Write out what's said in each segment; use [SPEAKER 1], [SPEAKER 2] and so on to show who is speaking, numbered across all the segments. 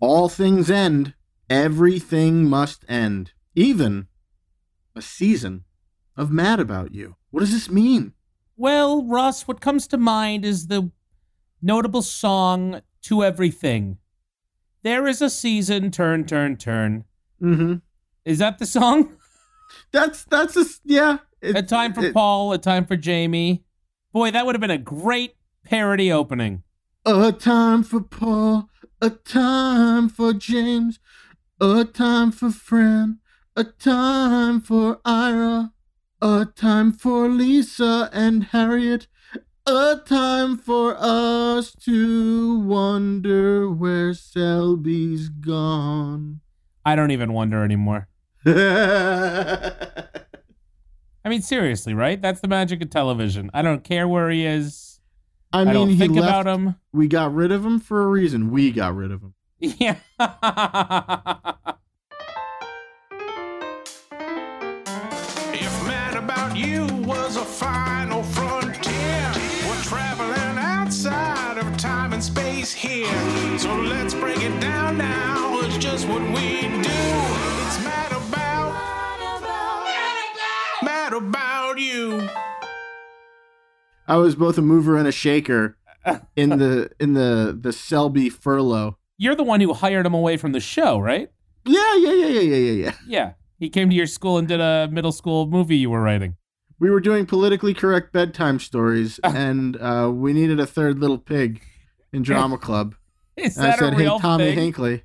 [SPEAKER 1] All things end. Everything must end. Even a season of Mad About You. What does this mean?
[SPEAKER 2] Well, Russ, what comes to mind is the notable song To Everything. There is a season, turn, turn, turn.
[SPEAKER 1] Mm-hmm.
[SPEAKER 2] Is that the song?
[SPEAKER 1] That's that's a yeah. it-
[SPEAKER 2] a time for
[SPEAKER 1] it-
[SPEAKER 2] Paul, a time for Jamie. Boy, that would have been a great parody opening.
[SPEAKER 1] A time for Paul, a time for James, a time for Fran, a time for Ira, a time for Lisa and Harriet, a time for us to wonder where Selby's gone.
[SPEAKER 2] I don't even wonder anymore.
[SPEAKER 1] That's
[SPEAKER 2] I mean, seriously, right? That's the magic of television. I don't care where he is.
[SPEAKER 1] I
[SPEAKER 2] I,
[SPEAKER 1] mean,
[SPEAKER 2] don't
[SPEAKER 1] he
[SPEAKER 2] think
[SPEAKER 1] left.
[SPEAKER 2] about him.
[SPEAKER 1] We got rid of him for a reason. We got rid of him.
[SPEAKER 2] Yeah.
[SPEAKER 3] If Mad About You was a final frontier, we're traveling outside of time and space here. So let's break it down now. It's just what we do. It's Mad About, Mad About You.
[SPEAKER 1] I was both a mover and a shaker in the in the the Selby furlough.
[SPEAKER 2] You're the one who hired him away from the show, right?
[SPEAKER 1] Yeah, yeah, yeah, yeah, yeah, yeah, yeah.
[SPEAKER 2] Yeah. He came to your school and did a middle school movie you were writing.
[SPEAKER 1] We were doing politically correct bedtime stories, and uh, we needed a third little pig in drama club.
[SPEAKER 2] Is
[SPEAKER 1] And I
[SPEAKER 2] that
[SPEAKER 1] said,
[SPEAKER 2] a
[SPEAKER 1] "Hey,
[SPEAKER 2] real
[SPEAKER 1] Tommy
[SPEAKER 2] thing?
[SPEAKER 1] Hinkley."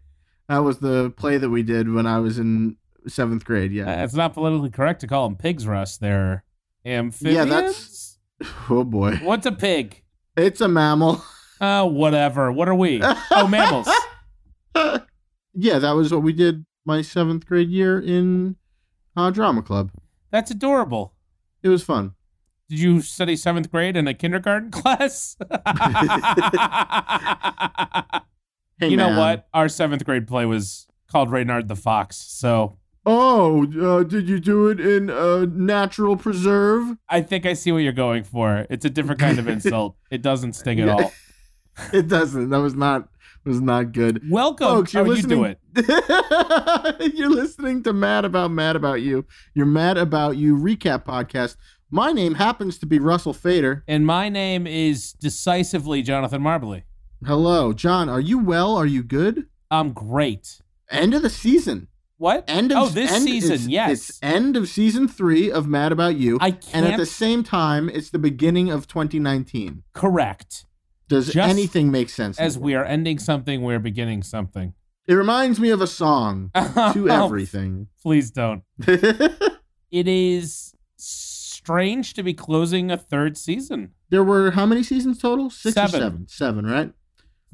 [SPEAKER 1] That was the play that we did when I was in seventh grade.
[SPEAKER 2] Uh,
[SPEAKER 1] Yeah.
[SPEAKER 2] it's not politically correct to call them pigs, Russ. They're amphibians.
[SPEAKER 1] that's- Oh boy,
[SPEAKER 2] What's a pig?
[SPEAKER 1] it's a mammal.
[SPEAKER 2] Uh, whatever. What are we? Oh, mammals.
[SPEAKER 1] yeah, that was what we did my seventh grade year in uh, drama club.
[SPEAKER 2] That's adorable.
[SPEAKER 1] It was fun.
[SPEAKER 2] Did you study seventh grade in a kindergarten class?
[SPEAKER 1] Hey,
[SPEAKER 2] you know
[SPEAKER 1] man.
[SPEAKER 2] what? Our seventh grade play was called Reynard the Fox. So
[SPEAKER 1] Oh, uh, did you do it in a natural preserve?
[SPEAKER 2] I think I see what you're going for. It's a different kind of insult. It doesn't sting at
[SPEAKER 1] Yeah.
[SPEAKER 2] all.
[SPEAKER 1] It doesn't. That was not was not good.
[SPEAKER 2] Welcome.
[SPEAKER 1] Folks, you're
[SPEAKER 2] oh, you
[SPEAKER 1] listening.
[SPEAKER 2] do it.
[SPEAKER 1] you're listening to Mad About Mad About You. You're Mad About You recap podcast. My name happens to be Russell Fader.
[SPEAKER 2] And my name is decisively Jonathan Marbley.
[SPEAKER 1] Hello, John. Are you well? Are you good?
[SPEAKER 2] I'm great.
[SPEAKER 1] End of the season.
[SPEAKER 2] What?
[SPEAKER 1] End of
[SPEAKER 2] oh, this
[SPEAKER 1] end-
[SPEAKER 2] season.
[SPEAKER 1] it's-
[SPEAKER 2] yes.
[SPEAKER 1] It's end of season three of Mad About You.
[SPEAKER 2] I can't.
[SPEAKER 1] and at the same time, it's the beginning of 2019.
[SPEAKER 2] correct.
[SPEAKER 1] Does
[SPEAKER 2] Just
[SPEAKER 1] anything make sense?
[SPEAKER 2] As we are ending something, we're beginning something.
[SPEAKER 1] it reminds me of a song. to everything.
[SPEAKER 2] Please don't. It is strange to be closing a third season.
[SPEAKER 1] there were how many seasons total? Six
[SPEAKER 2] Seven.
[SPEAKER 1] or seven? Seven, right?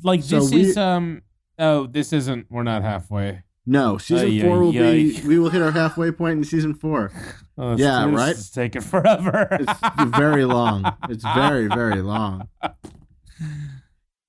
[SPEAKER 2] Like
[SPEAKER 1] So
[SPEAKER 2] this
[SPEAKER 1] we-
[SPEAKER 2] is um oh, this isn't we're not halfway.
[SPEAKER 1] No, season
[SPEAKER 2] Ay,
[SPEAKER 1] four
[SPEAKER 2] ay,
[SPEAKER 1] will be.
[SPEAKER 2] ay.
[SPEAKER 1] We will hit our halfway point in season four.
[SPEAKER 2] Oh,
[SPEAKER 1] Yeah,
[SPEAKER 2] this
[SPEAKER 1] right?
[SPEAKER 2] is taking forever.
[SPEAKER 1] It's very long. It's very very long.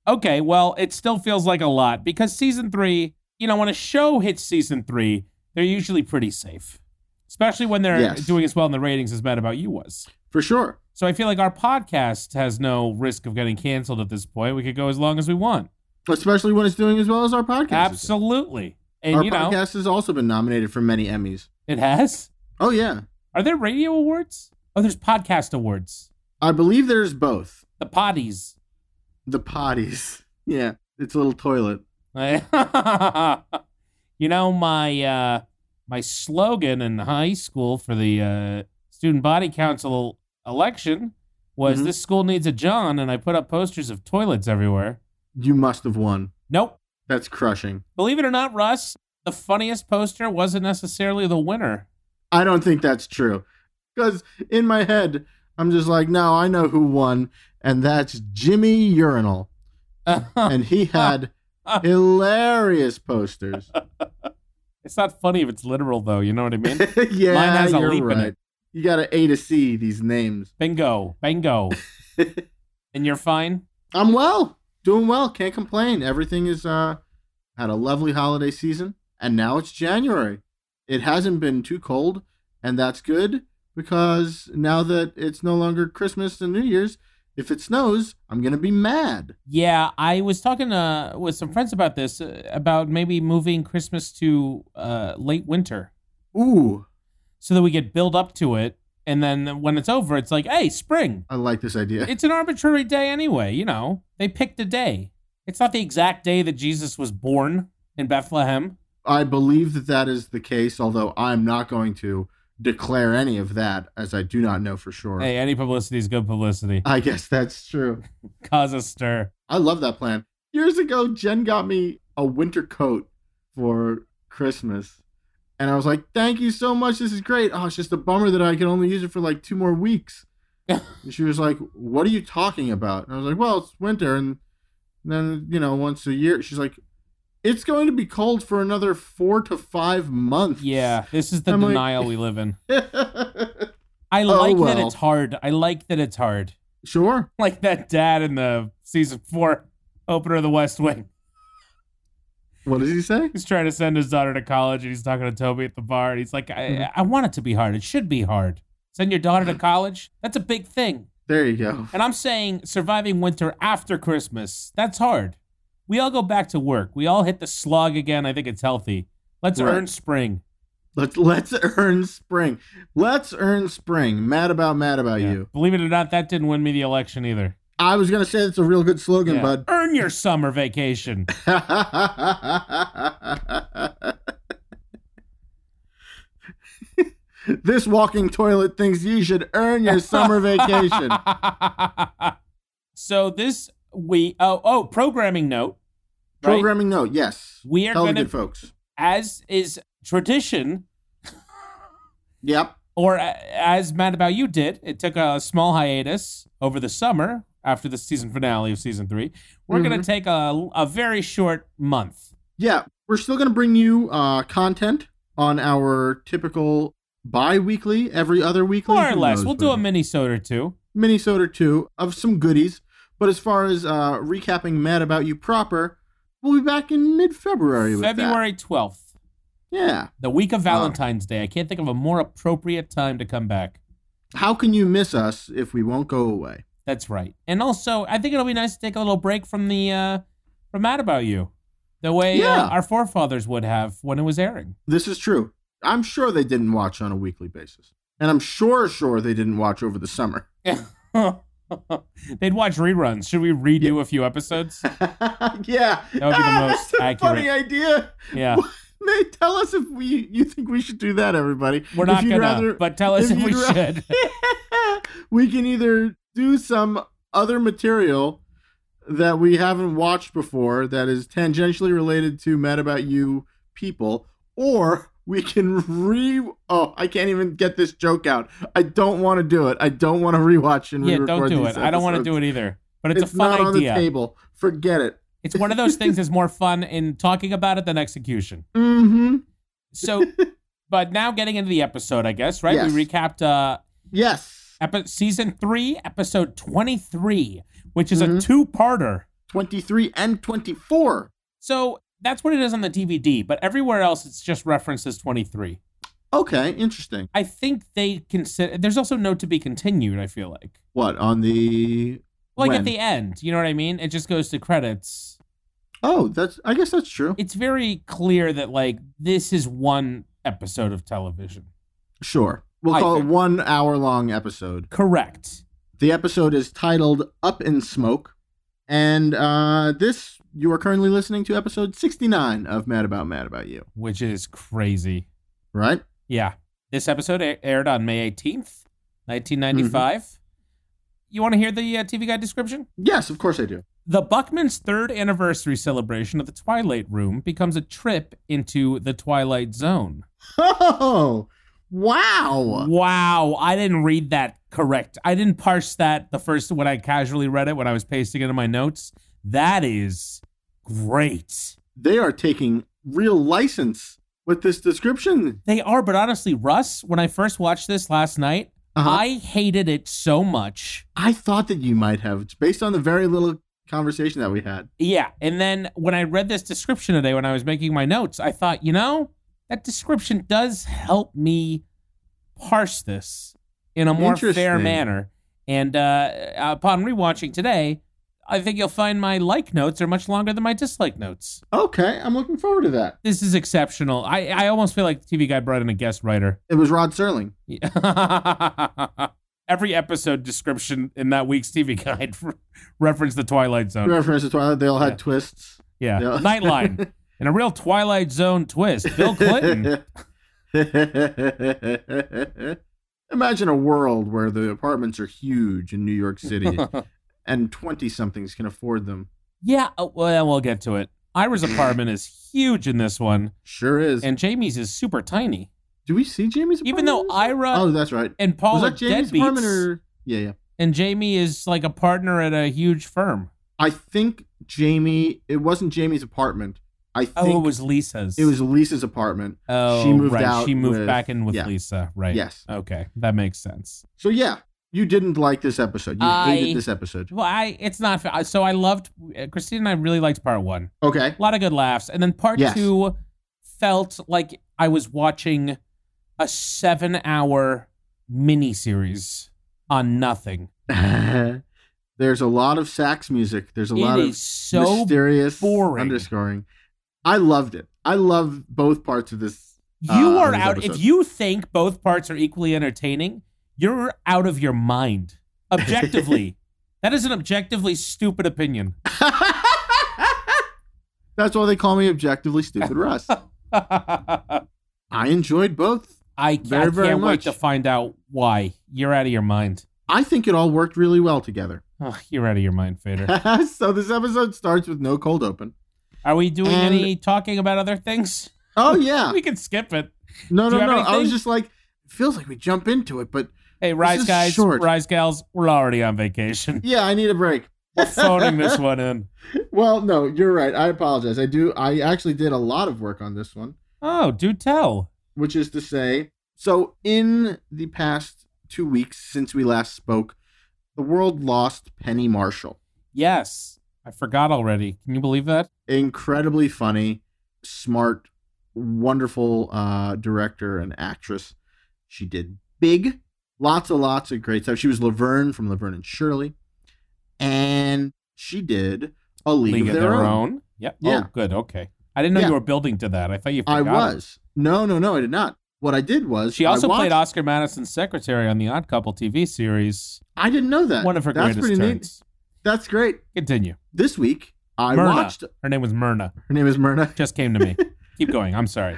[SPEAKER 2] okay, well, it still feels like a lot because season three, you know, when a show hits season three, they're usually pretty safe, especially when they're
[SPEAKER 1] Yes.
[SPEAKER 2] doing as well in the ratings as Mad About You was.
[SPEAKER 1] For sure.
[SPEAKER 2] So I feel like our podcast has no risk of getting canceled at this point. We could go as long as we want.
[SPEAKER 1] Especially when it's doing as well as our podcast. is doing.
[SPEAKER 2] Absolutely. And
[SPEAKER 1] Our
[SPEAKER 2] you know,
[SPEAKER 1] podcast has also been nominated for many Emmys.
[SPEAKER 2] it has.
[SPEAKER 1] Oh yeah,
[SPEAKER 2] Are there radio awards? Oh, there's podcast awards.
[SPEAKER 1] I believe there's both
[SPEAKER 2] The potties.
[SPEAKER 1] the potties. Yeah, it's a little toilet.
[SPEAKER 2] you know, my uh my slogan in high school for the uh student body council election was
[SPEAKER 1] Mhm.
[SPEAKER 2] this school needs a John and I put up posters of toilets everywhere.
[SPEAKER 1] You must have won.
[SPEAKER 2] Nope.
[SPEAKER 1] That's crushing.
[SPEAKER 2] Believe it or not, Russ, the funniest poster wasn't necessarily the winner.
[SPEAKER 1] I don't think that's true. Because in my head, I'm just like, no, I know who won, and that's Jimmy Urinal. And he had hilarious posters.
[SPEAKER 2] It's not funny if it's literal, though. You know what I mean?
[SPEAKER 1] yeah,
[SPEAKER 2] Mine has a
[SPEAKER 1] you're
[SPEAKER 2] leap in
[SPEAKER 1] right.
[SPEAKER 2] it.
[SPEAKER 1] You got to A to C these names.
[SPEAKER 2] Bingo, bingo. and you're fine.
[SPEAKER 1] I'm well, doing well, can't complain. Everything is uh had a lovely holiday season, and now it's January. It hasn't been too cold, and that's good because now that it's no longer Christmas and New Year's, If it snows, I'm going to be mad.
[SPEAKER 2] Yeah, I was talking uh, with some friends about this, uh, about maybe moving Christmas to uh, late winter
[SPEAKER 1] Ooh,
[SPEAKER 2] so that we could build up to it. And then when it's over, it's like, hey, spring.
[SPEAKER 1] I like this idea.
[SPEAKER 2] It's an arbitrary day anyway, you know. They picked a day. It's not the exact day that Jesus was born in Bethlehem.
[SPEAKER 1] I believe that that is the case, although I'm not going to declare any of that as I do not know for sure.
[SPEAKER 2] Hey, any publicity is good publicity.
[SPEAKER 1] I guess that's true.
[SPEAKER 2] Cause a stir.
[SPEAKER 1] I love that plan. Years ago, Jen got me a winter coat for Christmas. And I was like, thank you so much. This is great. Oh, it's just a bummer that I can only use it for like two more weeks. and she was like, what are you talking about? And I was like, well, it's winter. And then, you know, once a year, she's like, it's going to be cold for another four to five months.
[SPEAKER 2] Yeah, this is the
[SPEAKER 1] I'm like-
[SPEAKER 2] denial we live in.
[SPEAKER 1] sure.
[SPEAKER 2] I
[SPEAKER 1] Oh,
[SPEAKER 2] like that
[SPEAKER 1] well.
[SPEAKER 2] it's hard. I like that it's hard. like that dad in the season four opener of the West Wing.
[SPEAKER 1] What does he say?
[SPEAKER 2] He's trying to send his daughter to college, and he's talking to Toby at the bar, and he's like, "I,
[SPEAKER 1] Mm-hmm.
[SPEAKER 2] I want it to be hard. It should be hard. Send your daughter to college. That's a big thing."
[SPEAKER 1] There you go.
[SPEAKER 2] And I'm saying surviving winter after Christmas. That's hard. We all go back to work. We all hit the slog again. I think it's healthy. Let's
[SPEAKER 1] Right.
[SPEAKER 2] earn spring.
[SPEAKER 1] Let's let's earn spring. Let's earn spring. Mad about mad about
[SPEAKER 2] Yeah.
[SPEAKER 1] you.
[SPEAKER 2] Believe it or not, that didn't win me the election either.
[SPEAKER 1] I was gonna say that's a real good slogan,
[SPEAKER 2] Yeah.
[SPEAKER 1] bud.
[SPEAKER 2] Earn your summer vacation.
[SPEAKER 1] this walking toilet thinks you should earn your summer vacation.
[SPEAKER 2] so this we oh oh programming note. right?
[SPEAKER 1] Programming note, yes.
[SPEAKER 2] We are
[SPEAKER 1] Tell the
[SPEAKER 2] going
[SPEAKER 1] good
[SPEAKER 2] to,
[SPEAKER 1] folks.
[SPEAKER 2] as is tradition,
[SPEAKER 1] Yep.
[SPEAKER 2] or a- as Mad About You did, it took a small hiatus over the summer after the season finale of season three. We're going
[SPEAKER 1] Mhm.
[SPEAKER 2] to take a, a very short month.
[SPEAKER 1] Yeah, we're still going to bring you uh, content on our typical bi-weekly, every other weekly,
[SPEAKER 2] More or
[SPEAKER 1] who
[SPEAKER 2] less.
[SPEAKER 1] knows,
[SPEAKER 2] We'll do
[SPEAKER 1] but-
[SPEAKER 2] a mini sode or two.
[SPEAKER 1] Minnesota or two of some goodies. But as far as uh, recapping Mad About You proper, we'll be back in mid-February with that.
[SPEAKER 2] February 12th,
[SPEAKER 1] Yeah.
[SPEAKER 2] the week of Valentine's Day. I can't think of a more appropriate time to come back.
[SPEAKER 1] How can you miss us if we won't go away?
[SPEAKER 2] That's right. And also, I think it'll be nice to take a little break from the uh, from Mad About You, the way
[SPEAKER 1] Yeah.
[SPEAKER 2] uh, our forefathers would have when it was airing.
[SPEAKER 1] This is true. I'm sure they didn't watch on a weekly basis. And I'm sure, sure they didn't watch over the summer.
[SPEAKER 2] They'd watch reruns. Should we redo a few episodes?
[SPEAKER 1] yeah.
[SPEAKER 2] That would be the
[SPEAKER 1] Ah,
[SPEAKER 2] most
[SPEAKER 1] that's a
[SPEAKER 2] accurate.
[SPEAKER 1] funny idea.
[SPEAKER 2] Yeah,
[SPEAKER 1] May tell us if we you think we should do that, everybody.
[SPEAKER 2] we're
[SPEAKER 1] If
[SPEAKER 2] not
[SPEAKER 1] you'd
[SPEAKER 2] gonna.
[SPEAKER 1] rather-
[SPEAKER 2] but tell us
[SPEAKER 1] if
[SPEAKER 2] if, we
[SPEAKER 1] you'd ra-
[SPEAKER 2] should.
[SPEAKER 1] we can either do some other material that we haven't watched before that is tangentially related to Mad About You people, or we can re. Oh, I can't even get this joke out. I don't want to do it. I don't want to rewatch and
[SPEAKER 2] yeah,
[SPEAKER 1] re-record
[SPEAKER 2] don't do it.
[SPEAKER 1] these
[SPEAKER 2] I don't want to
[SPEAKER 1] episodes.
[SPEAKER 2] do it either. But it's,
[SPEAKER 1] It's,
[SPEAKER 2] a fun
[SPEAKER 1] not on the
[SPEAKER 2] idea.
[SPEAKER 1] table. Forget it.
[SPEAKER 2] It's one of those things that's more fun in talking about it than execution.
[SPEAKER 1] Mm-hmm.
[SPEAKER 2] So, but now getting into the episode, I guess. Right? We
[SPEAKER 1] Yes.
[SPEAKER 2] recapped uh,
[SPEAKER 1] Yes.
[SPEAKER 2] epi- season three, episode twenty-three, which is a
[SPEAKER 1] Mhm.
[SPEAKER 2] two-parter.
[SPEAKER 1] Twenty-three and twenty-four.
[SPEAKER 2] So that's what it is on the DVD. But everywhere else, it's just referenced as twenty-three.
[SPEAKER 1] Okay, interesting.
[SPEAKER 2] I think they consider. There's also no to be continued. I feel like,
[SPEAKER 1] What on the?
[SPEAKER 2] like
[SPEAKER 1] when?
[SPEAKER 2] at the end, you know what I mean? It just goes to credits.
[SPEAKER 1] Oh, that's. I guess that's true.
[SPEAKER 2] It's very clear that like this is one episode of television.
[SPEAKER 1] Sure. We'll
[SPEAKER 2] I
[SPEAKER 1] call it
[SPEAKER 2] think.
[SPEAKER 1] one hour long episode.
[SPEAKER 2] Correct.
[SPEAKER 1] The episode is titled Up in Smoke. And uh, this, you are currently listening to episode 69 of Mad About Mad About You,
[SPEAKER 2] Which is crazy.
[SPEAKER 1] right?
[SPEAKER 2] Yeah. This episode a- aired on May 18th, 1995. You want to hear the uh, TV guide description?
[SPEAKER 1] Yes, of course I do.
[SPEAKER 2] The Buckman's third anniversary celebration of the Twilight Room becomes a trip into the Twilight Zone.
[SPEAKER 1] Oh, wow.
[SPEAKER 2] Wow, I didn't read that correct. I didn't parse that the first when I casually read it when I was pasting it in my notes. That is great.
[SPEAKER 1] They are taking real license with this description.
[SPEAKER 2] They are, but honestly, Russ, when I first watched this last night,
[SPEAKER 1] Uh-huh.
[SPEAKER 2] I hated it so much.
[SPEAKER 1] I thought that you might have, it's based on the very little conversation that we had.
[SPEAKER 2] Yeah, and then when I read this description today when I was making my notes, I thought, you know, that description does help me parse this in a more fair
[SPEAKER 1] Interesting.
[SPEAKER 2] manner. And uh, upon rewatching today, I think you'll find my like notes are much longer than my dislike notes.
[SPEAKER 1] Okay, I'm looking forward to that.
[SPEAKER 2] This is exceptional. I, I almost feel like the TV guy brought in a guest writer.
[SPEAKER 1] It was Rod Serling.
[SPEAKER 2] Yeah. Every episode description in that week's TV guide referenced the Twilight Zone.
[SPEAKER 1] Reference to Twilight, they all had
[SPEAKER 2] Yeah.
[SPEAKER 1] twists.
[SPEAKER 2] Yeah.
[SPEAKER 1] Yeah.
[SPEAKER 2] Nightline. In a real Twilight Zone twist, Bill Clinton.
[SPEAKER 1] Imagine a world where the apartments are huge in New York City and 20 somethings can afford them.
[SPEAKER 2] yeah, oh, well, we'll get to it. Ira's apartment is huge in this one,
[SPEAKER 1] Sure is.
[SPEAKER 2] and Jamie's is super tiny.
[SPEAKER 1] Do we see Jamie's apartment?
[SPEAKER 2] Even though
[SPEAKER 1] in this?
[SPEAKER 2] Ira
[SPEAKER 1] Oh, that's right.
[SPEAKER 2] and
[SPEAKER 1] Was
[SPEAKER 2] Paul are
[SPEAKER 1] that Jamie's apartment
[SPEAKER 2] deadbeats,
[SPEAKER 1] or. Yeah, yeah.
[SPEAKER 2] and Jamie is like a partner at a huge firm.
[SPEAKER 1] I think Jamie. It wasn't Jamie's apartment. I think
[SPEAKER 2] Oh, it was Lisa's.
[SPEAKER 1] it was Lisa's apartment.
[SPEAKER 2] Oh,
[SPEAKER 1] she moved
[SPEAKER 2] right.
[SPEAKER 1] out
[SPEAKER 2] She moved
[SPEAKER 1] with-
[SPEAKER 2] back in with
[SPEAKER 1] yeah.
[SPEAKER 2] Lisa. Right.
[SPEAKER 1] Yes.
[SPEAKER 2] Okay, that makes sense.
[SPEAKER 1] So yeah, you didn't like this episode. You
[SPEAKER 2] I-
[SPEAKER 1] hated this episode.
[SPEAKER 2] Well, I it's not fa- so I loved uh, Christine and I really liked part one.
[SPEAKER 1] Okay.
[SPEAKER 2] A lot of good laughs, and then part
[SPEAKER 1] Yes.
[SPEAKER 2] two felt like I was watching a seven-hour miniseries on nothing.
[SPEAKER 1] There's a lot of sax music. There's a
[SPEAKER 2] It
[SPEAKER 1] lot
[SPEAKER 2] is
[SPEAKER 1] of
[SPEAKER 2] so
[SPEAKER 1] mysterious
[SPEAKER 2] boring.
[SPEAKER 1] underscoring. I loved it. I love both parts of this.
[SPEAKER 2] You
[SPEAKER 1] Uh,
[SPEAKER 2] are
[SPEAKER 1] these
[SPEAKER 2] out. If
[SPEAKER 1] episodes.
[SPEAKER 2] you think both parts are equally entertaining, you're out of your mind. Objectively, that is an objectively stupid opinion.
[SPEAKER 1] That's why they call me objectively stupid Russ.
[SPEAKER 2] I,
[SPEAKER 1] I enjoyed both.
[SPEAKER 2] I
[SPEAKER 1] Very,
[SPEAKER 2] can't
[SPEAKER 1] very
[SPEAKER 2] wait
[SPEAKER 1] much.
[SPEAKER 2] to find out why. You're out of your mind.
[SPEAKER 1] I think it all worked really well together.
[SPEAKER 2] Ugh, you're out of your mind, Fader.
[SPEAKER 1] so this episode starts with no cold open.
[SPEAKER 2] Are we doing
[SPEAKER 1] And-
[SPEAKER 2] any talking about other things?
[SPEAKER 1] Oh yeah.
[SPEAKER 2] We can skip it.
[SPEAKER 1] No,
[SPEAKER 2] Do
[SPEAKER 1] no,
[SPEAKER 2] you
[SPEAKER 1] no.
[SPEAKER 2] have
[SPEAKER 1] I was
[SPEAKER 2] anything?
[SPEAKER 1] just like, it feels like we jump into it, but
[SPEAKER 2] Hey, rise
[SPEAKER 1] is
[SPEAKER 2] guys,
[SPEAKER 1] short.
[SPEAKER 2] rise gals, we're already on vacation.
[SPEAKER 1] yeah, I need a break.
[SPEAKER 2] We're phoning this one in.
[SPEAKER 1] Well, no, you're right. I apologize. I do. I actually did a lot of work on this one,
[SPEAKER 2] Oh, do tell.
[SPEAKER 1] which is to say, so in the past two weeks since we last spoke, the world lost Penny Marshall.
[SPEAKER 2] Yes, I forgot already. Can you believe that?
[SPEAKER 1] Incredibly funny, smart, wonderful uh, director and actress. She did big, lots and lots of great stuff. She was Laverne from Laverne and Shirley, and she did a League, of, Their, own.
[SPEAKER 2] Yep.
[SPEAKER 1] Yeah.
[SPEAKER 2] Oh, good. Okay. I didn't know
[SPEAKER 1] Yeah.
[SPEAKER 2] you were building to that. I thought you forgot.
[SPEAKER 1] I was. No, no, no, I did not. What I did was
[SPEAKER 2] She
[SPEAKER 1] I
[SPEAKER 2] also
[SPEAKER 1] watched,
[SPEAKER 2] played Oscar Madison's secretary on the Odd Couple TV series.
[SPEAKER 1] I didn't know that.
[SPEAKER 2] One of her
[SPEAKER 1] That's
[SPEAKER 2] greatest
[SPEAKER 1] pretty
[SPEAKER 2] turns.
[SPEAKER 1] neat. That's great.
[SPEAKER 2] Continue.
[SPEAKER 1] This week I
[SPEAKER 2] Myrna.
[SPEAKER 1] watched.
[SPEAKER 2] Her name was Myrna.
[SPEAKER 1] Her name is Myrna.
[SPEAKER 2] Just came to me. Keep going. I'm sorry.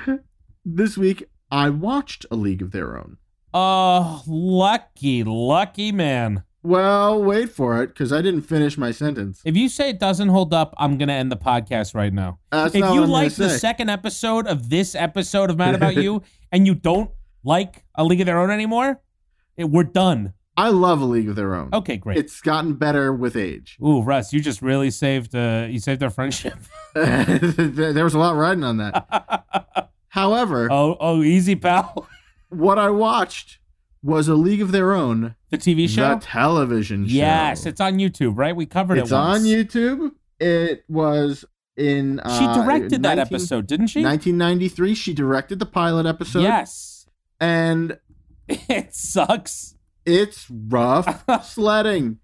[SPEAKER 1] This week I watched A League of Their Own.
[SPEAKER 2] Oh, lucky, lucky man.
[SPEAKER 1] Well, wait for it because I didn't finish my sentence.
[SPEAKER 2] If you say it doesn't hold up, I'm going to end the podcast right now.
[SPEAKER 1] That's
[SPEAKER 2] if
[SPEAKER 1] not
[SPEAKER 2] you
[SPEAKER 1] what I'm
[SPEAKER 2] like
[SPEAKER 1] gonna
[SPEAKER 2] the
[SPEAKER 1] say.
[SPEAKER 2] second episode of this episode of Mad About You and you don't like A League of Their Own anymore, it, we're done.
[SPEAKER 1] I love A League of Their Own.
[SPEAKER 2] Okay, great.
[SPEAKER 1] It's gotten better with age.
[SPEAKER 2] Ooh, Russ, you just really saved uh, you saved our friendship.
[SPEAKER 1] there was a lot riding on that. However,
[SPEAKER 2] oh, oh, easy, pal.
[SPEAKER 1] what I watched was A League of Their Own,
[SPEAKER 2] The TV show.
[SPEAKER 1] the television show.
[SPEAKER 2] yes, it's on YouTube, right? We covered
[SPEAKER 1] it's
[SPEAKER 2] it. Once.
[SPEAKER 1] on YouTube. It was in. Uh,
[SPEAKER 2] She directed that
[SPEAKER 1] 19
[SPEAKER 2] episode, didn't she?
[SPEAKER 1] 1993. She directed the pilot episode.
[SPEAKER 2] yes.
[SPEAKER 1] And
[SPEAKER 2] It sucks.
[SPEAKER 1] it's rough sledding.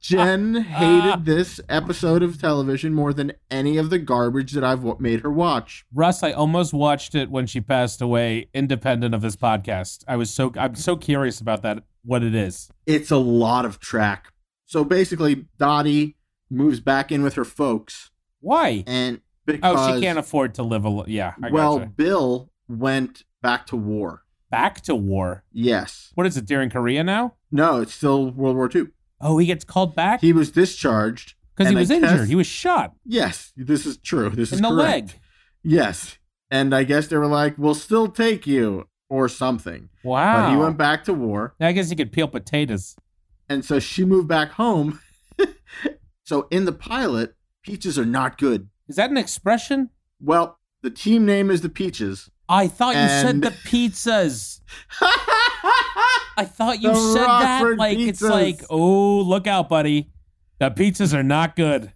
[SPEAKER 1] Jen hated this episode of television more than any of the garbage that I've w- made her watch.
[SPEAKER 2] Russ, I almost watched it when she passed away, independent of this podcast. I was so I'm so curious about that. What it is?
[SPEAKER 1] It's a lot of track. So basically, Dottie moves back in with her folks,
[SPEAKER 2] Why?
[SPEAKER 1] and because
[SPEAKER 2] Oh, she can't afford to live alone. Yeah, I
[SPEAKER 1] well,
[SPEAKER 2] gotcha.
[SPEAKER 1] Bill went back to war.
[SPEAKER 2] back to war.
[SPEAKER 1] Yes.
[SPEAKER 2] What is it? During Korea now?
[SPEAKER 1] No, it's still World War II.
[SPEAKER 2] Oh, he gets called back
[SPEAKER 1] He was discharged.
[SPEAKER 2] because he
[SPEAKER 1] and I
[SPEAKER 2] was injured.
[SPEAKER 1] guess-
[SPEAKER 2] He was shot
[SPEAKER 1] Yes, this is true. This
[SPEAKER 2] in
[SPEAKER 1] is
[SPEAKER 2] the
[SPEAKER 1] correct.
[SPEAKER 2] leg.
[SPEAKER 1] Yes, and I guess they were like, "We'll still take you" or something.
[SPEAKER 2] Wow.
[SPEAKER 1] But he went back to war,
[SPEAKER 2] I guess he could peel potatoes.
[SPEAKER 1] and so she moved back home. so in the pilot, peaches are not good.
[SPEAKER 2] Is that an expression?
[SPEAKER 1] Well, the team name is the Peaches.
[SPEAKER 2] I thought you said
[SPEAKER 1] And-
[SPEAKER 2] the pizzas. I thought you
[SPEAKER 1] The
[SPEAKER 2] said that
[SPEAKER 1] Rockford
[SPEAKER 2] like it's
[SPEAKER 1] pizzas.
[SPEAKER 2] like, oh, look out, buddy. The pizzas are not good.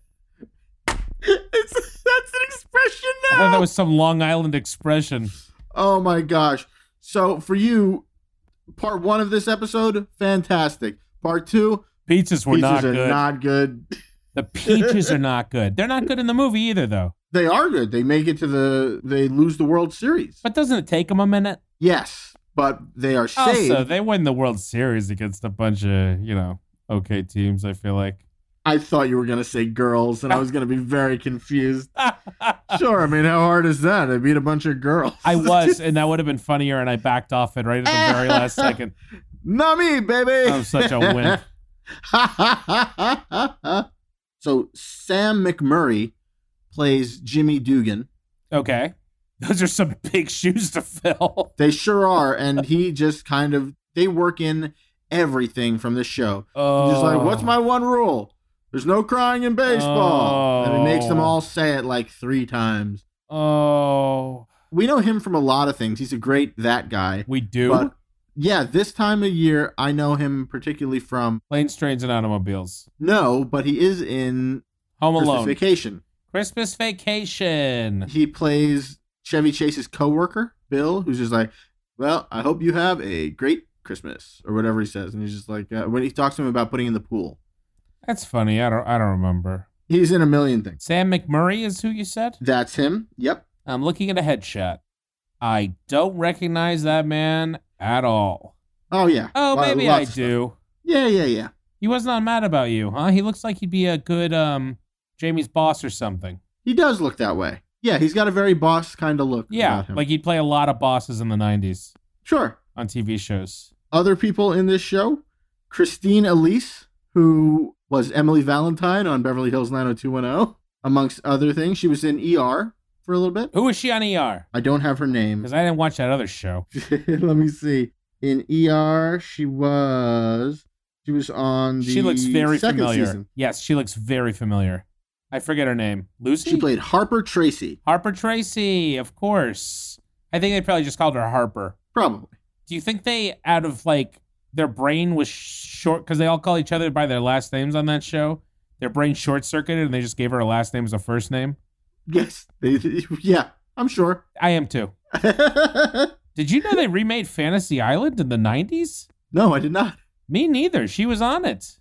[SPEAKER 1] it's, that's an expression
[SPEAKER 2] I thought that was some Long Island expression.
[SPEAKER 1] Oh my gosh! So for you, part one of this episode, fantastic. Part two,
[SPEAKER 2] Pizzas were
[SPEAKER 1] pieces
[SPEAKER 2] not
[SPEAKER 1] are
[SPEAKER 2] good.
[SPEAKER 1] not good.
[SPEAKER 2] the peaches are not good. They're not good in the movie either, though.
[SPEAKER 1] They are good. They make it to the. They lose the World Series.
[SPEAKER 2] But doesn't it take them a minute?
[SPEAKER 1] yes, but they are saved.
[SPEAKER 2] Also, they win the World Series against a bunch of you know okay teams. I feel like.
[SPEAKER 1] I thought you were gonna say girls, and I was gonna be very confused. Sure, I mean, how hard is that? I beat a bunch of girls.
[SPEAKER 2] I was, and that would have been funnier, and I backed off it right at the very last second.
[SPEAKER 1] not me, baby.
[SPEAKER 2] I'm such a wimp.
[SPEAKER 1] so Sam McMurray plays Jimmy Dugan.
[SPEAKER 2] Okay. Those are some big shoes to fill.
[SPEAKER 1] They sure are, and he just kind of they work in everything from this show.
[SPEAKER 2] Oh.
[SPEAKER 1] He's just like, "What's my one rule? There's no crying in baseball," and he makes them
[SPEAKER 2] Oh.
[SPEAKER 1] all say it like three times.
[SPEAKER 2] Oh,
[SPEAKER 1] We know him from a lot of things. He's a great that guy.
[SPEAKER 2] we do.
[SPEAKER 1] But yeah, this time of year, I know him particularly from
[SPEAKER 2] Planes, trains, and automobiles.
[SPEAKER 1] no, but he is in
[SPEAKER 2] Home
[SPEAKER 1] Christmas
[SPEAKER 2] Alone.
[SPEAKER 1] Vacation.
[SPEAKER 2] Christmas vacation.
[SPEAKER 1] He plays Chevy Chase's coworker, Bill, who's just like, "Well, I hope you have a great Christmas," or whatever he says, and he's just like, uh, when he talks to him about putting in the pool,
[SPEAKER 2] That's funny. I don't. I don't remember.
[SPEAKER 1] he's in a million things.
[SPEAKER 2] Sam McMurray is who you said.
[SPEAKER 1] That's him. Yep.
[SPEAKER 2] I'm looking at a headshot. I don't recognize that man at all.
[SPEAKER 1] Oh yeah.
[SPEAKER 2] Oh,
[SPEAKER 1] Wow,
[SPEAKER 2] maybe
[SPEAKER 1] lots
[SPEAKER 2] I
[SPEAKER 1] of stuff.
[SPEAKER 2] do.
[SPEAKER 1] Yeah, yeah, yeah.
[SPEAKER 2] He was not mad about you, huh? He looks like he'd be a good um Jamie's boss or something.
[SPEAKER 1] He does look that way. Yeah, he's got a very boss kind of look.
[SPEAKER 2] Yeah,
[SPEAKER 1] about him.
[SPEAKER 2] like he'd play a lot of bosses in the '90s
[SPEAKER 1] sure.
[SPEAKER 2] on TV shows.
[SPEAKER 1] other people in this show Christine Elise, who was Emily Valentine on Beverly Hills 90210, amongst other things. She was in ER for a little bit.
[SPEAKER 2] Who is she on ER?
[SPEAKER 1] I don't have her name.
[SPEAKER 2] Because I didn't watch that other show.
[SPEAKER 1] Let me see. In ER, she was. She was on the
[SPEAKER 2] She looks very
[SPEAKER 1] second
[SPEAKER 2] familiar.
[SPEAKER 1] season.
[SPEAKER 2] Yes, she looks very familiar. I forget her name. Lucy.
[SPEAKER 1] She played Harper Tracy,
[SPEAKER 2] Harper Tracy, of course. I think they probably just called her Harper.
[SPEAKER 1] probably.
[SPEAKER 2] Do you think they, out of like their brain was short, because they all call each other by their last names on that show? Their brain short circuited and they just gave her a last name as a first name?
[SPEAKER 1] Yes. yeah, I'm sure.
[SPEAKER 2] I am too. Did you know they remade Fantasy Island in the 90s?
[SPEAKER 1] no, I did not.
[SPEAKER 2] Me neither. She was on it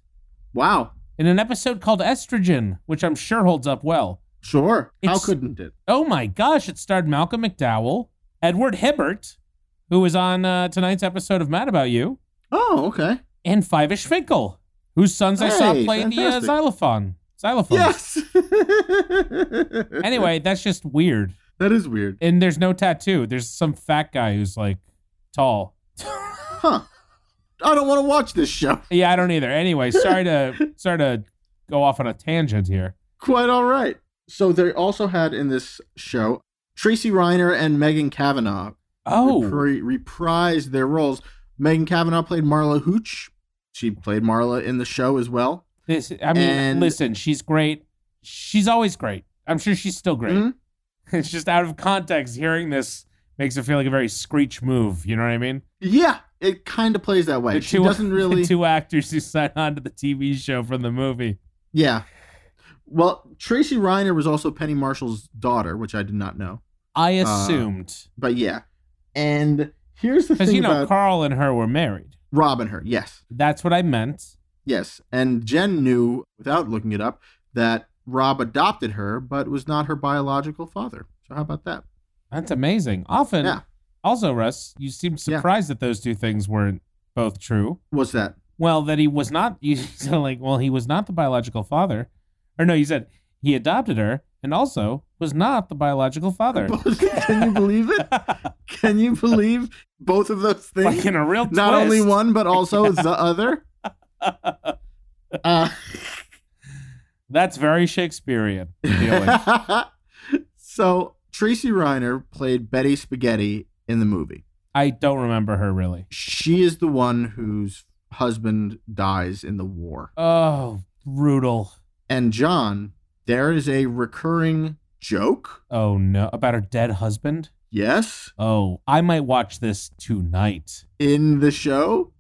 [SPEAKER 1] Wow.
[SPEAKER 2] in an episode called Estrogen, which I'm sure holds up well.
[SPEAKER 1] Sure. How
[SPEAKER 2] It's-
[SPEAKER 1] couldn't it?
[SPEAKER 2] Oh my gosh, it starred Malcolm McDowell, Edward Hibbert, who was on uh, tonight's episode of Mad About You,
[SPEAKER 1] Oh, okay.
[SPEAKER 2] and Fivish Finkel, whose sons I saw
[SPEAKER 1] Hey,
[SPEAKER 2] play the uh,
[SPEAKER 1] fantastic.
[SPEAKER 2] xylophone. Xylophone.
[SPEAKER 1] Yes.
[SPEAKER 2] Anyway, that's just weird.
[SPEAKER 1] That is weird.
[SPEAKER 2] And there's no tattoo. There's some fat guy who's like tall.
[SPEAKER 1] Huh. I don't want to watch this show.
[SPEAKER 2] Yeah, I don't either. Anyway, sorry to sorry to go off on a tangent here.
[SPEAKER 1] Quite all right. So they also had in this show Tracy Reiner and Megan Kavanaugh
[SPEAKER 2] Oh,
[SPEAKER 1] repri- reprised their roles. Megan Kavanaugh played Marla Hooch. She played Marla in the show as well.
[SPEAKER 2] this I mean,
[SPEAKER 1] And-
[SPEAKER 2] listen, she's great. She's always great. I'm sure she's still great.
[SPEAKER 1] Mhm.
[SPEAKER 2] it's just out of context hearing this makes it feel like a very screech move you know what i mean
[SPEAKER 1] Yeah, it kind of plays that way.
[SPEAKER 2] The
[SPEAKER 1] She
[SPEAKER 2] two-
[SPEAKER 1] doesn't really.
[SPEAKER 2] the two actors who signed on to the tv show from the movie
[SPEAKER 1] Yeah. Well, Tracy Reiner was also Penny Marshall's daughter, which I did not know.
[SPEAKER 2] i
[SPEAKER 1] Uh,
[SPEAKER 2] assumed
[SPEAKER 1] But yeah. And here's the
[SPEAKER 2] because
[SPEAKER 1] thing
[SPEAKER 2] you know
[SPEAKER 1] about
[SPEAKER 2] carl and her were married
[SPEAKER 1] Rob and her. Yes.
[SPEAKER 2] that's what i meant
[SPEAKER 1] Yes, and Jen knew without looking it up that Rob adopted her, but was not her biological father. So how about that?
[SPEAKER 2] that's amazing often
[SPEAKER 1] Yeah.
[SPEAKER 2] also russ you seem
[SPEAKER 1] Yeah.
[SPEAKER 2] surprised that those two things weren't both true
[SPEAKER 1] What's that?
[SPEAKER 2] well that he was not you so like well he was not the biological father or no you said he adopted her and also was not the biological father
[SPEAKER 1] Can you believe it? Can you believe both of those things?
[SPEAKER 2] like in a real
[SPEAKER 1] not only
[SPEAKER 2] twist.
[SPEAKER 1] one, but also the other. Uh,
[SPEAKER 2] That's very Shakespearean feeling.
[SPEAKER 1] so Tracy Reiner played Betty Spaghetti in the movie.
[SPEAKER 2] I don't remember her really.
[SPEAKER 1] She is the one whose husband dies in the war.
[SPEAKER 2] Oh, brutal.
[SPEAKER 1] And John, there is a recurring joke.
[SPEAKER 2] Oh no, about her dead husband?
[SPEAKER 1] Yes,
[SPEAKER 2] Oh, I might watch this tonight.
[SPEAKER 1] in the show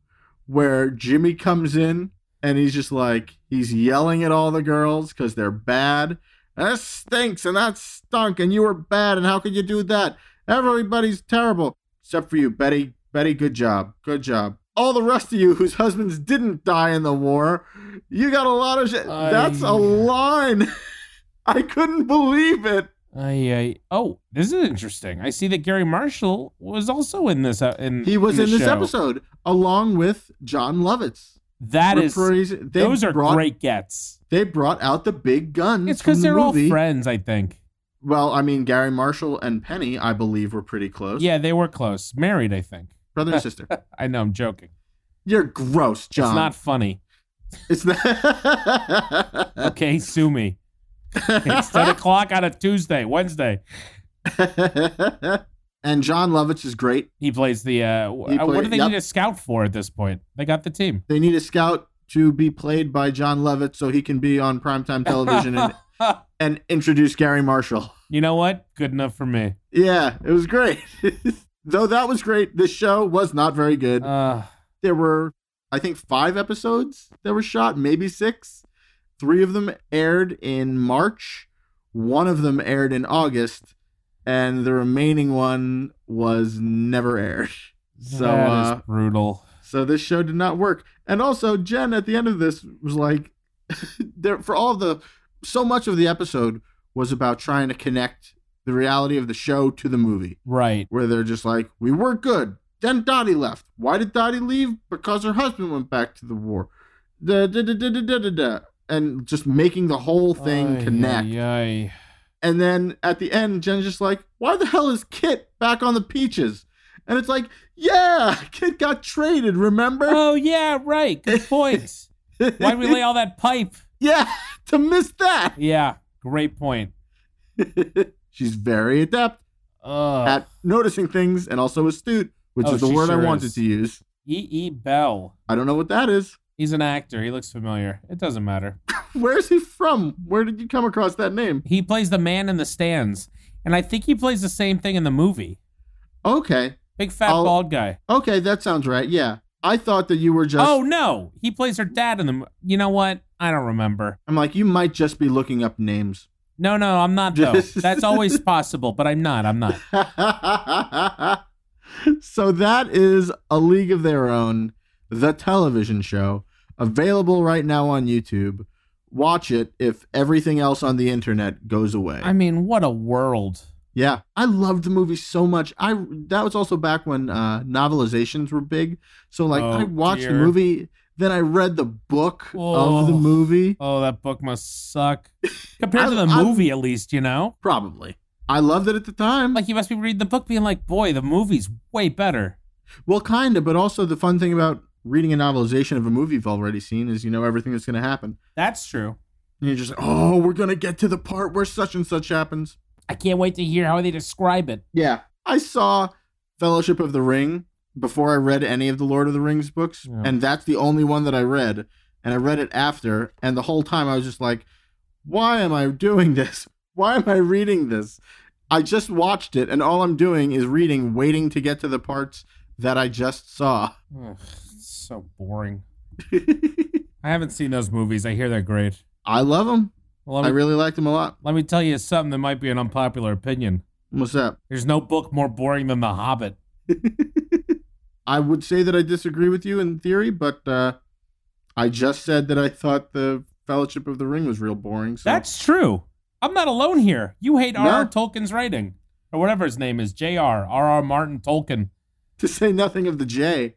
[SPEAKER 1] where Jimmy comes in and he's just like he's yelling at all the girls because they're bad. That stinks and that stunk and you were bad and how could you do that? Everybody's terrible except for you, Betty. Betty, good job, good job. all the rest of you whose husbands didn't die in the war, you got a lot of shit.
[SPEAKER 2] I-
[SPEAKER 1] That's a line. I couldn't believe it.
[SPEAKER 2] Ay, ay. Oh, this is interesting. I see that Gary Marshall was also in this. Uh, in
[SPEAKER 1] He was in,
[SPEAKER 2] the
[SPEAKER 1] this
[SPEAKER 2] show.
[SPEAKER 1] episode along with John Lovitz.
[SPEAKER 2] That is,
[SPEAKER 1] Reprise- they
[SPEAKER 2] those are
[SPEAKER 1] brought,
[SPEAKER 2] great gets.
[SPEAKER 1] They brought out the big guns.
[SPEAKER 2] It's because
[SPEAKER 1] from the
[SPEAKER 2] they're all
[SPEAKER 1] movie.
[SPEAKER 2] friends, I think.
[SPEAKER 1] Well, I mean, Gary Marshall and Penny, I believe, were pretty close.
[SPEAKER 2] Yeah, they were close, married, I think.
[SPEAKER 1] brother and sister.
[SPEAKER 2] I know, I'm joking.
[SPEAKER 1] You're gross, John.
[SPEAKER 2] It's not funny.
[SPEAKER 1] It's not.
[SPEAKER 2] Okay, sue me. It's ten o'clock on a Tuesday, Wednesday.
[SPEAKER 1] and John Lovitz is great.
[SPEAKER 2] He plays the. Uh,
[SPEAKER 1] He
[SPEAKER 2] what
[SPEAKER 1] play-
[SPEAKER 2] do they
[SPEAKER 1] yep.
[SPEAKER 2] need a scout for at this point? They got the team.
[SPEAKER 1] They need a scout to be played by John Lovitz so he can be on primetime television and, and introduce Gary Marshall.
[SPEAKER 2] you know what? Good enough for me.
[SPEAKER 1] Yeah, it was great. Though that was great, this show was not very good.
[SPEAKER 2] Uh,
[SPEAKER 1] there were, I think, five episodes that were shot, maybe six. Three of them aired in March, one of them aired in August, and the remaining one was never aired. So,
[SPEAKER 2] that is
[SPEAKER 1] uh,
[SPEAKER 2] brutal.
[SPEAKER 1] So this show did not work. And also, Jen at the end of this was like, there for all the so much of the episode was about trying to connect the reality of the show to the movie,
[SPEAKER 2] Right.
[SPEAKER 1] where they're just like, we were good. Then Dottie left. Why did Dottie leave? Because her husband went back to the war. Da, da, da, da, da, da, da, da. And just making the whole thing
[SPEAKER 2] Ay,
[SPEAKER 1] connect.
[SPEAKER 2] ay, ay.
[SPEAKER 1] And then at the end, Jen's just like, why the hell is Kit back on the peaches? And it's like, yeah, Kit got traded, remember?
[SPEAKER 2] Oh yeah, right. Good point. Why'd we lay all that pipe?
[SPEAKER 1] yeah, to miss that.
[SPEAKER 2] Yeah, great point.
[SPEAKER 1] She's very adept
[SPEAKER 2] Uh,
[SPEAKER 1] at noticing things and also astute, which
[SPEAKER 2] Oh,
[SPEAKER 1] is the
[SPEAKER 2] she
[SPEAKER 1] word I
[SPEAKER 2] sure
[SPEAKER 1] wanted
[SPEAKER 2] is.
[SPEAKER 1] to use.
[SPEAKER 2] E. E. Bell.
[SPEAKER 1] I don't know what that is.
[SPEAKER 2] He's an actor. He looks familiar. It doesn't matter.
[SPEAKER 1] Where's he from? Where did you come across that name?
[SPEAKER 2] He plays the man in the stands, and I think he plays the same thing in the movie.
[SPEAKER 1] Okay.
[SPEAKER 2] Big fat
[SPEAKER 1] I'll-
[SPEAKER 2] bald guy.
[SPEAKER 1] Okay, that sounds right. Yeah. I thought that you were just.
[SPEAKER 2] oh no, he plays her dad in the. mo- You know what? I don't remember.
[SPEAKER 1] I'm like, you might just be looking up names.
[SPEAKER 2] No, no, I'm not though.
[SPEAKER 1] Just-
[SPEAKER 2] That's always possible, but I'm not. I'm not.
[SPEAKER 1] so that is A League of Their Own, the television show, available right now on YouTube. Watch it if everything else on the internet goes away.
[SPEAKER 2] I mean, what a world.
[SPEAKER 1] yeah, I loved the movie so much. I that was also back when uh, novelizations were big. So like
[SPEAKER 2] Oh,
[SPEAKER 1] I watched the
[SPEAKER 2] dear.
[SPEAKER 1] movie, then I read the book of the
[SPEAKER 2] Oh.
[SPEAKER 1] movie.
[SPEAKER 2] Oh, that book must suck. Compared to
[SPEAKER 1] I-
[SPEAKER 2] the
[SPEAKER 1] I'm-
[SPEAKER 2] movie, at least, you know?
[SPEAKER 1] Probably, I loved it at the time.
[SPEAKER 2] Like, you must be reading the book being like, boy, the movie's way better.
[SPEAKER 1] Well, kind of, but also the fun thing about reading a novelization of a movie you've already seen is you know everything that's going to happen.
[SPEAKER 2] That's true.
[SPEAKER 1] And you're just, oh, we're going to get to the part where such and such happens.
[SPEAKER 2] I can't wait to hear how they describe it.
[SPEAKER 1] Yeah. I saw Fellowship of the Ring before I read any of the Lord of the Rings books,
[SPEAKER 2] Yeah.
[SPEAKER 1] and that's the only one that I read. And I read it after, and the whole time I was just like, why am I doing this? Why am I reading this? I just watched it, and all I'm doing is reading, waiting to get to the parts that I just saw.
[SPEAKER 2] Ugh, it's so boring. I haven't seen those movies. I hear they're great.
[SPEAKER 1] I love them.
[SPEAKER 2] Well, let,
[SPEAKER 1] I
[SPEAKER 2] me,
[SPEAKER 1] really liked him a lot.
[SPEAKER 2] let me tell you something that might be an unpopular opinion.
[SPEAKER 1] What's that?
[SPEAKER 2] There's no book more boring than The Hobbit.
[SPEAKER 1] I would say that I disagree with you in theory, but uh, I just said that I thought the Fellowship of the Ring was real boring. So
[SPEAKER 2] That's true. I'm not alone here. You hate R.R.
[SPEAKER 1] No.
[SPEAKER 2] Tolkien's writing, or whatever his name is J.R. R.R. Martin Tolkien.
[SPEAKER 1] to say nothing of the J,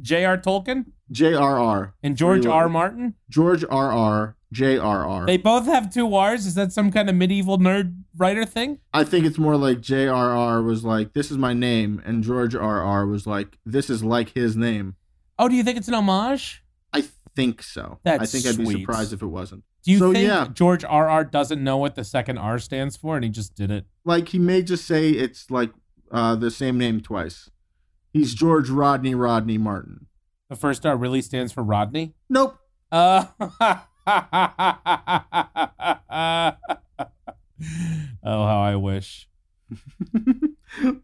[SPEAKER 2] J.R. Tolkien
[SPEAKER 1] J.R.R.,
[SPEAKER 2] and George
[SPEAKER 1] Really?
[SPEAKER 2] R. Martin.
[SPEAKER 1] George R.R., J.R.R.
[SPEAKER 2] They both have two R's. Is that some kind of medieval nerd writer thing?
[SPEAKER 1] I think it's more like J.R.R. was like, "This is my name," and George R.R. was like, "This is like his name."
[SPEAKER 2] Oh, do you think it's an homage?
[SPEAKER 1] I think so. I
[SPEAKER 2] That's
[SPEAKER 1] think I'd be
[SPEAKER 2] sweet.
[SPEAKER 1] surprised if it wasn't.
[SPEAKER 2] Do you
[SPEAKER 1] So,
[SPEAKER 2] think
[SPEAKER 1] yeah.
[SPEAKER 2] George R. R. doesn't know what the second R stands for and he just did it?
[SPEAKER 1] Like he may just say it's like uh, the same name twice. He's George Rodney Rodney Martin.
[SPEAKER 2] The first R really stands for Rodney?
[SPEAKER 1] Nope.
[SPEAKER 2] Uh, oh, how Oh, I wish.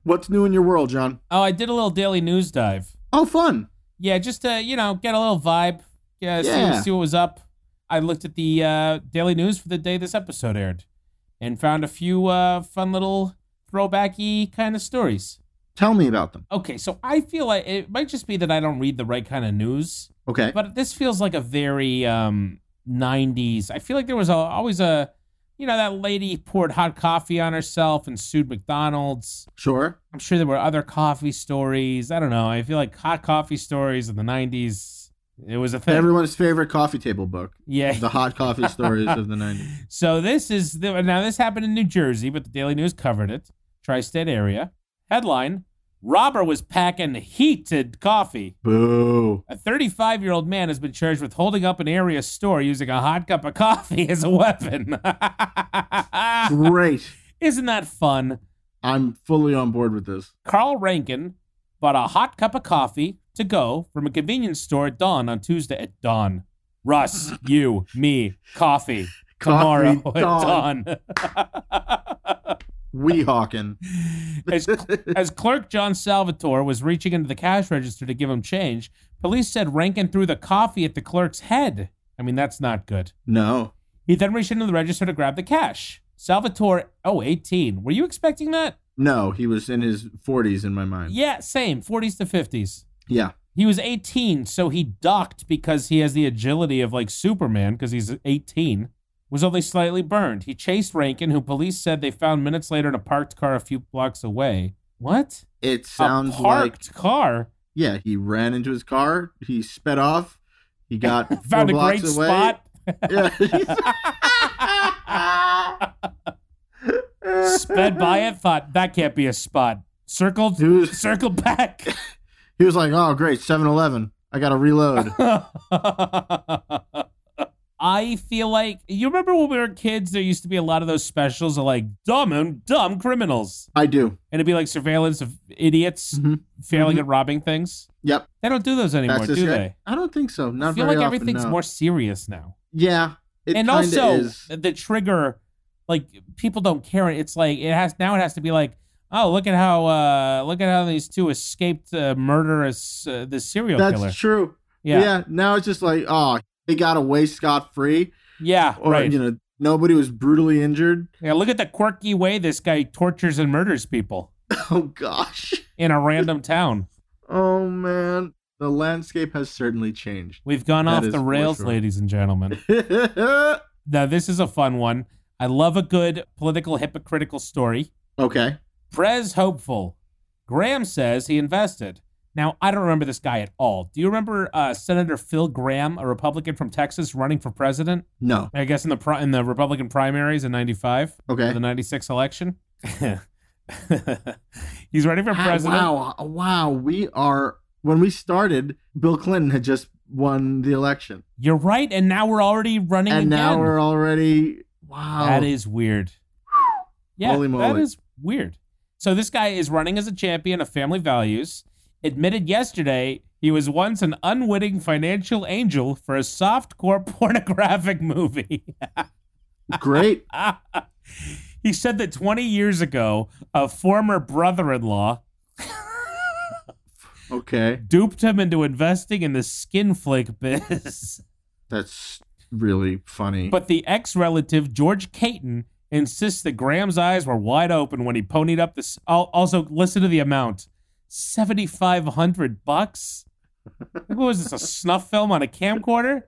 [SPEAKER 1] What's new in your world, John?
[SPEAKER 2] Oh, I did a little daily news dive.
[SPEAKER 1] Oh, fun.
[SPEAKER 2] Yeah, just to, you know, get a little vibe. Yeah,
[SPEAKER 1] Yeah.
[SPEAKER 2] See, see what was up. I looked at the uh, daily news for the day this episode aired and found a few uh, fun little throwbacky kind of stories.
[SPEAKER 1] Tell me about them.
[SPEAKER 2] Okay, so I feel like it might just be that I don't read the right kind of news,
[SPEAKER 1] Okay.
[SPEAKER 2] but this feels like a very um, 90s. I feel like there was a, always a, you know, that lady poured hot coffee on herself and sued McDonald's.
[SPEAKER 1] Sure.
[SPEAKER 2] I'm sure there were other coffee stories. I don't know. I feel like hot coffee stories in the 90s, it was a thing.
[SPEAKER 1] Everyone's favorite coffee table book,
[SPEAKER 2] yeah.
[SPEAKER 1] The Hot Coffee Stories of the 90s.
[SPEAKER 2] So this is the, now this happened in New Jersey, but the Daily News covered it. Tri-state area headline: Robber was packing heated coffee.
[SPEAKER 1] Boo.
[SPEAKER 2] A 35-year-old man has been charged with holding up an area store using a hot cup of coffee as a weapon.
[SPEAKER 1] Great.
[SPEAKER 2] Isn't that fun?
[SPEAKER 1] I'm fully on board with this.
[SPEAKER 2] Carl Rankin bought a hot cup of coffee to go from a convenience store at dawn on Tuesday at dawn. Russ, you, me, coffee tomorrow
[SPEAKER 1] Coffee
[SPEAKER 2] at dawn.
[SPEAKER 1] We hawking.
[SPEAKER 2] as, as clerk John Salvatore was reaching into the cash register to give him change, police said Rankin threw the coffee at the clerk's head. I mean, that's not good.
[SPEAKER 1] No.
[SPEAKER 2] He then reached into the register to grab the cash. Salvatore, oh, 18. Were you expecting that?
[SPEAKER 1] No, he was in his 40s in my mind.
[SPEAKER 2] Yeah, same, 40s to 50s.
[SPEAKER 1] Yeah.
[SPEAKER 2] He was 18, so he docked because he has the agility of like Superman because he's 18. Was only slightly burned. He chased Rankin, who police said they found minutes later in a parked car a few blocks away. What?
[SPEAKER 1] It sounds like
[SPEAKER 2] a parked car.
[SPEAKER 1] yeah, he ran into his car, he sped off, he got four
[SPEAKER 2] Found a
[SPEAKER 1] blocks
[SPEAKER 2] great
[SPEAKER 1] away.
[SPEAKER 2] spot.
[SPEAKER 1] Yeah.
[SPEAKER 2] Sped by it. Thought that can't be a spot. Circled.
[SPEAKER 1] Dude.
[SPEAKER 2] Circled back.
[SPEAKER 1] He was like, "Oh, great, 7-Eleven. I got to reload."
[SPEAKER 2] I feel like you remember when we were kids. There used to be a lot of those specials of like dumb and dumb criminals,
[SPEAKER 1] I do.
[SPEAKER 2] and it'd be like surveillance of idiots
[SPEAKER 1] Mhm.
[SPEAKER 2] failing
[SPEAKER 1] Mhm.
[SPEAKER 2] at robbing things.
[SPEAKER 1] Yep.
[SPEAKER 2] They don't do those anymore,
[SPEAKER 1] That's this
[SPEAKER 2] do
[SPEAKER 1] guy.
[SPEAKER 2] they?
[SPEAKER 1] I don't think so. Not
[SPEAKER 2] I feel
[SPEAKER 1] very
[SPEAKER 2] like
[SPEAKER 1] often,
[SPEAKER 2] everything's
[SPEAKER 1] no.
[SPEAKER 2] more serious now.
[SPEAKER 1] Yeah. It
[SPEAKER 2] and
[SPEAKER 1] kinda
[SPEAKER 2] also
[SPEAKER 1] is.
[SPEAKER 2] the trigger like people don't care it's like it has now it has to be like oh look at how uh look at how these two escaped uh, murderous uh, the serial
[SPEAKER 1] That's
[SPEAKER 2] killer
[SPEAKER 1] true. Yeah.
[SPEAKER 2] yeah
[SPEAKER 1] Now it's just like, oh, he got away scot free,
[SPEAKER 2] yeah,
[SPEAKER 1] or
[SPEAKER 2] right
[SPEAKER 1] you know, nobody was brutally injured.
[SPEAKER 2] yeah look at the quirky way this guy tortures and murders people
[SPEAKER 1] Oh gosh.
[SPEAKER 2] in a random town
[SPEAKER 1] Oh man. The landscape has certainly changed.
[SPEAKER 2] we've gone
[SPEAKER 1] That
[SPEAKER 2] off
[SPEAKER 1] is
[SPEAKER 2] the
[SPEAKER 1] for
[SPEAKER 2] rails
[SPEAKER 1] sure.
[SPEAKER 2] ladies and gentlemen
[SPEAKER 1] okay.
[SPEAKER 2] now this is a fun one i love a good political hypocritical story Prez hopeful. Graham says he invested. Now, I don't remember this guy at all. Do you remember uh, Senator Phil Graham, a Republican from Texas, running for president?
[SPEAKER 1] No.
[SPEAKER 2] I guess in the pri- in the Republican primaries in '95,
[SPEAKER 1] Okay.
[SPEAKER 2] the '96 election. He's running for
[SPEAKER 1] Ah,
[SPEAKER 2] president.
[SPEAKER 1] wow. Wow. We are when we started, Bill Clinton had just won the election.
[SPEAKER 2] You're right, and now we're already running
[SPEAKER 1] And
[SPEAKER 2] again.
[SPEAKER 1] now we're already wow.
[SPEAKER 2] That is weird. Yeah,
[SPEAKER 1] Holy
[SPEAKER 2] that
[SPEAKER 1] moly.
[SPEAKER 2] is weird. So this guy is running as a champion of family values. Admitted yesterday he was once an unwitting financial angel for a softcore pornographic movie.
[SPEAKER 1] great.
[SPEAKER 2] he said that 20 years ago, a former brother-in-law
[SPEAKER 1] Okay.
[SPEAKER 2] duped him into investing in the skin flake biz.
[SPEAKER 1] That's really funny.
[SPEAKER 2] But the ex relative, George Caton, insists that Graham's eyes were wide open when he ponied up this. Al- Also, listen to the amount 7,500 bucks? What was this, a snuff film on a camcorder?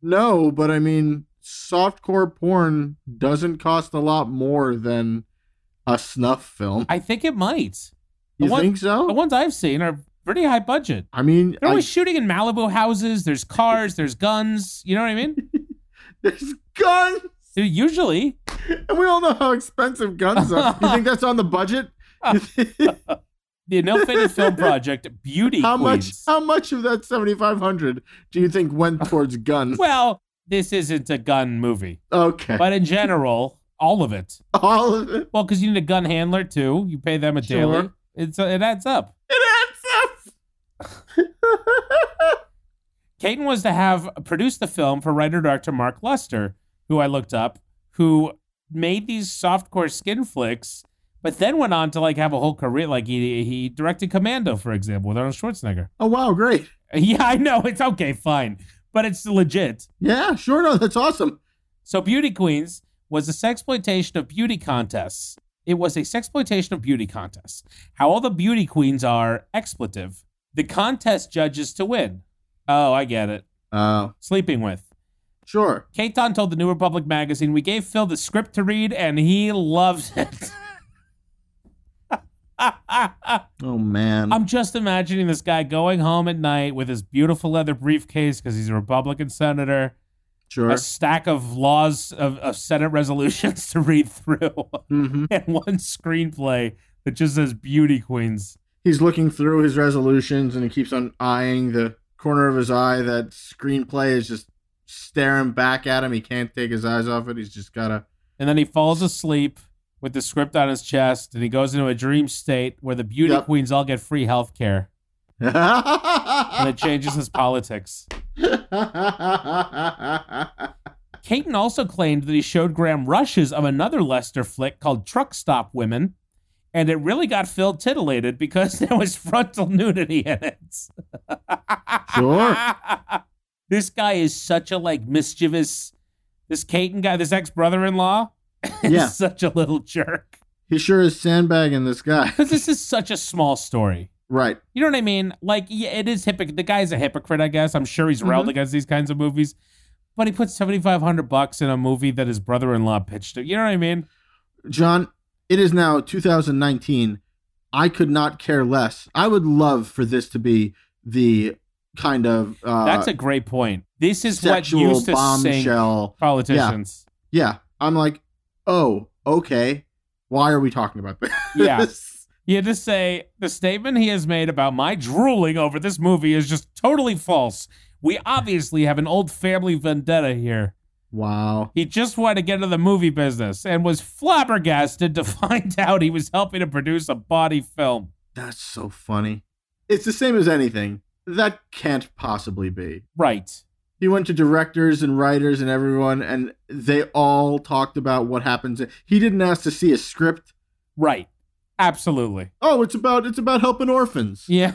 [SPEAKER 1] no, but I mean softcore porn doesn't cost a lot more than a snuff film.
[SPEAKER 2] I think it might.
[SPEAKER 1] You
[SPEAKER 2] one-
[SPEAKER 1] think so?
[SPEAKER 2] The ones I've seen are pretty high budget.
[SPEAKER 1] I mean,
[SPEAKER 2] They're
[SPEAKER 1] I-
[SPEAKER 2] always shooting in Malibu houses. There's cars, there's guns. You know what I mean?
[SPEAKER 1] there's guns,
[SPEAKER 2] They're usually.
[SPEAKER 1] and we all know how expensive guns are. you think that's on the budget?
[SPEAKER 2] The Innovative Film Project, Beauty
[SPEAKER 1] how much?
[SPEAKER 2] Queens.
[SPEAKER 1] How much of that seventy five hundred do you think went towards guns?
[SPEAKER 2] Well, this isn't a gun movie,
[SPEAKER 1] Okay,
[SPEAKER 2] but in general, all of it.
[SPEAKER 1] all of it.
[SPEAKER 2] Well, because you need a gun handler too. You pay them a daily.
[SPEAKER 1] Sure.
[SPEAKER 2] It's it adds up.
[SPEAKER 1] It adds up.
[SPEAKER 2] Caton was to have produced the film for writer director Mark Lester, who I looked up, who made these softcore skin flicks, but then went on to like have a whole career. Like he he directed Commando, for example, with Arnold Schwarzenegger.
[SPEAKER 1] oh wow, great.
[SPEAKER 2] Yeah, I know it's okay, fine, but it's legit.
[SPEAKER 1] Yeah, sure. No, that's awesome.
[SPEAKER 2] So Beauty Queens was the sexploitation of beauty contests. It was a sexploitation of beauty contest. How all the beauty queens are expletive. The contest judges to win. Oh, I get it.
[SPEAKER 1] Oh,
[SPEAKER 2] Sleeping with.
[SPEAKER 1] sure.
[SPEAKER 2] Katon told the New Republic magazine, "We gave Phil the script to read, and he loves it."
[SPEAKER 1] Oh man.
[SPEAKER 2] I'm just imagining this guy going home at night with his beautiful leather briefcase because he's a Republican senator,
[SPEAKER 1] sure.
[SPEAKER 2] a stack of laws of, of Senate resolutions to read through,
[SPEAKER 1] hmm
[SPEAKER 2] and one screenplay that just says "Beauty Queens."
[SPEAKER 1] He's looking through his resolutions and he keeps on eyeing the corner of his eye. That screenplay is just staring back at him. He can't take his eyes off it. He's just gotta.
[SPEAKER 2] And then he falls asleep with the script on his chest, and he goes into a dream state where the beauty
[SPEAKER 1] Yep.
[SPEAKER 2] queens all get free health care, and it changes his politics. Caton also claimed that he showed Graham rushes of another Lester flick called Truck Stop Women, and it really got Phil titillated because there was frontal nudity in it.
[SPEAKER 1] sure.
[SPEAKER 2] this guy is such a like mischievous. This Caton guy, this ex brother in law, is
[SPEAKER 1] Yeah.
[SPEAKER 2] such a little jerk.
[SPEAKER 1] He sure is sandbagging this guy.
[SPEAKER 2] Because this is such a small story.
[SPEAKER 1] Right.
[SPEAKER 2] You know what I mean? Like, yeah, it is hypocrite. The guy's a hypocrite, I guess. I'm sure he's
[SPEAKER 1] Mm-hmm.
[SPEAKER 2] railed against these kinds of movies, but he put 7,500 bucks in a movie that his brother-in-law pitched him. You know what I mean?
[SPEAKER 1] John, it is now 2019. I could not care less. I would love for this to be the kind of uh,
[SPEAKER 2] That's a great point. This is what
[SPEAKER 1] sexual
[SPEAKER 2] used to sink
[SPEAKER 1] bombshell.
[SPEAKER 2] politicians.
[SPEAKER 1] Yeah. I'm like, oh, okay. Why are we talking about this?
[SPEAKER 2] Yeah. You had to say the statement he has made about my drooling over this movie is just totally false. We obviously have an old family vendetta here.
[SPEAKER 1] wow.
[SPEAKER 2] He just wanted to get into the movie business and was flabbergasted to find out he was helping to produce a body film.
[SPEAKER 1] That's so funny. It's the same as anything. That can't possibly be.
[SPEAKER 2] Right.
[SPEAKER 1] He went to directors and writers and everyone, and they all talked about what happens. He didn't ask to see a script.
[SPEAKER 2] Right. Absolutely.
[SPEAKER 1] Oh, it's about it's about helping orphans.
[SPEAKER 2] Yeah.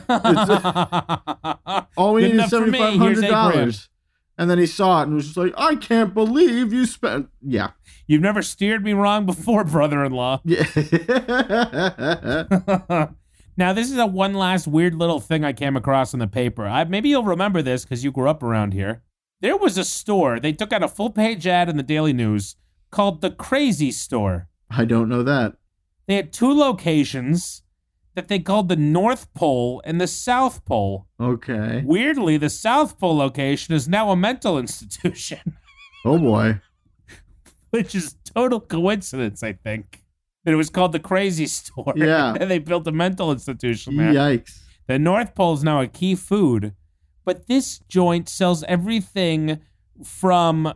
[SPEAKER 1] All we
[SPEAKER 2] Good
[SPEAKER 1] need is
[SPEAKER 2] enough for
[SPEAKER 1] seventy
[SPEAKER 2] me.
[SPEAKER 1] five
[SPEAKER 2] Here's
[SPEAKER 1] hundred
[SPEAKER 2] eight grand.
[SPEAKER 1] dollars. And then he saw it and was just like, I can't believe you spent. Yeah,
[SPEAKER 2] You've never steered me wrong before, brother in law.
[SPEAKER 1] yeah.
[SPEAKER 2] now, this is a one last weird little thing I came across in the paper. I, maybe you'll remember this because you grew up around here. There was a store, they took out a full page ad in the Daily News called the Crazy Store.
[SPEAKER 1] I don't know that.
[SPEAKER 2] They had two locations that they called the North Pole and the South Pole.
[SPEAKER 1] Okay.
[SPEAKER 2] Weirdly, the South Pole location is now a mental institution.
[SPEAKER 1] Oh boy.
[SPEAKER 2] which is total coincidence, I think. And it was called the Crazy Store.
[SPEAKER 1] Yeah.
[SPEAKER 2] and they built a mental institution there.
[SPEAKER 1] Yikes.
[SPEAKER 2] The North Pole is now a key food, but this joint sells everything from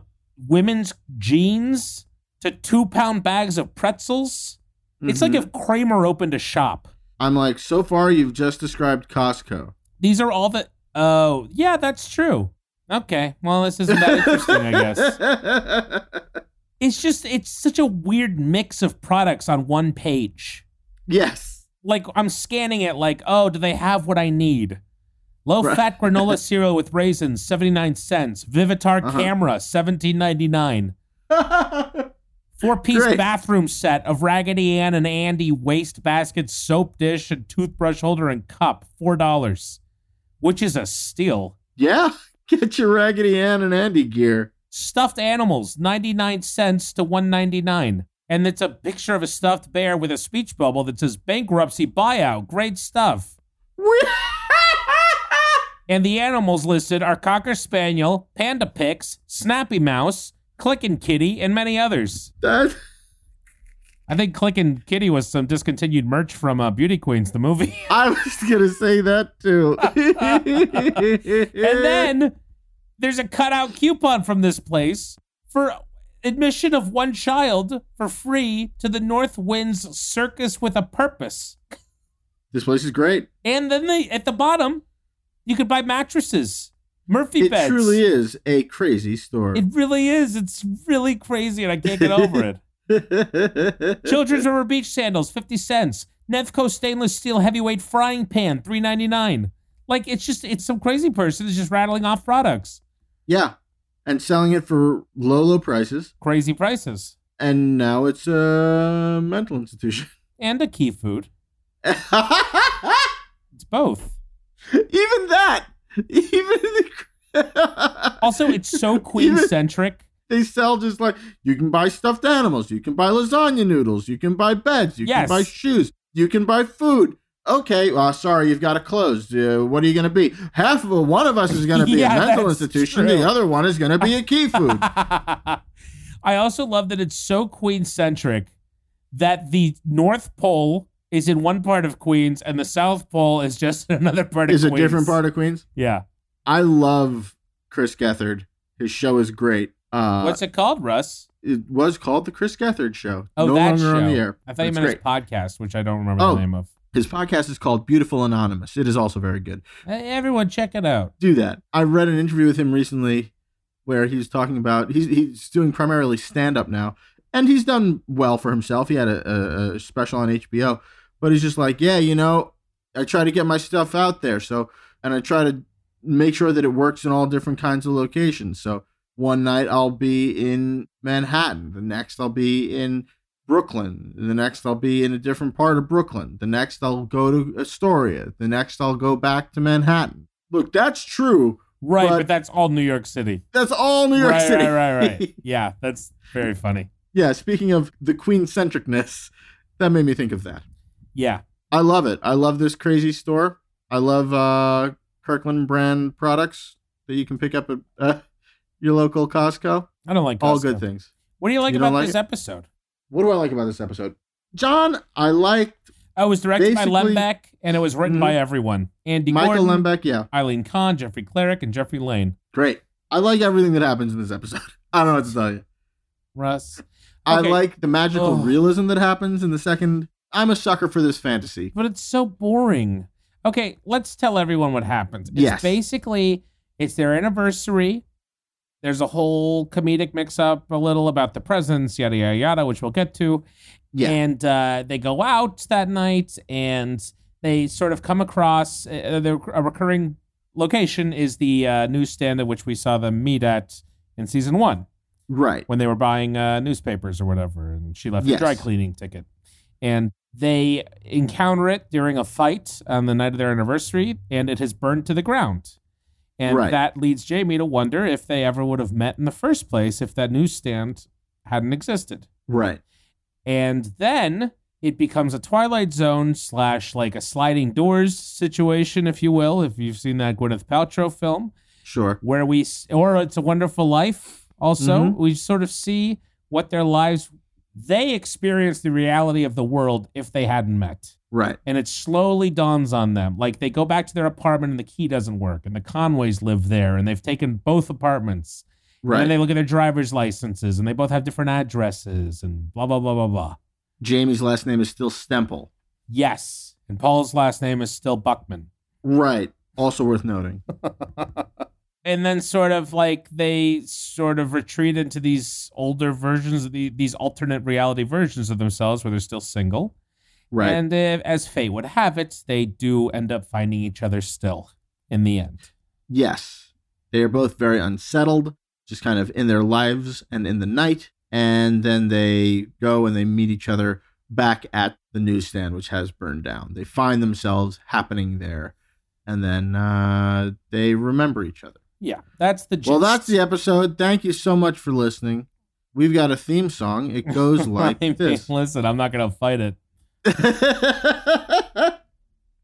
[SPEAKER 2] women's jeans to two pound bags of pretzels. It's like
[SPEAKER 1] Mhm.
[SPEAKER 2] if Kramer opened a shop.
[SPEAKER 1] Mm-hmm. I'm like, so far you've just described Costco.
[SPEAKER 2] These are all the. Oh, yeah, that's true. Okay. Well, this isn't that interesting, I guess. It's just, it's such a weird mix of products on one page.
[SPEAKER 1] yes.
[SPEAKER 2] like I'm scanning it like, oh, do they have what I need? Low fat granola cereal with raisins, 79 cents. Vivitar
[SPEAKER 1] Uh-huh.
[SPEAKER 2] camera, 17.99. Four piece
[SPEAKER 1] Great.
[SPEAKER 2] bathroom set of Raggedy Ann and Andy waste basket, soap dish, and toothbrush holder and cup, $4, which is a steal.
[SPEAKER 1] yeah. Get your Raggedy Ann and Andy gear.
[SPEAKER 2] Stuffed animals, 99 cents to 199. And it's a picture of a stuffed bear with a speech bubble that says bankruptcy buyout. Great stuff. And the animals listed are Cocker Spaniel, Panda Pix, Snappy Mouse, Clickin' Kitty, and many others.
[SPEAKER 1] That.
[SPEAKER 2] I think Clickin' Kitty was some discontinued merch from uh, Beauty Queens, the movie.
[SPEAKER 1] I was gonna say that too.
[SPEAKER 2] and then there's a cutout coupon from this place for admission of one child for free to the North Winds Circus with a Purpose.
[SPEAKER 1] this place is great.
[SPEAKER 2] And then they, at the bottom, you could buy mattresses, Murphy
[SPEAKER 1] It
[SPEAKER 2] beds.
[SPEAKER 1] truly is a crazy store.
[SPEAKER 2] It really is. It's really crazy, and I can't get over it. Children's River Beach sandals, fifty cents. Nevco stainless steel heavyweight frying pan, three ninety nine. Like it's just it's some crazy person is just rattling off products,
[SPEAKER 1] yeah, and selling it for low, low prices
[SPEAKER 2] crazy prices.
[SPEAKER 1] and now it's a mental institution.
[SPEAKER 2] and a key food.
[SPEAKER 1] even
[SPEAKER 2] It's both.
[SPEAKER 1] that, even the,
[SPEAKER 2] Also, it's so queen centric.
[SPEAKER 1] they sell just like you can buy stuffed animals, you can buy lasagna noodles, you can buy beds, you
[SPEAKER 2] Yes.
[SPEAKER 1] can buy shoes, you can buy food. Okay, well, sorry, you've got to close. Uh, what are you going to be? Half of one of us is going to be
[SPEAKER 2] Yeah,
[SPEAKER 1] a mental
[SPEAKER 2] that's
[SPEAKER 1] institution.
[SPEAKER 2] true.
[SPEAKER 1] The other one is going to be a key food.
[SPEAKER 2] I also love that it's so queen centric that the North Pole is in one part of Queens and the South Pole is just in another part of
[SPEAKER 1] is a
[SPEAKER 2] Queens.
[SPEAKER 1] different part of Queens.
[SPEAKER 2] Yeah.
[SPEAKER 1] I love Chris Gethard. His show is great. Uh,
[SPEAKER 2] What's it called, Russ?
[SPEAKER 1] it was called the Chris Gethard Show.
[SPEAKER 2] Oh,
[SPEAKER 1] no
[SPEAKER 2] that
[SPEAKER 1] longer on
[SPEAKER 2] show.
[SPEAKER 1] the air.
[SPEAKER 2] I thought you
[SPEAKER 1] It's
[SPEAKER 2] meant
[SPEAKER 1] great.
[SPEAKER 2] his podcast, which I don't remember
[SPEAKER 1] Oh.
[SPEAKER 2] the name of.
[SPEAKER 1] His podcast is called Beautiful Anonymous. It is also very good.
[SPEAKER 2] Hey, everyone, check it out.
[SPEAKER 1] Do that. I read an interview with him recently where he was talking about he's he's doing primarily stand up now, and he's done well for himself. He had a, a, a special on HBO, but he's just like, yeah, you know, I try to get my stuff out there, so and I try to make sure that it works in all different kinds of locations. So one night I'll be in Manhattan, the next I'll be in Brooklyn, the next I'll be in a different part of Brooklyn, the next I'll go to Astoria, the next I'll go back to Manhattan. Look, that's true.
[SPEAKER 2] Right, but,
[SPEAKER 1] But-
[SPEAKER 2] that's all New York City.
[SPEAKER 1] That's all New York
[SPEAKER 2] right,
[SPEAKER 1] City.
[SPEAKER 2] right, right, right. yeah, that's very funny.
[SPEAKER 1] Yeah, speaking of the queen centricness, that made me think of that.
[SPEAKER 2] Yeah.
[SPEAKER 1] I love it. I love this crazy store. I love uh, Kirkland brand products that you can pick up at uh, your local Costco.
[SPEAKER 2] I don't like
[SPEAKER 1] All
[SPEAKER 2] Costco.
[SPEAKER 1] good things.
[SPEAKER 2] What do you like
[SPEAKER 1] You don't
[SPEAKER 2] about
[SPEAKER 1] like
[SPEAKER 2] this
[SPEAKER 1] it?
[SPEAKER 2] episode?
[SPEAKER 1] What do I like about this episode? John, I liked
[SPEAKER 2] Oh, it was directed by
[SPEAKER 1] Basically-
[SPEAKER 2] Lembeck and it was written
[SPEAKER 1] Mhm.
[SPEAKER 2] by everyone. Andy
[SPEAKER 1] Michael
[SPEAKER 2] Gordon,
[SPEAKER 1] Lembeck. Yeah,
[SPEAKER 2] Eileen Kahn, Jeffrey Cleric, and Jeffrey Lane.
[SPEAKER 1] great. I like everything that happens in this episode. I don't know what to tell you.
[SPEAKER 2] Russ.
[SPEAKER 1] I
[SPEAKER 2] Okay.
[SPEAKER 1] like the magical
[SPEAKER 2] Ugh.
[SPEAKER 1] realism that happens in the second. I'm a sucker for this fantasy.
[SPEAKER 2] But it's so boring. Okay, let's tell everyone what happens. It's
[SPEAKER 1] Yes.
[SPEAKER 2] basically it's their anniversary. There's a whole comedic mix up a little about the presents, yada yada yada, which we'll get to.
[SPEAKER 1] Yeah.
[SPEAKER 2] And uh, they go out that night and they sort of come across uh, the, a recurring location is the uh, newsstand at which we saw them meet at in season one
[SPEAKER 1] Right.
[SPEAKER 2] when they were buying uh, newspapers or whatever, and she left
[SPEAKER 1] Yes.
[SPEAKER 2] a dry cleaning ticket. And they encounter it during a fight on the night of their anniversary, and it has burned to the ground. And
[SPEAKER 1] Right.
[SPEAKER 2] that leads Jamie to wonder if they ever would have met in the first place if that newsstand hadn't existed.
[SPEAKER 1] Right.
[SPEAKER 2] And then it becomes a Twilight Zone slash like a sliding doors situation, if you will, if you've seen that Gwyneth Paltrow film
[SPEAKER 1] Sure.
[SPEAKER 2] where we s- or it's a wonderful life also
[SPEAKER 1] Mhm.
[SPEAKER 2] we sort of see what their lives they experience the reality of the world if they hadn't met
[SPEAKER 1] Right.
[SPEAKER 2] and it slowly dawns on them like they go back to their apartment and the key doesn't work and the conways live there and they've taken both apartments and
[SPEAKER 1] Right.
[SPEAKER 2] then they look at their driver's licenses and they both have different addresses and blah blah blah blah blah
[SPEAKER 1] Jamie's last name is still Stemple.
[SPEAKER 2] yes and paul's last name is still buckman
[SPEAKER 1] Right. Also worth noting.
[SPEAKER 2] and then sort of like they sort of retreat into these older versions of the, these alternate reality versions of themselves where they're still single
[SPEAKER 1] Right.
[SPEAKER 2] and uh, as fate would have it they do end up finding each other still in the end
[SPEAKER 1] Yes. They are both very unsettled, just kind of in their lives and in the night. And then they go and they meet each other back at the newsstand, which has burned down. They find themselves happening there. And then uh, they remember each other.
[SPEAKER 2] yeah that's the gist.
[SPEAKER 1] Well, that's the episode. Thank you so much for listening. We've got a theme song. It goes like
[SPEAKER 2] I mean,
[SPEAKER 1] this.
[SPEAKER 2] listen i'm not gonna fight it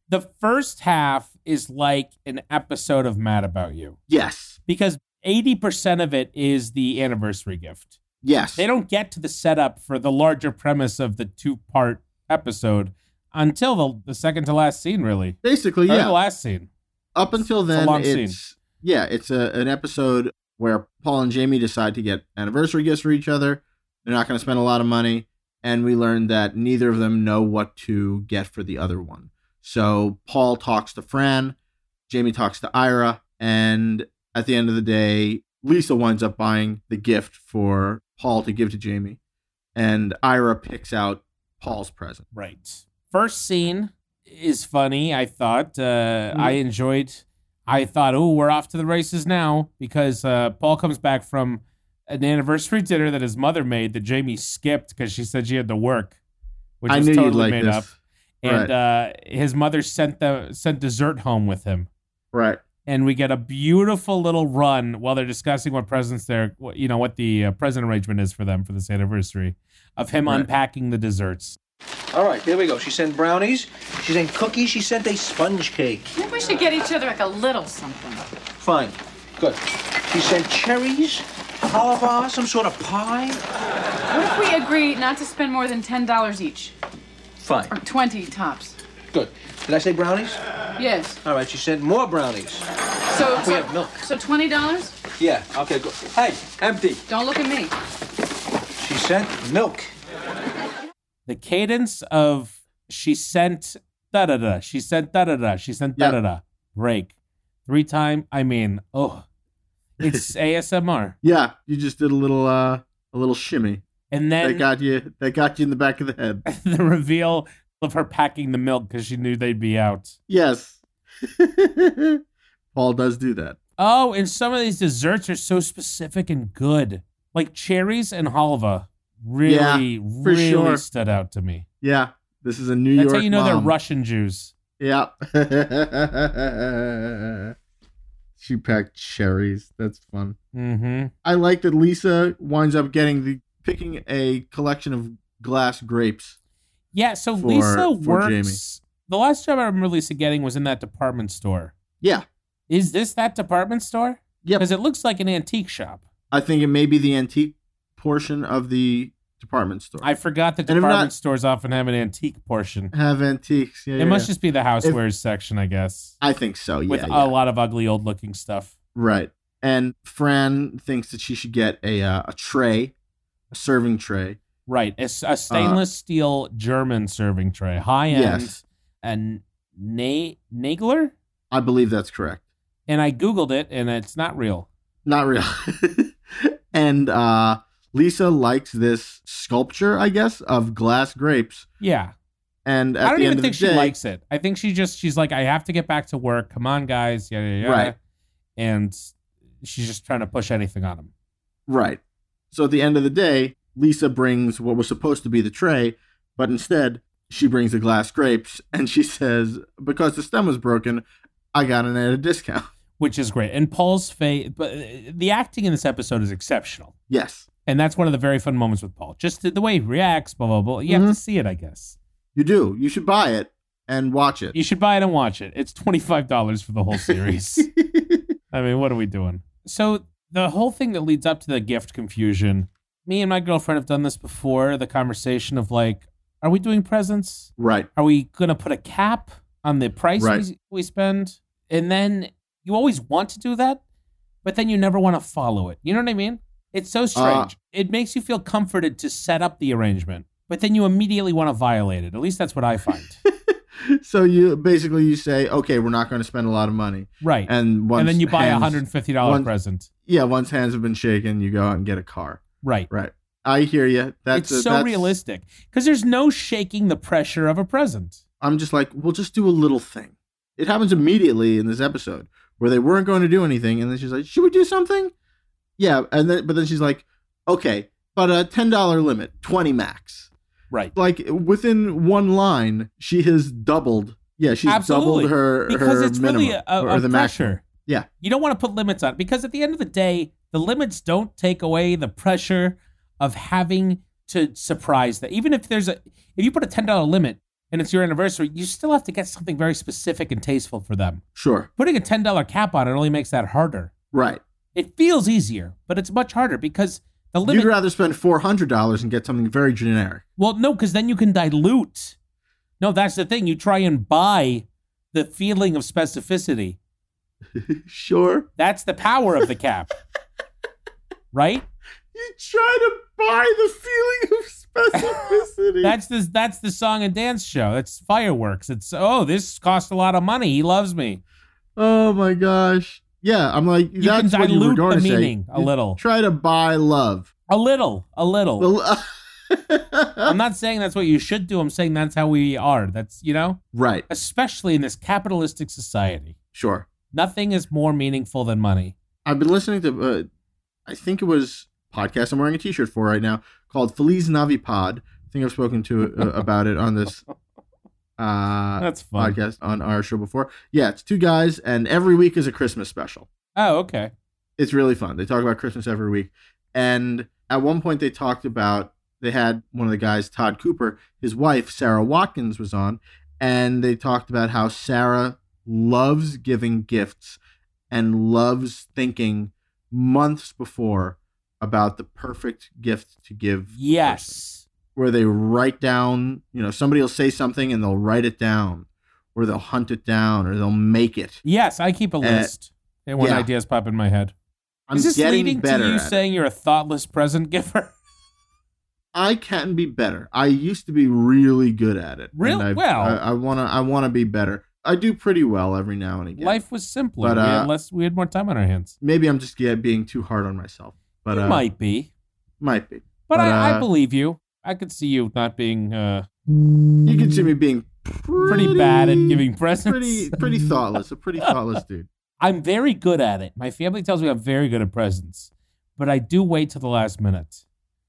[SPEAKER 2] the first half is like an episode of mad about you
[SPEAKER 1] yes.
[SPEAKER 2] because 80% of it is the anniversary gift
[SPEAKER 1] Yes.
[SPEAKER 2] they don't get to the setup for the larger premise of the two part episode until the, the second to last scene, really.
[SPEAKER 1] Basically,
[SPEAKER 2] Or
[SPEAKER 1] yeah.
[SPEAKER 2] the last scene.
[SPEAKER 1] up until
[SPEAKER 2] It's a
[SPEAKER 1] then
[SPEAKER 2] long
[SPEAKER 1] it's,
[SPEAKER 2] scene.
[SPEAKER 1] yeah it's a, an episode where paul and jamie decide to get anniversary gifts for each other they're not going to spend a lot of money and we learn that neither of them know what to get for the other one so paul talks to fran jamie talks to ira and at the end of the day lisa winds up buying the gift for paul to give to jamie and ira picks out paul's present
[SPEAKER 2] Right. First scene is funny, I thought. Uh, I enjoyed I thought, oh, we're off to the races now because uh, Paul comes back from an anniversary dinner that his mother made that Jamie skipped because she said she had to work, which
[SPEAKER 1] I
[SPEAKER 2] was
[SPEAKER 1] knew
[SPEAKER 2] totally
[SPEAKER 1] you'd like
[SPEAKER 2] made
[SPEAKER 1] this.
[SPEAKER 2] up. And uh, his mother sent the sent dessert home with him,
[SPEAKER 1] Right.
[SPEAKER 2] and we get a beautiful little run while they're discussing what presents they're, what, you know, what the uh, present arrangement is for them for this anniversary, of him
[SPEAKER 1] Right.
[SPEAKER 2] unpacking the desserts.
[SPEAKER 4] All right, here we go. She sent brownies. She sent cookies. She sent a sponge cake.
[SPEAKER 5] Maybe we should get each other like a little something.
[SPEAKER 4] Fine. Good. She sent cherries, halva, some sort of pie.
[SPEAKER 5] What if we agree not to spend more than ten dollars each,
[SPEAKER 4] Fine.
[SPEAKER 5] or twenty tops?
[SPEAKER 4] Good. Did I say brownies?
[SPEAKER 5] Yes.
[SPEAKER 4] All right, she sent more brownies.
[SPEAKER 5] So
[SPEAKER 4] We
[SPEAKER 5] so,
[SPEAKER 4] have milk.
[SPEAKER 5] So twenty dollars?
[SPEAKER 4] Yeah, okay, good. Hey, empty.
[SPEAKER 5] Don't look at me.
[SPEAKER 4] She sent milk.
[SPEAKER 2] the cadence of she sent da da da, she sent da da da, she sent da
[SPEAKER 1] Yeah.
[SPEAKER 2] da da, break three time. I mean, oh, it's ASMR.
[SPEAKER 1] Yeah, you just did a little uh a little shimmy.
[SPEAKER 2] And
[SPEAKER 1] They
[SPEAKER 2] then
[SPEAKER 1] got you they got you in the back of the head.
[SPEAKER 2] the reveal of her packing the milk because she knew they'd be out.
[SPEAKER 1] Yes. Paul does do that.
[SPEAKER 2] Oh, and some of these desserts are so specific and good, like cherries and halva. Really,
[SPEAKER 1] for
[SPEAKER 2] really
[SPEAKER 1] sure.
[SPEAKER 2] stood out to me.
[SPEAKER 1] Yeah. This is a New
[SPEAKER 2] That's
[SPEAKER 1] York
[SPEAKER 2] how you know they're
[SPEAKER 1] mom.
[SPEAKER 2] Russian Jews.
[SPEAKER 1] Yeah. she packed cherries. That's fun.
[SPEAKER 2] Mm-hmm.
[SPEAKER 1] I like that Lisa winds up getting the picking a collection of glass grapes.
[SPEAKER 2] Yeah. So
[SPEAKER 1] For-
[SPEAKER 2] Lisa
[SPEAKER 1] for
[SPEAKER 2] works. The last job I remember Lisa getting was in that department store.
[SPEAKER 1] Yeah.
[SPEAKER 2] Is this that department store?
[SPEAKER 1] Yep.
[SPEAKER 2] Because it looks like an antique shop.
[SPEAKER 1] I think it may be the antique portion of the department store.
[SPEAKER 2] I forgot that
[SPEAKER 1] And if not-
[SPEAKER 2] department stores often have an antique portion.
[SPEAKER 1] have antiques. Yeah, yeah,
[SPEAKER 2] It must
[SPEAKER 1] yeah.
[SPEAKER 2] just be the housewares section, I guess,
[SPEAKER 1] I think so. Yeah,
[SPEAKER 2] with
[SPEAKER 1] yeah.
[SPEAKER 2] a lot of ugly old looking stuff.
[SPEAKER 1] right. And Fran thinks that she should get a uh, a tray, a serving tray.
[SPEAKER 2] Right. A,
[SPEAKER 1] Uh,
[SPEAKER 2] s- a stainless steel German serving tray, high end,
[SPEAKER 1] Yes.
[SPEAKER 2] and na- Nagler.
[SPEAKER 1] I believe that's correct.
[SPEAKER 2] And I Googled it and it's not real.
[SPEAKER 1] Not real. and uh, Lisa likes this sculpture, I guess, of glass grapes.
[SPEAKER 2] Yeah.
[SPEAKER 1] And at
[SPEAKER 2] I don't
[SPEAKER 1] the end
[SPEAKER 2] even
[SPEAKER 1] of
[SPEAKER 2] think
[SPEAKER 1] the
[SPEAKER 2] she
[SPEAKER 1] day,
[SPEAKER 2] likes it. I think she just, she's like, I have to get back to work. Come on, guys. Yada, yada, yada.
[SPEAKER 1] Right.
[SPEAKER 2] And she's just trying to push anything on him.
[SPEAKER 1] Right. So at the end of the day, Lisa brings what was supposed to be the tray, but instead she brings the glass grapes and she says, because the stem was broken, I got it at a discount.
[SPEAKER 2] which is great. And Paul's face, but uh, the acting in this episode is exceptional,
[SPEAKER 1] Yes.
[SPEAKER 2] and that's one of the very fun moments with Paul. Just the, the way he reacts, blah blah blah. You
[SPEAKER 1] Mm-hmm.
[SPEAKER 2] have to see it, I guess.
[SPEAKER 1] You do. You should buy it and watch it.
[SPEAKER 2] You should buy it and watch it. It's twenty five dollars for the whole series. I mean, what are we doing? So the whole thing that leads up to the gift confusion. Me and my girlfriend have done this before. The conversation of like, are we doing presents?
[SPEAKER 1] Right.
[SPEAKER 2] Are we going to put a cap on the price
[SPEAKER 1] Right.
[SPEAKER 2] we, we spend? And then you always want to do that, but then you never want to follow it. You know what I mean? It's so strange. it makes you feel comforted to set up the arrangement, but then you immediately want to violate it. At least that's what I find.
[SPEAKER 1] So you basically you say, okay, we're not going to spend a lot of money,
[SPEAKER 2] right. And,
[SPEAKER 1] and once
[SPEAKER 2] then you buy a
[SPEAKER 1] hands-
[SPEAKER 2] $150
[SPEAKER 1] once-
[SPEAKER 2] present.
[SPEAKER 1] Yeah, once hands have been shaken, you go out and get a car.
[SPEAKER 2] Right.
[SPEAKER 1] Right. I hear you. That's
[SPEAKER 2] it's
[SPEAKER 1] a-
[SPEAKER 2] so
[SPEAKER 1] that's-
[SPEAKER 2] realistic because there's no shaking the pressure of a present.
[SPEAKER 1] I'm just like, we'll just do a little thing. It happens immediately in this episode where they weren't going to do anything, and then she's like, should we do something? Yeah, and then but then she's like, okay, but a ten dollar limit, twenty max.
[SPEAKER 2] Right.
[SPEAKER 1] Like within one line, she has doubled. Yeah, she's
[SPEAKER 2] Absolutely.
[SPEAKER 1] doubled her
[SPEAKER 2] because
[SPEAKER 1] her
[SPEAKER 2] it's
[SPEAKER 1] minimum
[SPEAKER 2] really a, a,
[SPEAKER 1] or
[SPEAKER 2] a
[SPEAKER 1] the
[SPEAKER 2] pressure.
[SPEAKER 1] maximum. Yeah.
[SPEAKER 2] You don't want to put limits on it because at the end of the day, the limits don't take away the pressure of having to surprise that. Even if there's a, if you put a ten dollar limit and it's your anniversary, you still have to get something very specific and tasteful for them.
[SPEAKER 1] Sure.
[SPEAKER 2] Putting a ten dollar cap on it only makes that harder.
[SPEAKER 1] Right.
[SPEAKER 2] It feels easier, but it's much harder because the limit.
[SPEAKER 1] You'd rather spend four hundred dollars and get something very generic.
[SPEAKER 2] Well, no, because then you can dilute. No, that's the thing. You try and buy the feeling of specificity.
[SPEAKER 1] Sure.
[SPEAKER 2] That's the power of the cap. right?
[SPEAKER 1] You try to buy the feeling of specificity.
[SPEAKER 2] That's this that's the song and dance show. That's fireworks. It's oh, this cost a lot of money. He loves me.
[SPEAKER 1] Oh my gosh. Yeah, I'm like
[SPEAKER 2] You
[SPEAKER 1] that's
[SPEAKER 2] can
[SPEAKER 1] what you were
[SPEAKER 2] dilute
[SPEAKER 1] going
[SPEAKER 2] the
[SPEAKER 1] to say.
[SPEAKER 2] meaning a
[SPEAKER 1] You
[SPEAKER 2] little.
[SPEAKER 1] Try to buy love.
[SPEAKER 2] A little. A little.
[SPEAKER 1] The-
[SPEAKER 2] I'm not saying that's what you should do. I'm saying that's how we are. That's you know,
[SPEAKER 1] right.
[SPEAKER 2] especially in this capitalistic society.
[SPEAKER 1] Sure.
[SPEAKER 2] Nothing is more meaningful than money.
[SPEAKER 1] I've been listening to uh, I think it was podcast I'm wearing a T-shirt for right now called Feliz Navipod. I think I've spoken to uh, about it on this uh,
[SPEAKER 2] That's fun.
[SPEAKER 1] podcast on our show before. Yeah, it's two guys, and every week is a Christmas special.
[SPEAKER 2] Oh, okay.
[SPEAKER 1] It's really fun. They talk about Christmas every week, and at one point they talked about they had one of the guys, Todd Cooper, his wife Sarah Watkins was on, and they talked about how Sarah loves giving gifts and loves thinking months before about the perfect gift to give
[SPEAKER 2] Yes.
[SPEAKER 1] where they write down, you know, somebody will say something and they'll write it down, or they'll hunt it down, or they'll make it.
[SPEAKER 2] Yes, I keep a list. and when
[SPEAKER 1] yeah.
[SPEAKER 2] ideas pop in my head.
[SPEAKER 1] I'm
[SPEAKER 2] Is this
[SPEAKER 1] getting
[SPEAKER 2] leading
[SPEAKER 1] better.
[SPEAKER 2] to you
[SPEAKER 1] at it.
[SPEAKER 2] saying you're a thoughtless present giver?
[SPEAKER 1] I can be better. I used to be really good at it. and
[SPEAKER 2] Really?
[SPEAKER 1] I've-
[SPEAKER 2] Well.
[SPEAKER 1] I, I wanna, I wanna be better. I do pretty well every now and again.
[SPEAKER 2] Life was simpler.
[SPEAKER 1] But,
[SPEAKER 2] we had
[SPEAKER 1] uh,
[SPEAKER 2] less, we had more time on our hands.
[SPEAKER 1] Maybe I'm just yeah, being too hard on myself, but
[SPEAKER 2] you
[SPEAKER 1] uh,
[SPEAKER 2] might be,
[SPEAKER 1] might be.
[SPEAKER 2] but,
[SPEAKER 1] but,
[SPEAKER 2] I, I
[SPEAKER 1] uh,
[SPEAKER 2] believe you. I could see you not being uh,
[SPEAKER 1] You can see me being pretty,
[SPEAKER 2] pretty, bad at giving presents.
[SPEAKER 1] pretty, pretty thoughtless. A pretty thoughtless dude.
[SPEAKER 2] I'm very good at it. My family tells me I'm very good at presents, but I do wait till the last minute,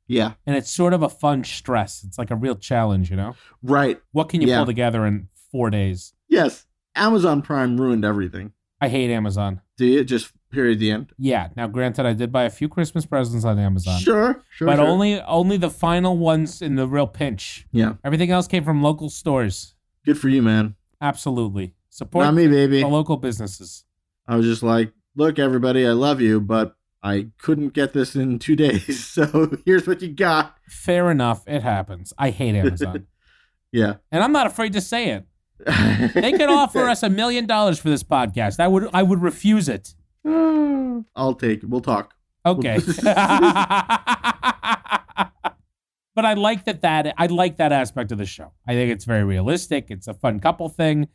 [SPEAKER 1] Yeah.
[SPEAKER 2] and it's sort of a fun stress. It's like a real challenge, you know.
[SPEAKER 1] Right.
[SPEAKER 2] What can you
[SPEAKER 1] Yeah.
[SPEAKER 2] pull together in four days?
[SPEAKER 1] Yes. Amazon Prime ruined everything.
[SPEAKER 2] I hate Amazon.
[SPEAKER 1] Do you just period the end?
[SPEAKER 2] Yeah. Now, granted, I did buy a few Christmas presents on Amazon,
[SPEAKER 1] Sure, sure.
[SPEAKER 2] but
[SPEAKER 1] sure.
[SPEAKER 2] only only the final ones in the real pinch.
[SPEAKER 1] Yeah.
[SPEAKER 2] Everything else came from local stores.
[SPEAKER 1] Good for you, man.
[SPEAKER 2] Absolutely. Support
[SPEAKER 1] Not me, baby.
[SPEAKER 2] the local businesses.
[SPEAKER 1] I was just like, look, everybody, I love you, but I couldn't get this in two days. So here's what you got.
[SPEAKER 2] Fair enough. It happens. I hate Amazon.
[SPEAKER 1] Yeah.
[SPEAKER 2] and I'm not afraid to say it. They could offer us a million dollars for this podcast. I would I would refuse it.
[SPEAKER 1] I'll take it. We'll talk.
[SPEAKER 2] Okay. but I like that that I like that aspect of the show. I think it's very realistic. It's a fun couple thing.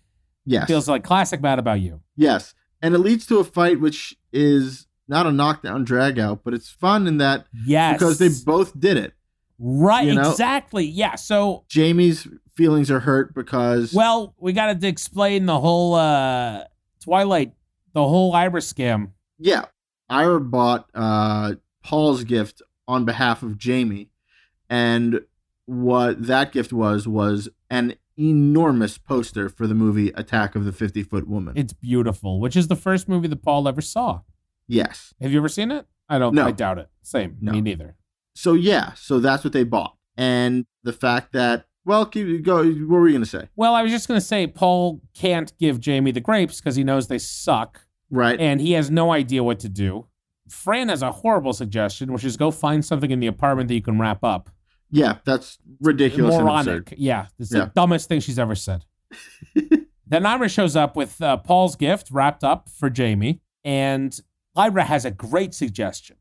[SPEAKER 1] Yes.
[SPEAKER 2] Feels like classic Mad About You.
[SPEAKER 1] yes. And it leads to a fight which is not a knockdown drag out, but it's fun in that
[SPEAKER 2] Yes.
[SPEAKER 1] because they both did it.
[SPEAKER 2] Right,
[SPEAKER 1] you know-
[SPEAKER 2] exactly. Yeah. So
[SPEAKER 1] Jamie's feelings are hurt because
[SPEAKER 2] Well, we got to explain the whole uh Twilight, the whole Iris scam.
[SPEAKER 1] Yeah. Ira bought uh, Paul's gift on behalf of Jamie. And what that gift was, was an enormous poster for the movie Attack of the 50 Foot Woman.
[SPEAKER 2] It's beautiful, which is the first movie that Paul ever saw.
[SPEAKER 1] yes.
[SPEAKER 2] Have you ever seen it? I don't.
[SPEAKER 1] No.
[SPEAKER 2] I doubt it. Same.
[SPEAKER 1] No.
[SPEAKER 2] Me neither.
[SPEAKER 1] So, yeah. So that's what they bought. And the fact that, well, keep, go. What were you going to say?
[SPEAKER 2] Well, I was just gonna say Paul can't give Jamie the grapes because he knows they suck,
[SPEAKER 1] Right.
[SPEAKER 2] and he has no idea what to do. Fran has a horrible suggestion, which is go find something in the apartment that you can wrap up.
[SPEAKER 1] yeah. That's ridiculous and
[SPEAKER 2] Moronic.
[SPEAKER 1] absurd.
[SPEAKER 2] yeah, it's
[SPEAKER 1] Yeah.
[SPEAKER 2] the dumbest thing she's ever said. then Ira shows up with uh, Paul's gift wrapped up for Jamie, and Ira has a great suggestion.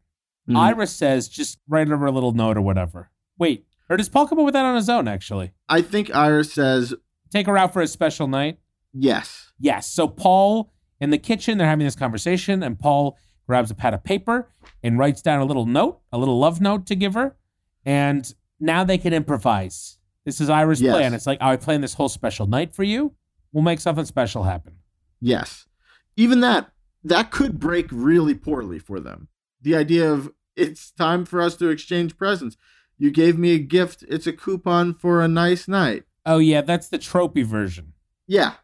[SPEAKER 1] Mhm.
[SPEAKER 2] Ira says, just write her a little note or whatever. Wait, or does Paul come up with that on his own, actually?
[SPEAKER 1] I think Ira says
[SPEAKER 2] Take her out for a special night?
[SPEAKER 1] yes.
[SPEAKER 2] Yes. So Paul in the kitchen, they're having this conversation, and Paul grabs a pad of paper and writes down a little note, a little love note to give her. And now they can improvise. This is Ira's
[SPEAKER 1] Yes.
[SPEAKER 2] plan. It's like, I plan this whole special night for you. We'll make something special happen.
[SPEAKER 1] Yes. Even that, that could break really poorly for them. The idea of it's time for us to exchange presents. You gave me a gift, it's a coupon for a nice night.
[SPEAKER 2] Oh, yeah, that's the tropey version.
[SPEAKER 1] Yeah.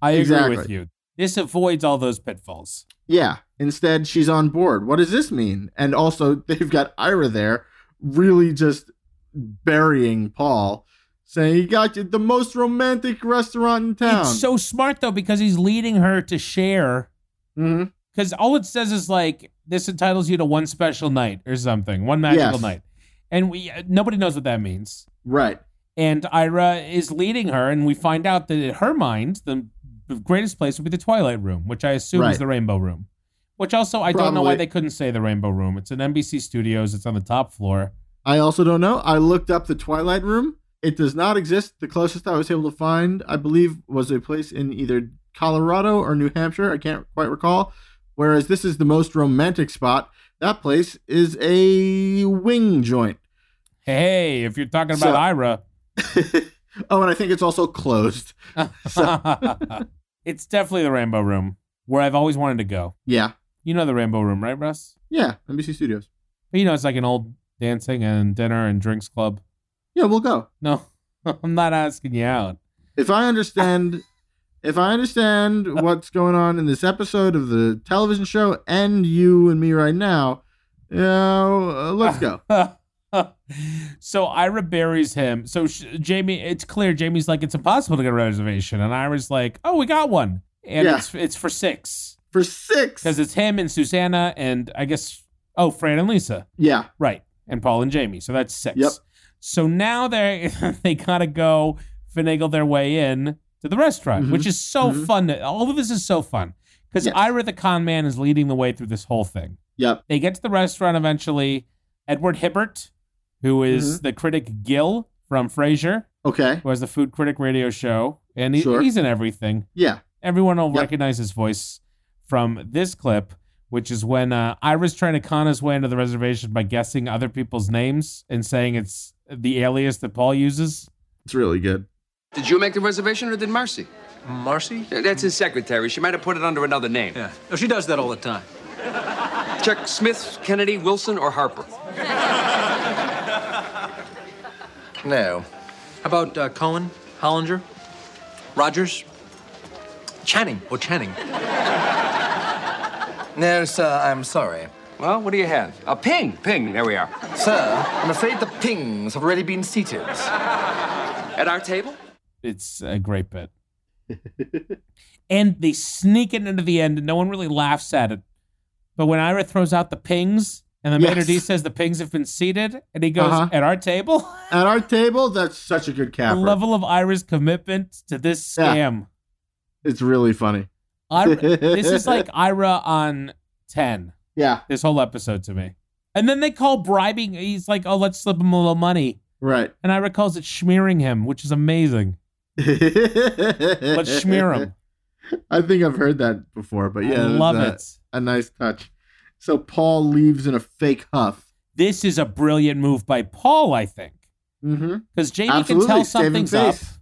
[SPEAKER 2] I agree with
[SPEAKER 1] Exactly.
[SPEAKER 2] you. This avoids all those pitfalls.
[SPEAKER 1] Yeah. Instead, she's on board. What does this mean? And also, they've got Ira there, really just burying Paul, saying, You got you the most romantic restaurant in town.
[SPEAKER 2] It's so smart, though, because he's leading her to share.
[SPEAKER 1] Mhm.
[SPEAKER 2] Because all it says is like this entitles you to one special night or something, one magical
[SPEAKER 1] Yes.
[SPEAKER 2] night, and we uh, nobody knows what that means.
[SPEAKER 1] Right.
[SPEAKER 2] And Ira is leading her, and we find out that in her mind, the the greatest place would be the Twilight Room, which I assume is
[SPEAKER 1] Right.
[SPEAKER 2] the Rainbow Room. Which also I don't know why
[SPEAKER 1] Probably.
[SPEAKER 2] they couldn't say the Rainbow Room. It's an NBC Studios. It's on the top floor.
[SPEAKER 1] I also don't know. I looked up the Twilight Room. It does not exist. The closest I was able to find, I believe, was a place in either Colorado or New Hampshire. I can't quite recall. Whereas this is the most romantic spot. That place is a wing joint.
[SPEAKER 2] Hey, if you're talking
[SPEAKER 1] So-
[SPEAKER 2] about Ira,
[SPEAKER 1] oh, and I think it's also closed.
[SPEAKER 2] it's definitely the Rainbow Room, where I've always wanted to go.
[SPEAKER 1] Yeah.
[SPEAKER 2] You know the Rainbow Room, right, Russ?
[SPEAKER 1] Yeah. NBC Studios.
[SPEAKER 2] You know, it's like an old dancing and dinner and drinks club.
[SPEAKER 1] Yeah, we'll go.
[SPEAKER 2] No, I'm not asking you out.
[SPEAKER 1] If I understand, if I understand what's going on in this episode of the television show and you and me right now, you know, uh, let's go.
[SPEAKER 2] so Ira buries him. So sh- Jamie, it's clear Jamie's like it's impossible to get a reservation, and Ira's like, oh, we got one, and
[SPEAKER 1] Yeah.
[SPEAKER 2] it's it's for six
[SPEAKER 1] For six.
[SPEAKER 2] because it's him and Susanna and I guess oh Fran and Lisa,
[SPEAKER 1] Yeah.
[SPEAKER 2] right, and Paul and Jamie. So that's six.
[SPEAKER 1] Yep.
[SPEAKER 2] So now they they gotta go finagle their way in to the restaurant,
[SPEAKER 1] Mhm.
[SPEAKER 2] which is so
[SPEAKER 1] Mhm.
[SPEAKER 2] fun. All of this is so fun because
[SPEAKER 1] Yes.
[SPEAKER 2] Ira the con man is leading the way through this whole thing
[SPEAKER 1] Yep.
[SPEAKER 2] they get to the restaurant eventually. Edward Hibbert, who is
[SPEAKER 1] Mm-hmm.
[SPEAKER 2] the critic Gil from Frasier,
[SPEAKER 1] Okay.
[SPEAKER 2] who has the food critic radio show, and he-
[SPEAKER 1] Sure.
[SPEAKER 2] he's in everything.
[SPEAKER 1] Yeah.
[SPEAKER 2] Everyone will
[SPEAKER 1] Yep.
[SPEAKER 2] recognize his voice from this clip, which is when uh, Ira's trying to con his way into the reservation by guessing other people's names and saying it's the alias that Paul uses.
[SPEAKER 1] It's really good.
[SPEAKER 6] Did you make the reservation or did Marcy?
[SPEAKER 4] Marcy?
[SPEAKER 6] That's his secretary. She might have put it under another name.
[SPEAKER 4] Yeah. No, she does that all the time.
[SPEAKER 6] Check Smith, Kennedy, Wilson, or Harper.
[SPEAKER 4] No. How about uh, Cohen, Hollinger, Rogers, Channing or Channing?
[SPEAKER 7] No, sir, I'm sorry.
[SPEAKER 6] Well, what do you have? A ping. Ping. There we are.
[SPEAKER 7] Sir, I'm afraid the pings have already been seated.
[SPEAKER 6] At our table?
[SPEAKER 2] It's a great bit. and they sneak it into the end, and no one really laughs at it. But when Ira throws out the pings, and the
[SPEAKER 1] Yes.
[SPEAKER 2] maitre d says the pings have been seated, and he goes,
[SPEAKER 1] Uh-huh.
[SPEAKER 2] at our table?
[SPEAKER 1] At our table, that's such a good
[SPEAKER 2] the
[SPEAKER 1] capper.
[SPEAKER 2] level of Ira's commitment to this
[SPEAKER 1] Yeah.
[SPEAKER 2] scam.
[SPEAKER 1] It's really funny.
[SPEAKER 2] Ira, this is like Ira on 10,
[SPEAKER 1] Yeah.
[SPEAKER 2] this whole episode to me. And then they call bribing. He's like, oh, let's slip him a little money.
[SPEAKER 1] Right.
[SPEAKER 2] And Ira calls it smearing him, which is amazing.
[SPEAKER 1] Let's
[SPEAKER 2] Let's smear him.
[SPEAKER 1] I think I've heard that before, but yeah,
[SPEAKER 2] I
[SPEAKER 1] that's
[SPEAKER 2] love
[SPEAKER 1] a,
[SPEAKER 2] it.
[SPEAKER 1] A nice touch. So Paul leaves in a fake huff.
[SPEAKER 2] This is a brilliant move by Paul, I think.
[SPEAKER 1] Mm-hmm.
[SPEAKER 2] Because Jamie
[SPEAKER 1] Absolutely,
[SPEAKER 2] can tell
[SPEAKER 1] saving
[SPEAKER 2] something's up.
[SPEAKER 1] face.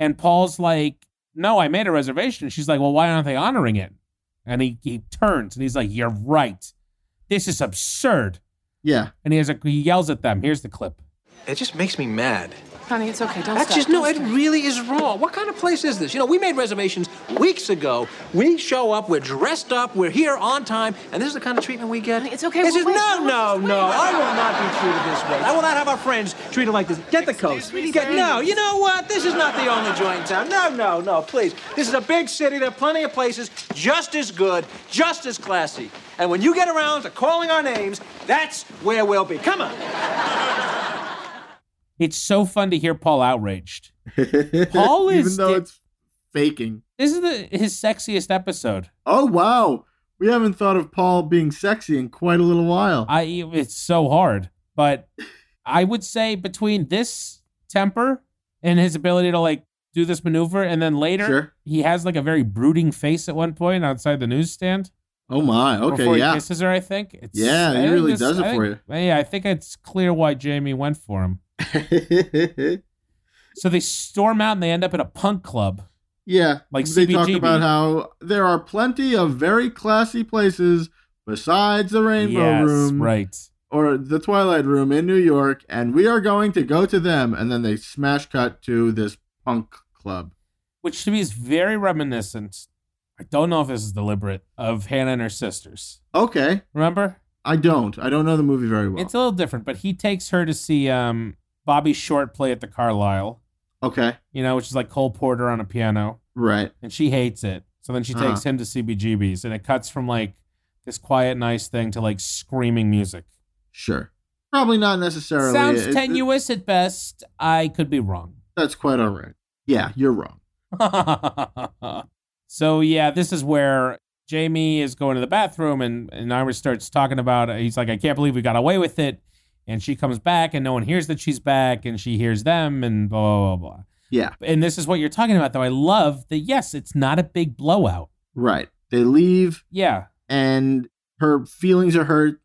[SPEAKER 2] And Paul's like, No, I made a reservation. She's like, Well, why aren't they honoring it? And he, he turns and he's like, You're right. This is absurd.
[SPEAKER 1] Yeah.
[SPEAKER 2] And he has a, he yells at them. Here's the clip.
[SPEAKER 4] It just makes me mad.
[SPEAKER 5] Honey, it's okay. Don't
[SPEAKER 4] That's
[SPEAKER 5] stop.
[SPEAKER 4] just no.
[SPEAKER 5] Don't
[SPEAKER 4] It
[SPEAKER 5] stop.
[SPEAKER 4] really is wrong. What kind of place is this? You know, we made reservations weeks ago. We show up. We're dressed up. We're here on time, and this is the kind of treatment we get.
[SPEAKER 5] It's okay,
[SPEAKER 4] This
[SPEAKER 5] we'll
[SPEAKER 4] is
[SPEAKER 5] wait,
[SPEAKER 4] no, no,
[SPEAKER 5] we'll just
[SPEAKER 4] no.
[SPEAKER 5] wait.
[SPEAKER 4] I will not be treated this way. I will not have our friends treated like this. Get the coast. Get, no, you know what? This is not the only joint in town. No, no, no. Please. This is a big city. There are plenty of places just as good, just as classy. And when you get around to calling our names, that's where we'll be. Come on.
[SPEAKER 2] It's so fun to hear Paul outraged. Paul is
[SPEAKER 1] even though
[SPEAKER 2] di-
[SPEAKER 1] it's faking.
[SPEAKER 2] This is the, his sexiest episode.
[SPEAKER 1] Oh wow. We haven't thought of Paul being sexy in quite a little while.
[SPEAKER 2] I it's so hard, but I would say between this temper and his ability to like do this maneuver, and then later
[SPEAKER 1] Sure.
[SPEAKER 2] he has like a very brooding face at one point outside the newsstand.
[SPEAKER 1] oh my.
[SPEAKER 2] before
[SPEAKER 1] Okay,
[SPEAKER 2] he
[SPEAKER 1] yeah.
[SPEAKER 2] kisses her. I think. It's,
[SPEAKER 1] Yeah, he
[SPEAKER 2] I think
[SPEAKER 1] really does it
[SPEAKER 2] I
[SPEAKER 1] for
[SPEAKER 2] think, Yeah, I think it's clear why Jamie went for him. So they storm out and they end up at a punk club.
[SPEAKER 1] yeah.
[SPEAKER 2] Like
[SPEAKER 1] they talk
[SPEAKER 2] CBGB.
[SPEAKER 1] about how there are plenty of very classy places besides the Rainbow
[SPEAKER 2] yes,
[SPEAKER 1] Room.
[SPEAKER 2] right.
[SPEAKER 1] or the Twilight Room in New York, and we are going to go to them. And then they smash cut to this punk club.
[SPEAKER 2] Which to me is very reminiscent. I don't know if this is deliberate of Hannah and her sisters.
[SPEAKER 1] Okay,
[SPEAKER 2] Remember?
[SPEAKER 1] I don't. I don't know the movie very well.
[SPEAKER 2] It's a little different, but he takes her to see um, Bobby Short play at the Carlisle,
[SPEAKER 1] okay,
[SPEAKER 2] you know, which is like Cole Porter on a piano,
[SPEAKER 1] right.
[SPEAKER 2] and she hates it. So then she
[SPEAKER 1] Uh-huh.
[SPEAKER 2] takes him to CBGB's, and it cuts from like this quiet, nice thing to like screaming music.
[SPEAKER 1] Sure. Probably not necessarily.
[SPEAKER 2] Sounds
[SPEAKER 1] It- it-
[SPEAKER 2] tenuous at best. I could be wrong.
[SPEAKER 1] that's quite all right. Yeah, you're wrong.
[SPEAKER 2] so yeah, this is where Jamie is going to the bathroom and, and Ira starts talking about he's like, I can't believe we got away with it. And she comes back and no one hears that she's back and she hears them and blah blah blah blah.
[SPEAKER 1] Yeah,
[SPEAKER 2] And this is what you're talking about though. I love that yes, it's not a big blowout.
[SPEAKER 1] right. They leave,
[SPEAKER 2] Yeah.
[SPEAKER 1] and her feelings are hurt,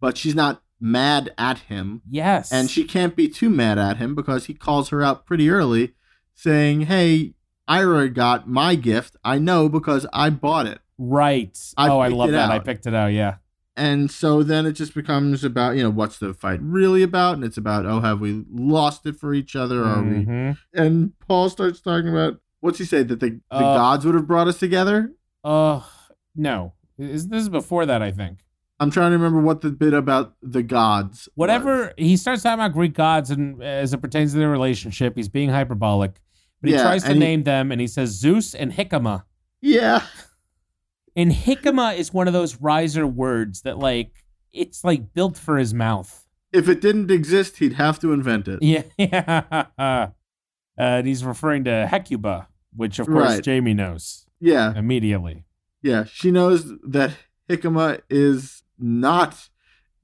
[SPEAKER 1] but she's not mad at him.
[SPEAKER 2] Yes.
[SPEAKER 1] And she can't be too mad at him because he calls her out pretty early saying, Hey, Ira got my gift. I know because I bought it.
[SPEAKER 2] Right.
[SPEAKER 1] I
[SPEAKER 2] oh, I
[SPEAKER 1] picked
[SPEAKER 2] love
[SPEAKER 1] it
[SPEAKER 2] that. I
[SPEAKER 1] out.
[SPEAKER 2] picked it out, yeah.
[SPEAKER 1] And so then it just becomes about, you know, what's the fight really about? And it's about, oh, have we lost it for each other? Are we?
[SPEAKER 2] Mhm.
[SPEAKER 1] And Paul starts talking about, what's he say? That the, the
[SPEAKER 2] Uh,
[SPEAKER 1] gods would have brought us together?
[SPEAKER 2] Uh, no. Is this is before that? I think.
[SPEAKER 1] I'm trying to remember what the bit about the gods. was.
[SPEAKER 2] Whatever he starts talking about Greek gods and as it pertains to their relationship, he's being hyperbolic. But he
[SPEAKER 1] Yeah,
[SPEAKER 2] tries to
[SPEAKER 1] and he-
[SPEAKER 2] name them, and he says Zeus and Hikama.
[SPEAKER 1] Yeah.
[SPEAKER 2] And Hikama is one of those riser words that, like, it's like built for his mouth.
[SPEAKER 1] If it didn't exist, he'd have to invent it.
[SPEAKER 2] Yeah. Uh, and he's referring to Hecuba, which, of course,
[SPEAKER 1] Right.
[SPEAKER 2] Jamie knows
[SPEAKER 1] Yeah.
[SPEAKER 2] immediately.
[SPEAKER 1] Yeah. She knows that jicama is not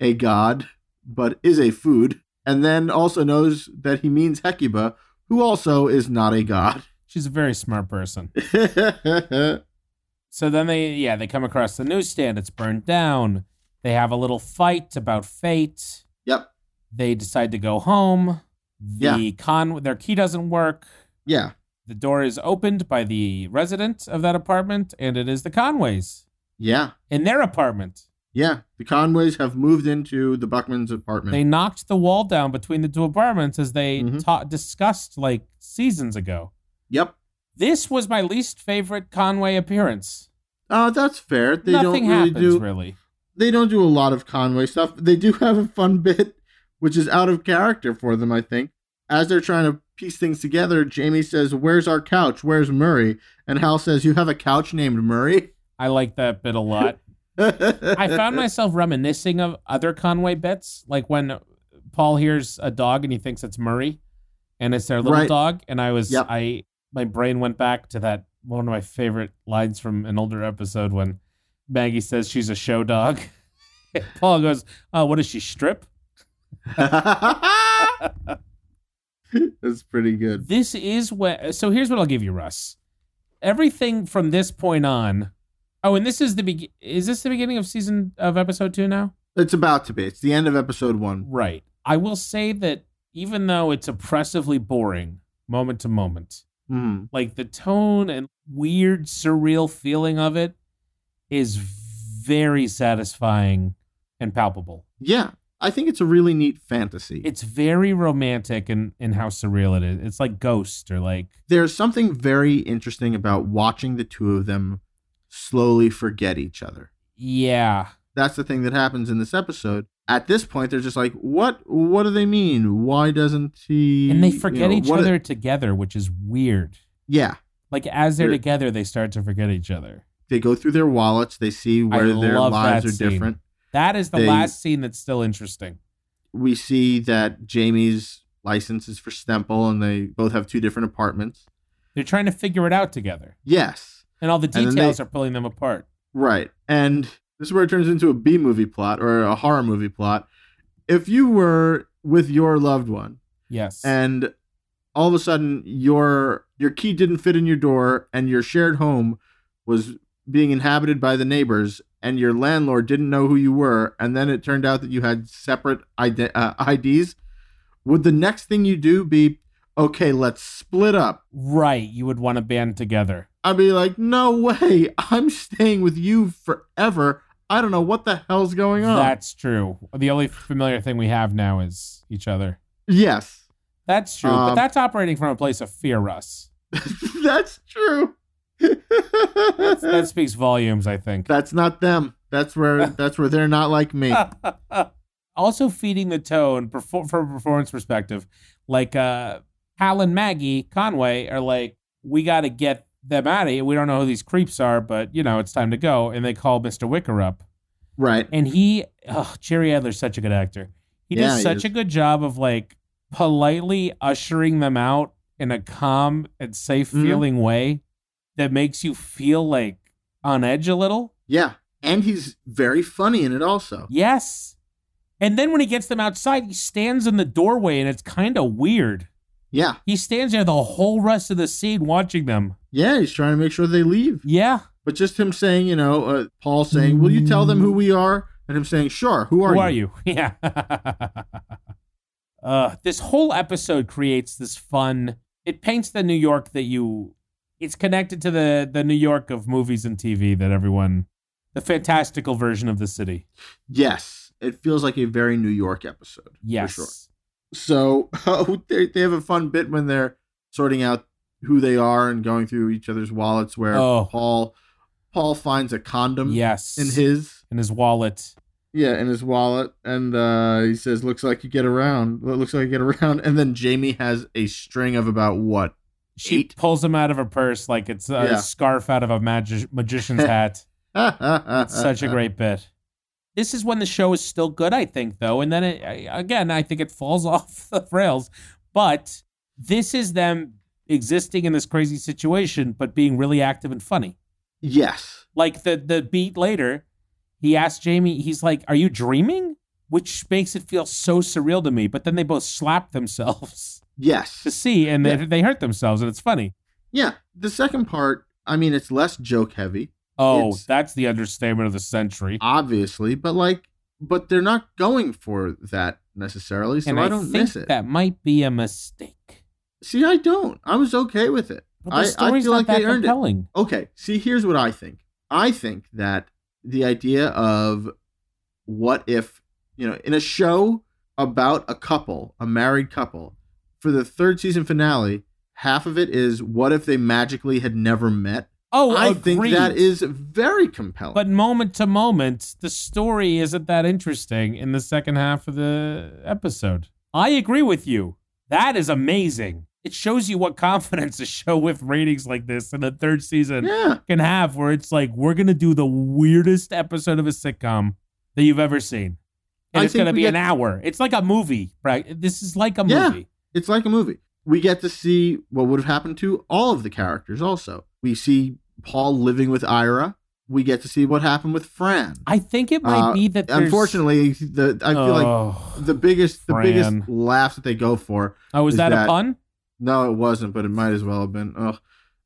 [SPEAKER 1] a god, but is a food. And then also knows that he means Hecuba, who also is not a god.
[SPEAKER 2] She's a very smart person. So then they, yeah, they come across the newsstand. It's burned down. They have a little fight about fate.
[SPEAKER 1] yep.
[SPEAKER 2] They decide to go home. The
[SPEAKER 1] Yeah.
[SPEAKER 2] con, their key doesn't work.
[SPEAKER 1] Yeah.
[SPEAKER 2] The door is opened by the resident of that apartment, and it is the Conways
[SPEAKER 1] Yeah.
[SPEAKER 2] in their apartment.
[SPEAKER 1] Yeah. The Conways have moved into the Buckman's apartment.
[SPEAKER 2] They knocked the wall down between the two apartments as they
[SPEAKER 1] Mhm.
[SPEAKER 2] ta- discussed like seasons ago.
[SPEAKER 1] yep.
[SPEAKER 2] This was my least favorite Conway appearance.
[SPEAKER 1] Oh, that's fair. They
[SPEAKER 2] Nothing
[SPEAKER 1] don't really
[SPEAKER 2] happens
[SPEAKER 1] do
[SPEAKER 2] really.
[SPEAKER 1] they don't do a lot of Conway stuff. They do have a fun bit, which is out of character for them, I think. As they're trying to piece things together, Jamie says, Where's our couch? Where's Murray? And Hal says, You have a couch named Murray?
[SPEAKER 2] I like that bit a lot. I
[SPEAKER 1] I
[SPEAKER 2] found myself reminiscing of other Conway bits, like when Paul hears a dog and he thinks it's Murray, and it's their little
[SPEAKER 1] Right.
[SPEAKER 2] dog. And I was,
[SPEAKER 1] Yep.
[SPEAKER 2] I, my brain went back to that one of my favorite lines from an older episode when Maggie says she's a show dog. Paul goes, "Oh, what is she strip?"
[SPEAKER 1] That's pretty good.
[SPEAKER 2] This is what. So here's what I'll give you, Russ. Everything from this point on. Oh, and this is the be- is this the beginning of season of episode two now?
[SPEAKER 1] It's about to be. It's the end of episode one.
[SPEAKER 2] Right. I will say that even though it's oppressively boring moment to moment,
[SPEAKER 1] Mhm.
[SPEAKER 2] like the tone and weird surreal feeling of it is very satisfying and palpable.
[SPEAKER 1] Yeah. I think it's a really neat fantasy.
[SPEAKER 2] It's very romantic in, in how surreal it is. It's like Ghost or like
[SPEAKER 1] There's something very interesting about watching the two of them slowly forget each other.
[SPEAKER 2] yeah.
[SPEAKER 1] that's the thing that happens in this episode. At this point, they're just like, "What? What do they mean? Why doesn't he?"
[SPEAKER 2] And they
[SPEAKER 1] you
[SPEAKER 2] forget
[SPEAKER 1] know,
[SPEAKER 2] each
[SPEAKER 1] what-
[SPEAKER 2] other together, which is weird.
[SPEAKER 1] yeah,
[SPEAKER 2] Like as they're
[SPEAKER 1] They're-
[SPEAKER 2] together, they start to forget each other.
[SPEAKER 1] they go through their wallets. They see where their
[SPEAKER 2] love
[SPEAKER 1] lives
[SPEAKER 2] that
[SPEAKER 1] are
[SPEAKER 2] scene.
[SPEAKER 1] different.
[SPEAKER 2] That is the
[SPEAKER 1] They-
[SPEAKER 2] last scene that's still interesting.
[SPEAKER 1] We see that Jamie's license is for Stemple, and they both have two different apartments.
[SPEAKER 2] They're trying to figure it out together.
[SPEAKER 1] Yes,
[SPEAKER 2] And all the
[SPEAKER 1] then they-
[SPEAKER 2] details are pulling them apart.
[SPEAKER 1] right. And this is where it turns into a B movie plot or a horror movie plot. If you were with your loved one
[SPEAKER 2] Yes.
[SPEAKER 1] and all of a sudden your your key didn't fit in your door and your shared home was being inhabited by the neighbors and your landlord didn't know who you were and then it turned out that you had separate ID, uh, IDs would the next thing you do be okay let's split up
[SPEAKER 2] right, you would want to band together.
[SPEAKER 1] I'd be like no way I'm staying with you forever I don't know what the hell's going on
[SPEAKER 2] That's true. The only familiar thing we have now is each other.
[SPEAKER 1] yes
[SPEAKER 2] That's true. but
[SPEAKER 1] Um,
[SPEAKER 2] that's operating from a place of fear, Russ.
[SPEAKER 1] that's true
[SPEAKER 2] That speaks volumes, I think.
[SPEAKER 1] That's not them. That's where that's where they're not like me.
[SPEAKER 2] Ah. also feeding the tone perfor- from a performance perspective. Like uh, Hal and Maggie Conway are like, we got to get them out of here. We don't know who these creeps are, but you know it's time to go. And they call Mister Wicker up,
[SPEAKER 1] Right.
[SPEAKER 2] and he, oh, Jerry Adler's such a good actor. He
[SPEAKER 1] Yeah,
[SPEAKER 2] does
[SPEAKER 1] he
[SPEAKER 2] such
[SPEAKER 1] is.
[SPEAKER 2] a good job of like politely ushering them out in a calm and safe
[SPEAKER 1] Mhm.
[SPEAKER 2] feeling way that makes you feel like on edge a little.
[SPEAKER 1] Yeah. And he's very funny in it also.
[SPEAKER 2] Yes. And then when he gets them outside, he stands in the doorway and it's kind of weird.
[SPEAKER 1] Yeah.
[SPEAKER 2] He stands there the whole rest of the scene watching them.
[SPEAKER 1] Yeah, he's trying to make sure they leave.
[SPEAKER 2] Yeah.
[SPEAKER 1] But just him saying, you know, uh, Paul saying, "Will you tell them who we are?" and him saying, "Sure, who are
[SPEAKER 2] Who
[SPEAKER 1] you?"
[SPEAKER 2] are you? Yeah. uh, this whole episode creates this fun. It paints the New York that you. It's connected to the the New York of movies and TV that everyone the fantastical version of the city.
[SPEAKER 1] Yes, it feels like a very New York episode.
[SPEAKER 2] Yes.
[SPEAKER 1] For sure. So oh, they, they have a fun bit when they're sorting out who they are and going through each other's wallets where
[SPEAKER 2] Oh.
[SPEAKER 1] Paul Paul finds a condom
[SPEAKER 2] Yes.
[SPEAKER 1] Um, in his
[SPEAKER 2] in his wallet.
[SPEAKER 1] yeah, in his wallet and uh, he says looks like you get around. Lo- Looks like you get around and then Jamie has a string of about what?
[SPEAKER 2] She
[SPEAKER 1] Eight.
[SPEAKER 2] pulls him out of her purse like it's a
[SPEAKER 1] Yeah.
[SPEAKER 2] scarf out of a magi- magician's hat.
[SPEAKER 1] Uh,
[SPEAKER 2] Such a great bit. This is when the show is still good, I think, though. And then it, I- again, I think it falls off the rails. But this is them existing in this crazy situation, but being really active and funny.
[SPEAKER 1] Yes.
[SPEAKER 2] Like the the beat later, he asks Jamie, he's like, "Are you dreaming?" Which makes it feel so surreal to me. But then they both slap themselves
[SPEAKER 1] Yes.
[SPEAKER 2] to see, and they,
[SPEAKER 1] Yeah.
[SPEAKER 2] they hurt themselves, and it's funny.
[SPEAKER 1] Yeah, the second part, I mean, it's less joke heavy,
[SPEAKER 2] Oh,
[SPEAKER 1] It's-
[SPEAKER 2] that's the understatement of the century.
[SPEAKER 1] obviously, but like, but they're not going for that necessarily, so
[SPEAKER 2] and
[SPEAKER 1] I, don't
[SPEAKER 2] think
[SPEAKER 1] miss it.
[SPEAKER 2] that might be a mistake.
[SPEAKER 1] See, I don't. I was okay with it.
[SPEAKER 2] But the
[SPEAKER 1] I, I
[SPEAKER 2] story's
[SPEAKER 1] feel
[SPEAKER 2] not
[SPEAKER 1] like
[SPEAKER 2] that
[SPEAKER 1] they earned it.
[SPEAKER 2] compelling.
[SPEAKER 1] Okay, see, here's what I think. I think that the idea of what if, you know, in a show about a couple, a married couple, for the third season finale, half of it is what if they magically had never met?
[SPEAKER 2] Oh,
[SPEAKER 1] I think
[SPEAKER 2] agreed.
[SPEAKER 1] that is very compelling.
[SPEAKER 2] But moment to moment, the story isn't that interesting in the second half of the episode. I agree with you. That is amazing. It shows you what confidence a show with ratings like this in the third season
[SPEAKER 1] yeah.
[SPEAKER 2] can have, where it's like we're gonna do the weirdest episode of a sitcom that you've ever seen, and
[SPEAKER 1] I
[SPEAKER 2] it's
[SPEAKER 1] think
[SPEAKER 2] gonna
[SPEAKER 1] we
[SPEAKER 2] be
[SPEAKER 1] get-
[SPEAKER 2] an hour. It's like a movie, right? This is like a
[SPEAKER 1] Yeah.
[SPEAKER 2] movie.
[SPEAKER 1] it's like a movie. We get to see what would have happened to all of the characters also. We see Paul living with Ira. We get to see what happened with Fran.
[SPEAKER 2] I think it might
[SPEAKER 1] Uh,
[SPEAKER 2] be that. There's...
[SPEAKER 1] Unfortunately, the I feel
[SPEAKER 2] Oh.
[SPEAKER 1] like the biggest the
[SPEAKER 2] Fran.
[SPEAKER 1] biggest laughs that they go for.
[SPEAKER 2] Oh, is,
[SPEAKER 1] is
[SPEAKER 2] that, a
[SPEAKER 1] that-
[SPEAKER 2] pun?
[SPEAKER 1] No, it wasn't, but it might as well have been. Ugh.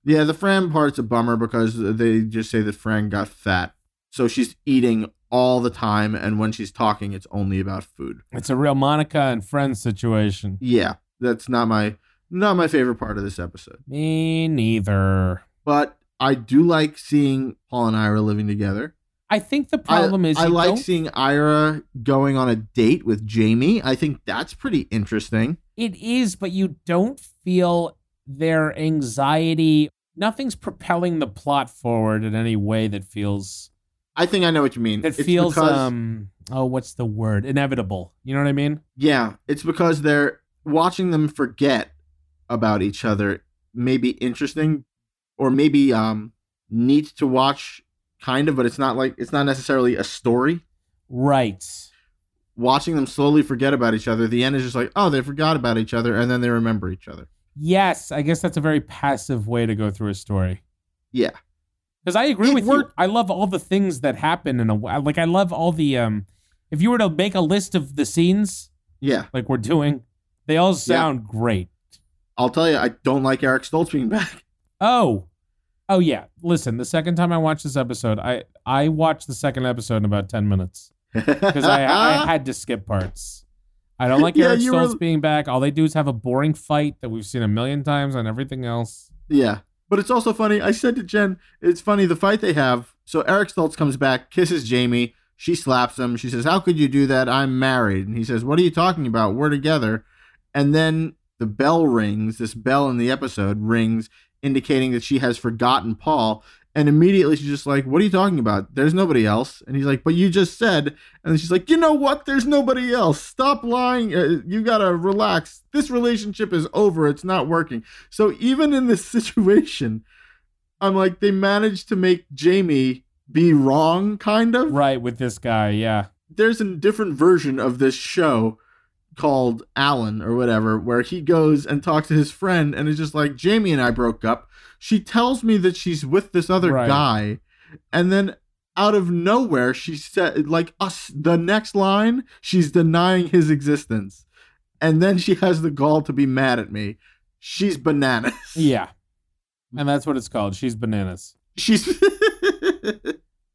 [SPEAKER 1] Yeah, the Fran part's a bummer because they just say that Fran got fat. So she's eating all the time and when she's talking it's only about food.
[SPEAKER 2] It's a real Monica and Friends situation.
[SPEAKER 1] Yeah, that's not my not my favorite part of this episode.
[SPEAKER 2] Me neither.
[SPEAKER 1] but I do like seeing Paul and Ira living together.
[SPEAKER 2] I think the problem
[SPEAKER 1] I,
[SPEAKER 2] is
[SPEAKER 1] I
[SPEAKER 2] you
[SPEAKER 1] like
[SPEAKER 2] don't-
[SPEAKER 1] seeing Ira going on a date with Jamie. I think that's pretty interesting.
[SPEAKER 2] it is, but you don't feel their anxiety. Nothing's propelling the plot forward in any way that feels
[SPEAKER 1] I think I know what you mean.
[SPEAKER 2] that
[SPEAKER 1] It's
[SPEAKER 2] feels
[SPEAKER 1] because,
[SPEAKER 2] um oh what's the word inevitable. You know what I mean?
[SPEAKER 1] yeah, it's because they're watching them forget about each other. Maybe interesting, or maybe um neat to watch, kind of. But it's not like it's not necessarily a story.
[SPEAKER 2] Right.
[SPEAKER 1] Watching them slowly forget about each other, the end is just like, oh, they forgot about each other, and then they remember each other.
[SPEAKER 2] Yes, I guess that's a very passive way to go through a story.
[SPEAKER 1] Yeah.
[SPEAKER 2] Because I agree
[SPEAKER 1] It
[SPEAKER 2] with
[SPEAKER 1] worked.
[SPEAKER 2] you. I love all the things that happen in a like. I love all the um. If you were to make a list of the scenes
[SPEAKER 1] Yeah.
[SPEAKER 2] like we're doing, they all sound great.
[SPEAKER 1] I'll tell you, I don't like Eric Stoltz being back.
[SPEAKER 2] Oh, oh yeah. Listen, the second time I watched this episode, I I watched the second episode in about ten minutes because I, I had to skip parts. I don't like
[SPEAKER 1] Yeah,
[SPEAKER 2] Eric
[SPEAKER 1] you were-
[SPEAKER 2] Stoltz being back. All they do is have a boring fight that we've seen a million times on everything else.
[SPEAKER 1] yeah, but it's also funny. I said to Jen, it's funny the fight they have. So Eric Stoltz comes back, kisses Jamie. She slaps him. She says, "How could you do that? I'm married." And he says, "What are you talking about? We're together." And then the bell rings. This bell in the episode rings, indicating that she has forgotten Paul. And immediately she's just like, "What are you talking about? There's nobody else." And he's like, "But you just said." And then she's like, "You know what? There's nobody else. Stop lying. Uh, you gotta relax. This relationship is over. It's not working." So even in this situation, I'm like, they managed to make Jamie be wrong, kind of.
[SPEAKER 2] Right with this guy, yeah.
[SPEAKER 1] There's a different version of this show called Alan or whatever, where he goes and talks to his friend and is just like, Jamie and I broke up. She tells me that she's with this other
[SPEAKER 2] Right.
[SPEAKER 1] guy. And then out of nowhere, she said, like, us, the next line, she's denying his existence. And then she has the gall to be mad at me. She's bananas.
[SPEAKER 2] Yeah. And that's what it's called. She's bananas.
[SPEAKER 1] She's.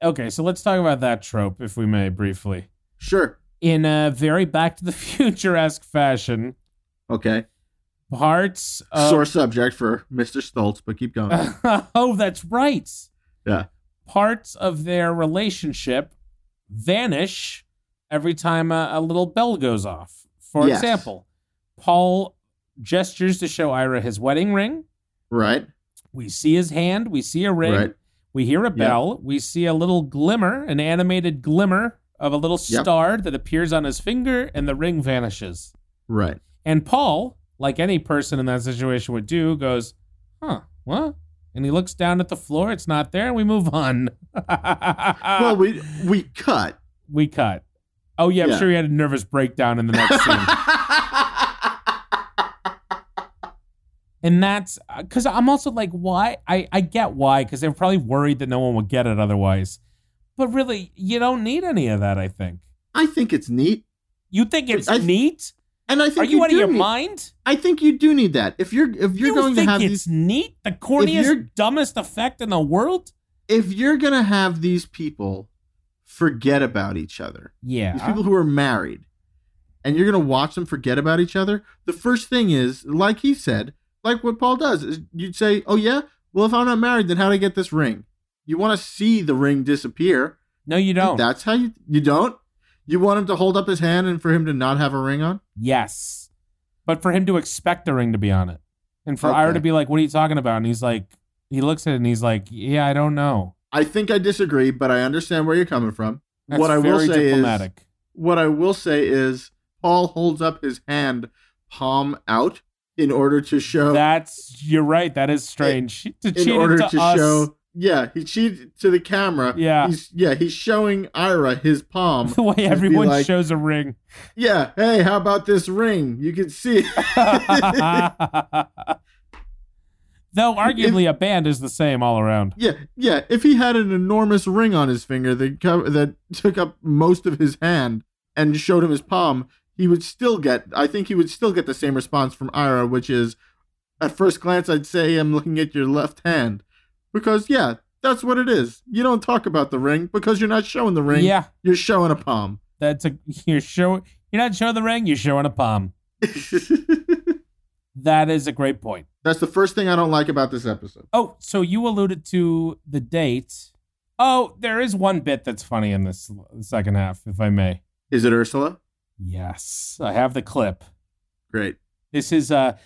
[SPEAKER 2] Okay, so let's talk about that trope, if we may, briefly.
[SPEAKER 1] sure.
[SPEAKER 2] In a very Back to the Future esque fashion,
[SPEAKER 1] Okay.
[SPEAKER 2] parts of.
[SPEAKER 1] Sore subject for Mr. Stoltz, but keep going.
[SPEAKER 2] oh, that's right.
[SPEAKER 1] Yeah.
[SPEAKER 2] parts of their relationship vanish every time a, a little bell goes off. For
[SPEAKER 1] Yes.
[SPEAKER 2] example, Paul gestures to show Ira his wedding ring.
[SPEAKER 1] Right.
[SPEAKER 2] We see his hand, we see a ring,
[SPEAKER 1] Right.
[SPEAKER 2] we hear a bell, we see a little glimmer, an animated glimmer of a little
[SPEAKER 1] Yep.
[SPEAKER 2] star that appears on his finger, and the ring vanishes.
[SPEAKER 1] Right.
[SPEAKER 2] And Paul, like any person in that situation would do, goes, huh, what? And he looks down at the floor. It's not there. And we move on. Uh,
[SPEAKER 1] well, we we cut.
[SPEAKER 2] we cut. Oh, yeah, I'm
[SPEAKER 1] Yeah.
[SPEAKER 2] sure he had a nervous breakdown in the next scene. And that's because I'm also like, why? I, I get why, because they were probably worried that no one would get it otherwise. But really, you don't need any of that, I think.
[SPEAKER 1] I think it's neat,
[SPEAKER 2] You think it's
[SPEAKER 1] I-
[SPEAKER 2] neat?
[SPEAKER 1] and I think
[SPEAKER 2] Are you, out
[SPEAKER 1] do
[SPEAKER 2] of your
[SPEAKER 1] need,
[SPEAKER 2] mind?
[SPEAKER 1] I think you do need that if you're if you're
[SPEAKER 2] you
[SPEAKER 1] going to
[SPEAKER 2] think
[SPEAKER 1] have
[SPEAKER 2] it's
[SPEAKER 1] these
[SPEAKER 2] neat? The
[SPEAKER 1] you're-
[SPEAKER 2] corniest, dumbest effect in the world?
[SPEAKER 1] if you're gonna have these people forget about each other.
[SPEAKER 2] Yeah.
[SPEAKER 1] These people who are married, and you're gonna watch them forget about each other. The first thing is, like he said, like what Paul does, is you'd say, "Oh yeah, well if I'm not married, then how do I get this ring?" You want to see the ring disappear.
[SPEAKER 2] No, you don't.
[SPEAKER 1] That's how you you don't. You want him to hold up his hand and for him to not have a ring on.
[SPEAKER 2] Yes. But for him to expect the ring to be on it. And for
[SPEAKER 1] Okay.
[SPEAKER 2] Ira to be like, what are you talking about? And he's like, he looks at it and he's like, yeah, I don't know.
[SPEAKER 1] I think I disagree, but I understand where you're coming from.
[SPEAKER 2] That's
[SPEAKER 1] what I
[SPEAKER 2] very
[SPEAKER 1] will say is,
[SPEAKER 2] diplomatic.
[SPEAKER 1] what I will say is, Paul holds up his hand, palm out, in order to show,
[SPEAKER 2] That's, you're right. That is strange. to cheat
[SPEAKER 1] in order
[SPEAKER 2] it
[SPEAKER 1] to,
[SPEAKER 2] to, us.
[SPEAKER 1] show, yeah, he cheated to the camera.
[SPEAKER 2] Yeah.
[SPEAKER 1] he's yeah, he's showing Ira his palm.
[SPEAKER 2] the way
[SPEAKER 1] Just be
[SPEAKER 2] everyone
[SPEAKER 1] like,
[SPEAKER 2] shows a ring.
[SPEAKER 1] Yeah, hey, how about this ring? You can see.
[SPEAKER 2] Though arguably a band is the same all around.
[SPEAKER 1] Yeah, yeah. If he had an enormous ring on his finger that co- that took up most of his hand and showed him his palm, he would still get. I think he would still get the same response from Ira, which is, at first glance, I'd say I'm looking at your left hand, because yeah, that's what it is. You don't talk about the ring because you're not showing the ring.
[SPEAKER 2] Yeah.
[SPEAKER 1] you're showing a palm.
[SPEAKER 2] That's a, you're show, you're not showing the ring, you're showing a palm. That is a great point.
[SPEAKER 1] that's the first thing I don't like about this episode.
[SPEAKER 2] Oh, so you alluded to the date. Oh, there is one bit that's funny in this l- second half, if I may.
[SPEAKER 1] Is it Ursula?
[SPEAKER 2] Yes, I have the clip.
[SPEAKER 1] Great.
[SPEAKER 2] This is uh,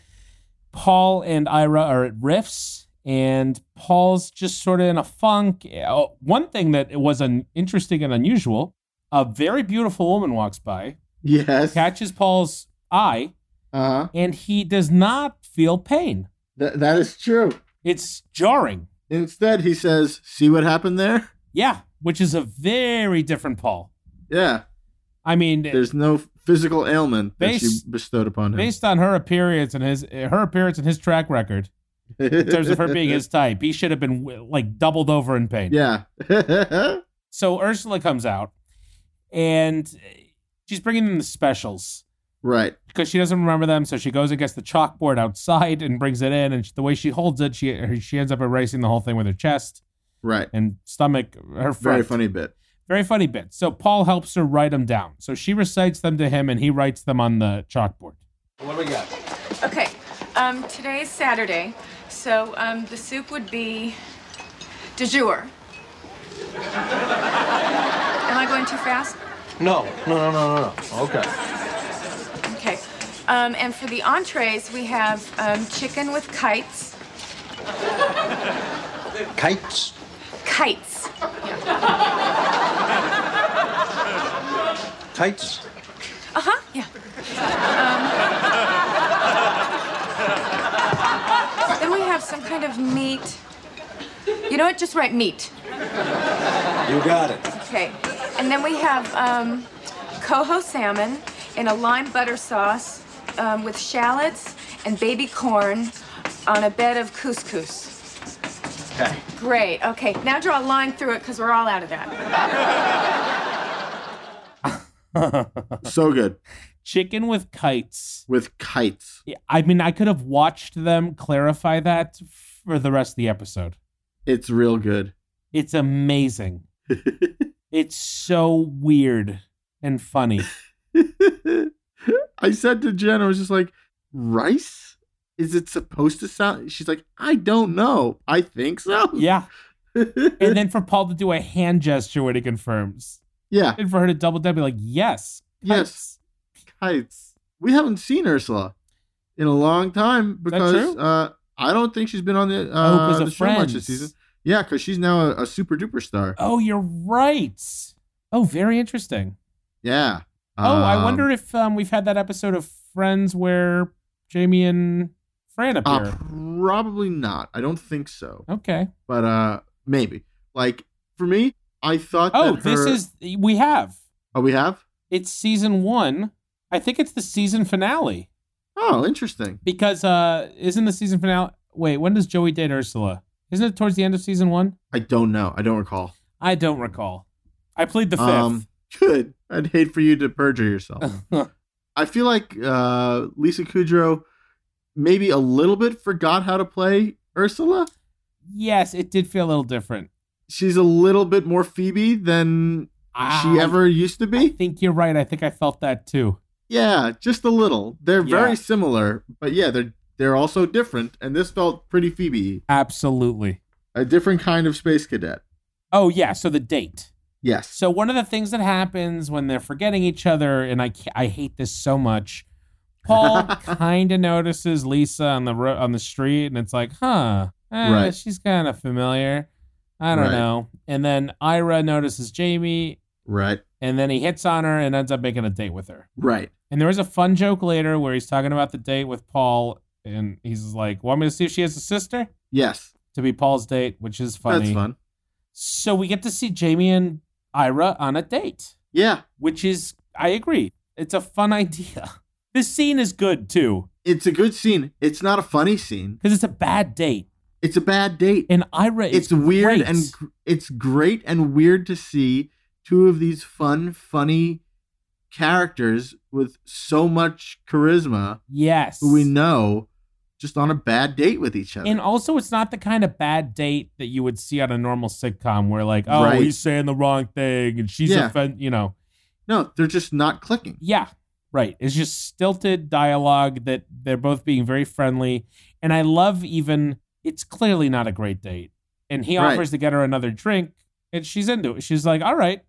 [SPEAKER 2] Paul and Ira are at Riffs, and Paul's just sort of in a funk. Oh, One thing that was an interesting and unusual: a very beautiful woman walks by,
[SPEAKER 1] Yes.
[SPEAKER 2] catches Paul's eye,
[SPEAKER 1] Uh huh.
[SPEAKER 2] and he does not feel pain.
[SPEAKER 1] Th- that is true.
[SPEAKER 2] It's jarring.
[SPEAKER 1] Instead, he says, "See what happened there."
[SPEAKER 2] Yeah, which is a very different Paul.
[SPEAKER 1] Yeah,
[SPEAKER 2] I mean,
[SPEAKER 1] there's no physical ailment that she
[SPEAKER 2] Based-
[SPEAKER 1] bestowed upon him.
[SPEAKER 2] based on her appearance and his her appearance and his track record in terms of her being his type, he should have been like doubled over in pain.
[SPEAKER 1] yeah,
[SPEAKER 2] So Ursula comes out and she's bringing them the specials
[SPEAKER 1] right.
[SPEAKER 2] because she doesn't remember them. So she goes and gets the chalkboard outside and brings it in. And the way she holds it, she she ends up erasing the whole thing with her chest
[SPEAKER 1] Right.
[SPEAKER 2] and stomach. Her
[SPEAKER 1] Very
[SPEAKER 2] front.
[SPEAKER 1] funny bit.
[SPEAKER 2] very funny bit. So Paul helps her write them down. So she recites them to him and he writes them on the chalkboard.
[SPEAKER 5] Okay, um, today's Saturday, so um, the soup would be de jour. Am I going too fast?
[SPEAKER 6] No, no, no, no, no, no. Okay.
[SPEAKER 5] Okay. Um, and for the entrees, we have um, chicken with kites.
[SPEAKER 4] Kites.
[SPEAKER 5] Kites.
[SPEAKER 4] Kites.
[SPEAKER 5] Uh huh. Yeah. Um, then we have some kind of meat. You know what? Just write meat.
[SPEAKER 4] You got it.
[SPEAKER 5] Okay. And then we have um, coho salmon in a lime butter sauce um, with shallots and baby corn on a bed of couscous.
[SPEAKER 4] Okay.
[SPEAKER 5] Great. Okay. Now draw a line through it because we're all out of that.
[SPEAKER 1] So good
[SPEAKER 2] Chicken with kites.
[SPEAKER 1] with kites.
[SPEAKER 2] Yeah, I mean, I could have watched them clarify that for the rest of the episode.
[SPEAKER 1] It's real good.
[SPEAKER 2] It's amazing. it's so weird and funny.
[SPEAKER 1] I said to Jen, I was just like, "Rice? Is it supposed to sound?" She's like, "I don't know. I think so."
[SPEAKER 2] Yeah. and then for Paul to do a hand gesture when he confirms.
[SPEAKER 1] Yeah.
[SPEAKER 2] And for her to double down, be like, yes.
[SPEAKER 1] Yes. Kites. We haven't seen Ursula in a long time because
[SPEAKER 2] true?
[SPEAKER 1] uh, I don't think she's been on the,
[SPEAKER 2] Oh, 'cause
[SPEAKER 1] uh,
[SPEAKER 2] of
[SPEAKER 1] the show much
[SPEAKER 2] Friends.
[SPEAKER 1] this season. Yeah, because she's now a, a super duper star.
[SPEAKER 2] Oh, you're right. Oh, very interesting.
[SPEAKER 1] Yeah.
[SPEAKER 2] oh, I
[SPEAKER 1] Um,
[SPEAKER 2] wonder if um, we've had that episode of Friends where Jamie and Fran appear.
[SPEAKER 1] Uh, probably not. I don't think so.
[SPEAKER 2] okay.
[SPEAKER 1] But uh, maybe. Like for me, I thought.
[SPEAKER 2] Oh,
[SPEAKER 1] that
[SPEAKER 2] this
[SPEAKER 1] her-
[SPEAKER 2] is we have.
[SPEAKER 1] Oh, we have.
[SPEAKER 2] It's season one. I think it's the season finale
[SPEAKER 1] Oh, interesting.
[SPEAKER 2] because uh, isn't the season finale? Wait, when does Joey date Ursula? Isn't it towards the end of season one?
[SPEAKER 1] I don't know. I don't recall.
[SPEAKER 2] I don't recall. I played the fifth.
[SPEAKER 1] Um, good. I'd hate for you to perjure yourself. I feel like uh, Lisa Kudrow maybe a little bit forgot how to play Ursula.
[SPEAKER 2] yes, it did feel a little different.
[SPEAKER 1] She's a little bit more Phoebe than
[SPEAKER 2] Ah,
[SPEAKER 1] she ever used to
[SPEAKER 2] I
[SPEAKER 1] be.
[SPEAKER 2] think you're right. I think I felt that too.
[SPEAKER 1] Yeah, just a little. They're
[SPEAKER 2] Yeah.
[SPEAKER 1] very similar, but yeah, they're they're also different. And this felt pretty Phoebe,
[SPEAKER 2] Absolutely.
[SPEAKER 1] a different kind of space cadet.
[SPEAKER 2] Oh yeah. So the date.
[SPEAKER 1] Yes.
[SPEAKER 2] So one of the things that happens when they're forgetting each other, and I ca- I hate this so much. Paul kind of notices Lisa on the ro- on the street, and it's like, huh, eh,
[SPEAKER 1] Right.
[SPEAKER 2] she's kind of familiar. I don't
[SPEAKER 1] Right.
[SPEAKER 2] know. And then Ira notices Jamie,
[SPEAKER 1] Right.
[SPEAKER 2] and then he hits on her and ends up making a date with her.
[SPEAKER 1] Right.
[SPEAKER 2] And there is a fun joke later where he's talking about the date with Paul, and he's like, "Want me to see if she has a sister?"
[SPEAKER 1] Yes.
[SPEAKER 2] To be Paul's date, which is funny.
[SPEAKER 1] That's fun.
[SPEAKER 2] So we get to see Jamie and Ira on a date
[SPEAKER 1] Yeah.
[SPEAKER 2] which is I agree. It's a fun idea. This scene is good too
[SPEAKER 1] It's a good scene. It's not a funny scene.
[SPEAKER 2] because it's a bad date,
[SPEAKER 1] It's a bad date.
[SPEAKER 2] and Ira. is
[SPEAKER 1] it's weird
[SPEAKER 2] great.
[SPEAKER 1] and gr- it's great and weird to see two of these fun, funny characters with so much charisma
[SPEAKER 2] yes,
[SPEAKER 1] who we know just on a bad date with each other.
[SPEAKER 2] and also it's not the kind of bad date that you would see on a normal sitcom where like, oh,
[SPEAKER 1] Right.
[SPEAKER 2] he's saying the wrong thing and she's
[SPEAKER 1] Yeah.
[SPEAKER 2] offend, you know,
[SPEAKER 1] no, they're just not clicking.
[SPEAKER 2] yeah, right. It's just stilted dialogue that they're both being very friendly, and I love even. It's clearly not a great date, and he
[SPEAKER 1] Right.
[SPEAKER 2] offers to get her another drink, and she's into it. She's like, all right.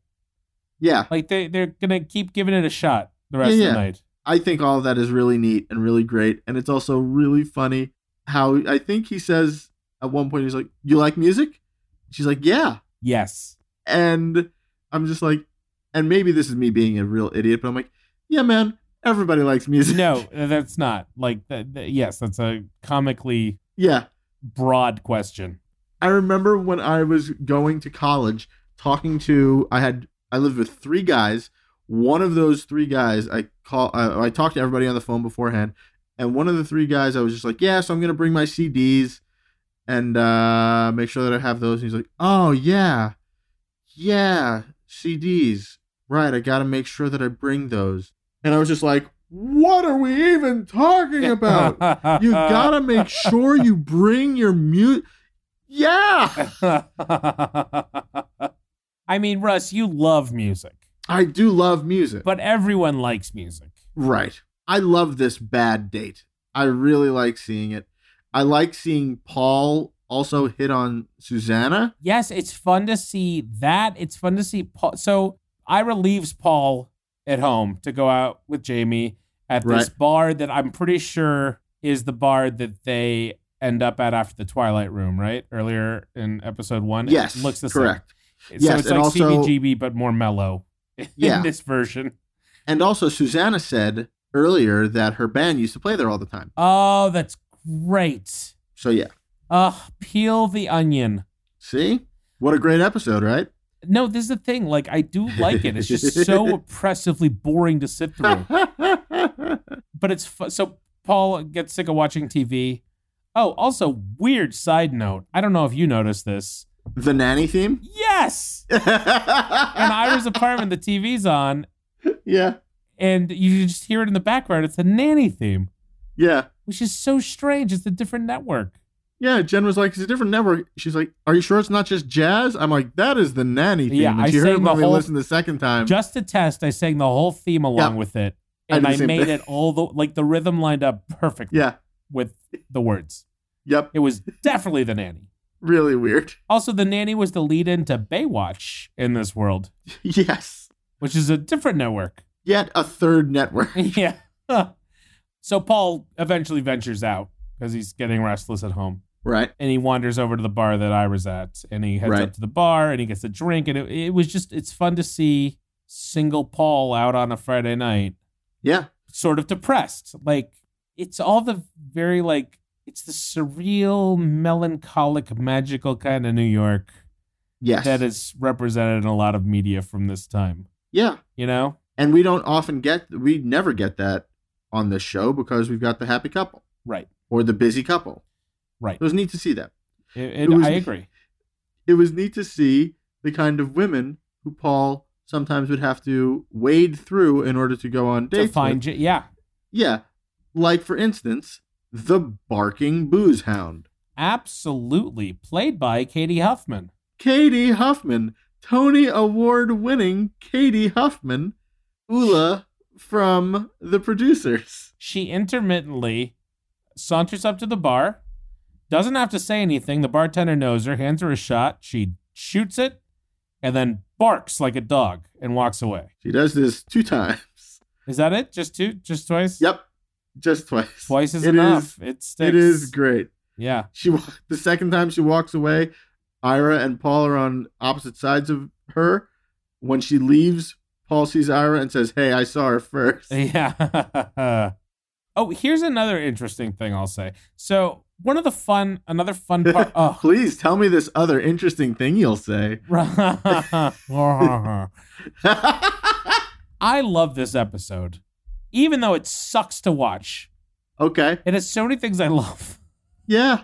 [SPEAKER 1] Yeah,
[SPEAKER 2] Like they they're gonna keep giving it a shot the rest
[SPEAKER 1] Yeah,
[SPEAKER 2] of
[SPEAKER 1] yeah.
[SPEAKER 2] the night.
[SPEAKER 1] I think all of that is really neat and really great, and it's also really funny how I think he says at one point he's like, "You like music?" She's like, "Yeah,"
[SPEAKER 2] Yes.
[SPEAKER 1] and I'm just like, and maybe this is me being a real idiot, but I'm like, "Yeah, man, everybody likes music."
[SPEAKER 2] No, that's not like that. that- yes, that's a comically
[SPEAKER 1] Yeah.
[SPEAKER 2] broad question.
[SPEAKER 1] I remember when I was going to college talking to I had I lived with three guys. One of those three guys I call I, I talked to everybody on the phone beforehand and one of the three guys I was just like, "Yeah, so I'm going to bring my CDs and uh make sure that I have those." And he's like, "Oh, yeah. Yeah, CDs. Right, I got to make sure that I bring those." And I was just like, "What are we even talking about?" You gotta make sure you bring your mute. Yeah,
[SPEAKER 2] I mean, Russ, you love music,
[SPEAKER 1] I do love music.
[SPEAKER 2] but everyone likes music.
[SPEAKER 1] right, I love this bad date. I really like seeing it. I like seeing Paul also hit on Susanna.
[SPEAKER 2] Yes, it's fun to see that. It's fun to see Paul. So Ira leaves Paul at home to go out with Jamie at this
[SPEAKER 1] Right.
[SPEAKER 2] bar that I'm pretty sure is the bar that they end up at after the Twilight Room, right? Earlier in episode one. It
[SPEAKER 1] Yes,
[SPEAKER 2] looks the
[SPEAKER 1] correct.
[SPEAKER 2] same. So
[SPEAKER 1] Yes,
[SPEAKER 2] it's
[SPEAKER 1] and
[SPEAKER 2] like
[SPEAKER 1] also-
[SPEAKER 2] CBGB, but more mellow
[SPEAKER 1] Yeah.
[SPEAKER 2] in this version.
[SPEAKER 1] And also, Susanna said earlier that her band used to play there all the time.
[SPEAKER 2] Oh, that's great.
[SPEAKER 1] So yeah,
[SPEAKER 2] Ugh, peel the onion.
[SPEAKER 1] see, what a great episode, right?
[SPEAKER 2] No, this is the thing. Like, I do like it. It's just so oppressively boring to sit through. but it's fu- so Paul gets sick of watching TV. Oh, also weird side note. I don't know if you noticed this.
[SPEAKER 1] the nanny theme.
[SPEAKER 2] Yes, in Ira's apartment, the TV's on,
[SPEAKER 1] yeah,
[SPEAKER 2] and you just hear it in the background. It's a nanny theme,
[SPEAKER 1] yeah.
[SPEAKER 2] which is so strange. It's a different network.
[SPEAKER 1] Yeah, Jen was like, it's a different network. She's like, are you sure it's not just jazz? I'm like, that is the nanny theme.
[SPEAKER 2] Yeah,
[SPEAKER 1] and
[SPEAKER 2] I
[SPEAKER 1] she heard
[SPEAKER 2] sang
[SPEAKER 1] it
[SPEAKER 2] the
[SPEAKER 1] when we
[SPEAKER 2] whole-
[SPEAKER 1] listened the second time.
[SPEAKER 2] Just to test, I sang the whole theme along
[SPEAKER 1] Yeah.
[SPEAKER 2] with it,
[SPEAKER 1] I
[SPEAKER 2] and
[SPEAKER 1] did the
[SPEAKER 2] I,
[SPEAKER 1] same
[SPEAKER 2] made
[SPEAKER 1] thing.
[SPEAKER 2] it all the like the rhythm lined up perfectly
[SPEAKER 1] yeah,
[SPEAKER 2] with the words.
[SPEAKER 1] yep,
[SPEAKER 2] It was definitely the nanny.
[SPEAKER 1] Really weird.
[SPEAKER 2] Also, the nanny was the lead in to Baywatch in this world,
[SPEAKER 1] Yes.
[SPEAKER 2] which is a different network.
[SPEAKER 1] Yet a third network.
[SPEAKER 2] yeah. Huh. So Paul eventually ventures out because he's getting restless at home.
[SPEAKER 1] Right.
[SPEAKER 2] And he wanders over to the bar that I was at and he heads
[SPEAKER 1] Right.
[SPEAKER 2] up to the bar and he gets a drink. And it, it was just, it's fun to see single Paul out on a Friday night,
[SPEAKER 1] Yeah.
[SPEAKER 2] sort of depressed. Like, it's all the very, like, it's the surreal, melancholic, magical kind of New York
[SPEAKER 1] Yes.
[SPEAKER 2] that is represented in a lot of media from this time,
[SPEAKER 1] Yeah.
[SPEAKER 2] you know?
[SPEAKER 1] And we don't often get, we never get that on this show because we've got the happy couple
[SPEAKER 2] Right,
[SPEAKER 1] or the busy couple.
[SPEAKER 2] right.
[SPEAKER 1] It was neat to see that.
[SPEAKER 2] It-
[SPEAKER 1] it was-
[SPEAKER 2] I agree.
[SPEAKER 1] It was neat to see the kind of women who Paul sometimes would have to wade through in order to go on
[SPEAKER 2] To
[SPEAKER 1] dates.
[SPEAKER 2] find,
[SPEAKER 1] with.
[SPEAKER 2] J- yeah,
[SPEAKER 1] Yeah. Like, for instance, the barking booze hound.
[SPEAKER 2] absolutely. Played by Katie Huffman.
[SPEAKER 1] Katie Huffman, Tony Award winning Katie Huffman, Ula from The Producers.
[SPEAKER 2] she intermittently saunters up to the bar, doesn't have to say anything. The bartender knows her, hands her a shot. She shoots it and then barks like a dog and walks away.
[SPEAKER 1] She does this two times.
[SPEAKER 2] Is that it? Just two? Just twice?
[SPEAKER 1] Yep, just twice.
[SPEAKER 2] Twice is
[SPEAKER 1] It
[SPEAKER 2] enough. it sticks.
[SPEAKER 1] it is great.
[SPEAKER 2] Yeah.
[SPEAKER 1] She wa- the second time she walks away, Ira and Paul are on opposite sides of her. When she leaves, Paul sees Ira and says, "Hey, I saw her first.
[SPEAKER 2] Yeah. oh, here's another interesting thing I'll say. So, one of the fun, another fun part. Oh,
[SPEAKER 1] Please tell me this other interesting thing you'll say.
[SPEAKER 2] I love this episode, even though it sucks to watch.
[SPEAKER 1] okay.
[SPEAKER 2] It has so many things I love.
[SPEAKER 1] Yeah.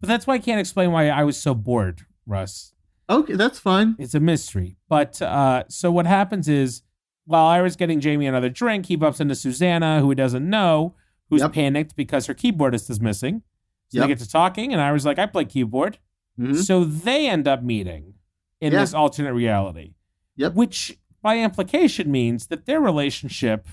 [SPEAKER 2] But that's why I can't explain why I was so bored, Russ.
[SPEAKER 1] Okay, that's fine.
[SPEAKER 2] It's a mystery. But uh, so what happens is while Ira's getting Jamie another drink, he bumps into Susanna, who he doesn't know, who's
[SPEAKER 1] Yep.
[SPEAKER 2] panicked because her keyboardist is missing. So
[SPEAKER 1] Yep.
[SPEAKER 2] they get to talking, and Ira's like, I play keyboard.
[SPEAKER 1] Mhm.
[SPEAKER 2] So they end up meeting in
[SPEAKER 1] Yeah.
[SPEAKER 2] this alternate reality.
[SPEAKER 1] Yep.
[SPEAKER 2] Which by implication means that their relationship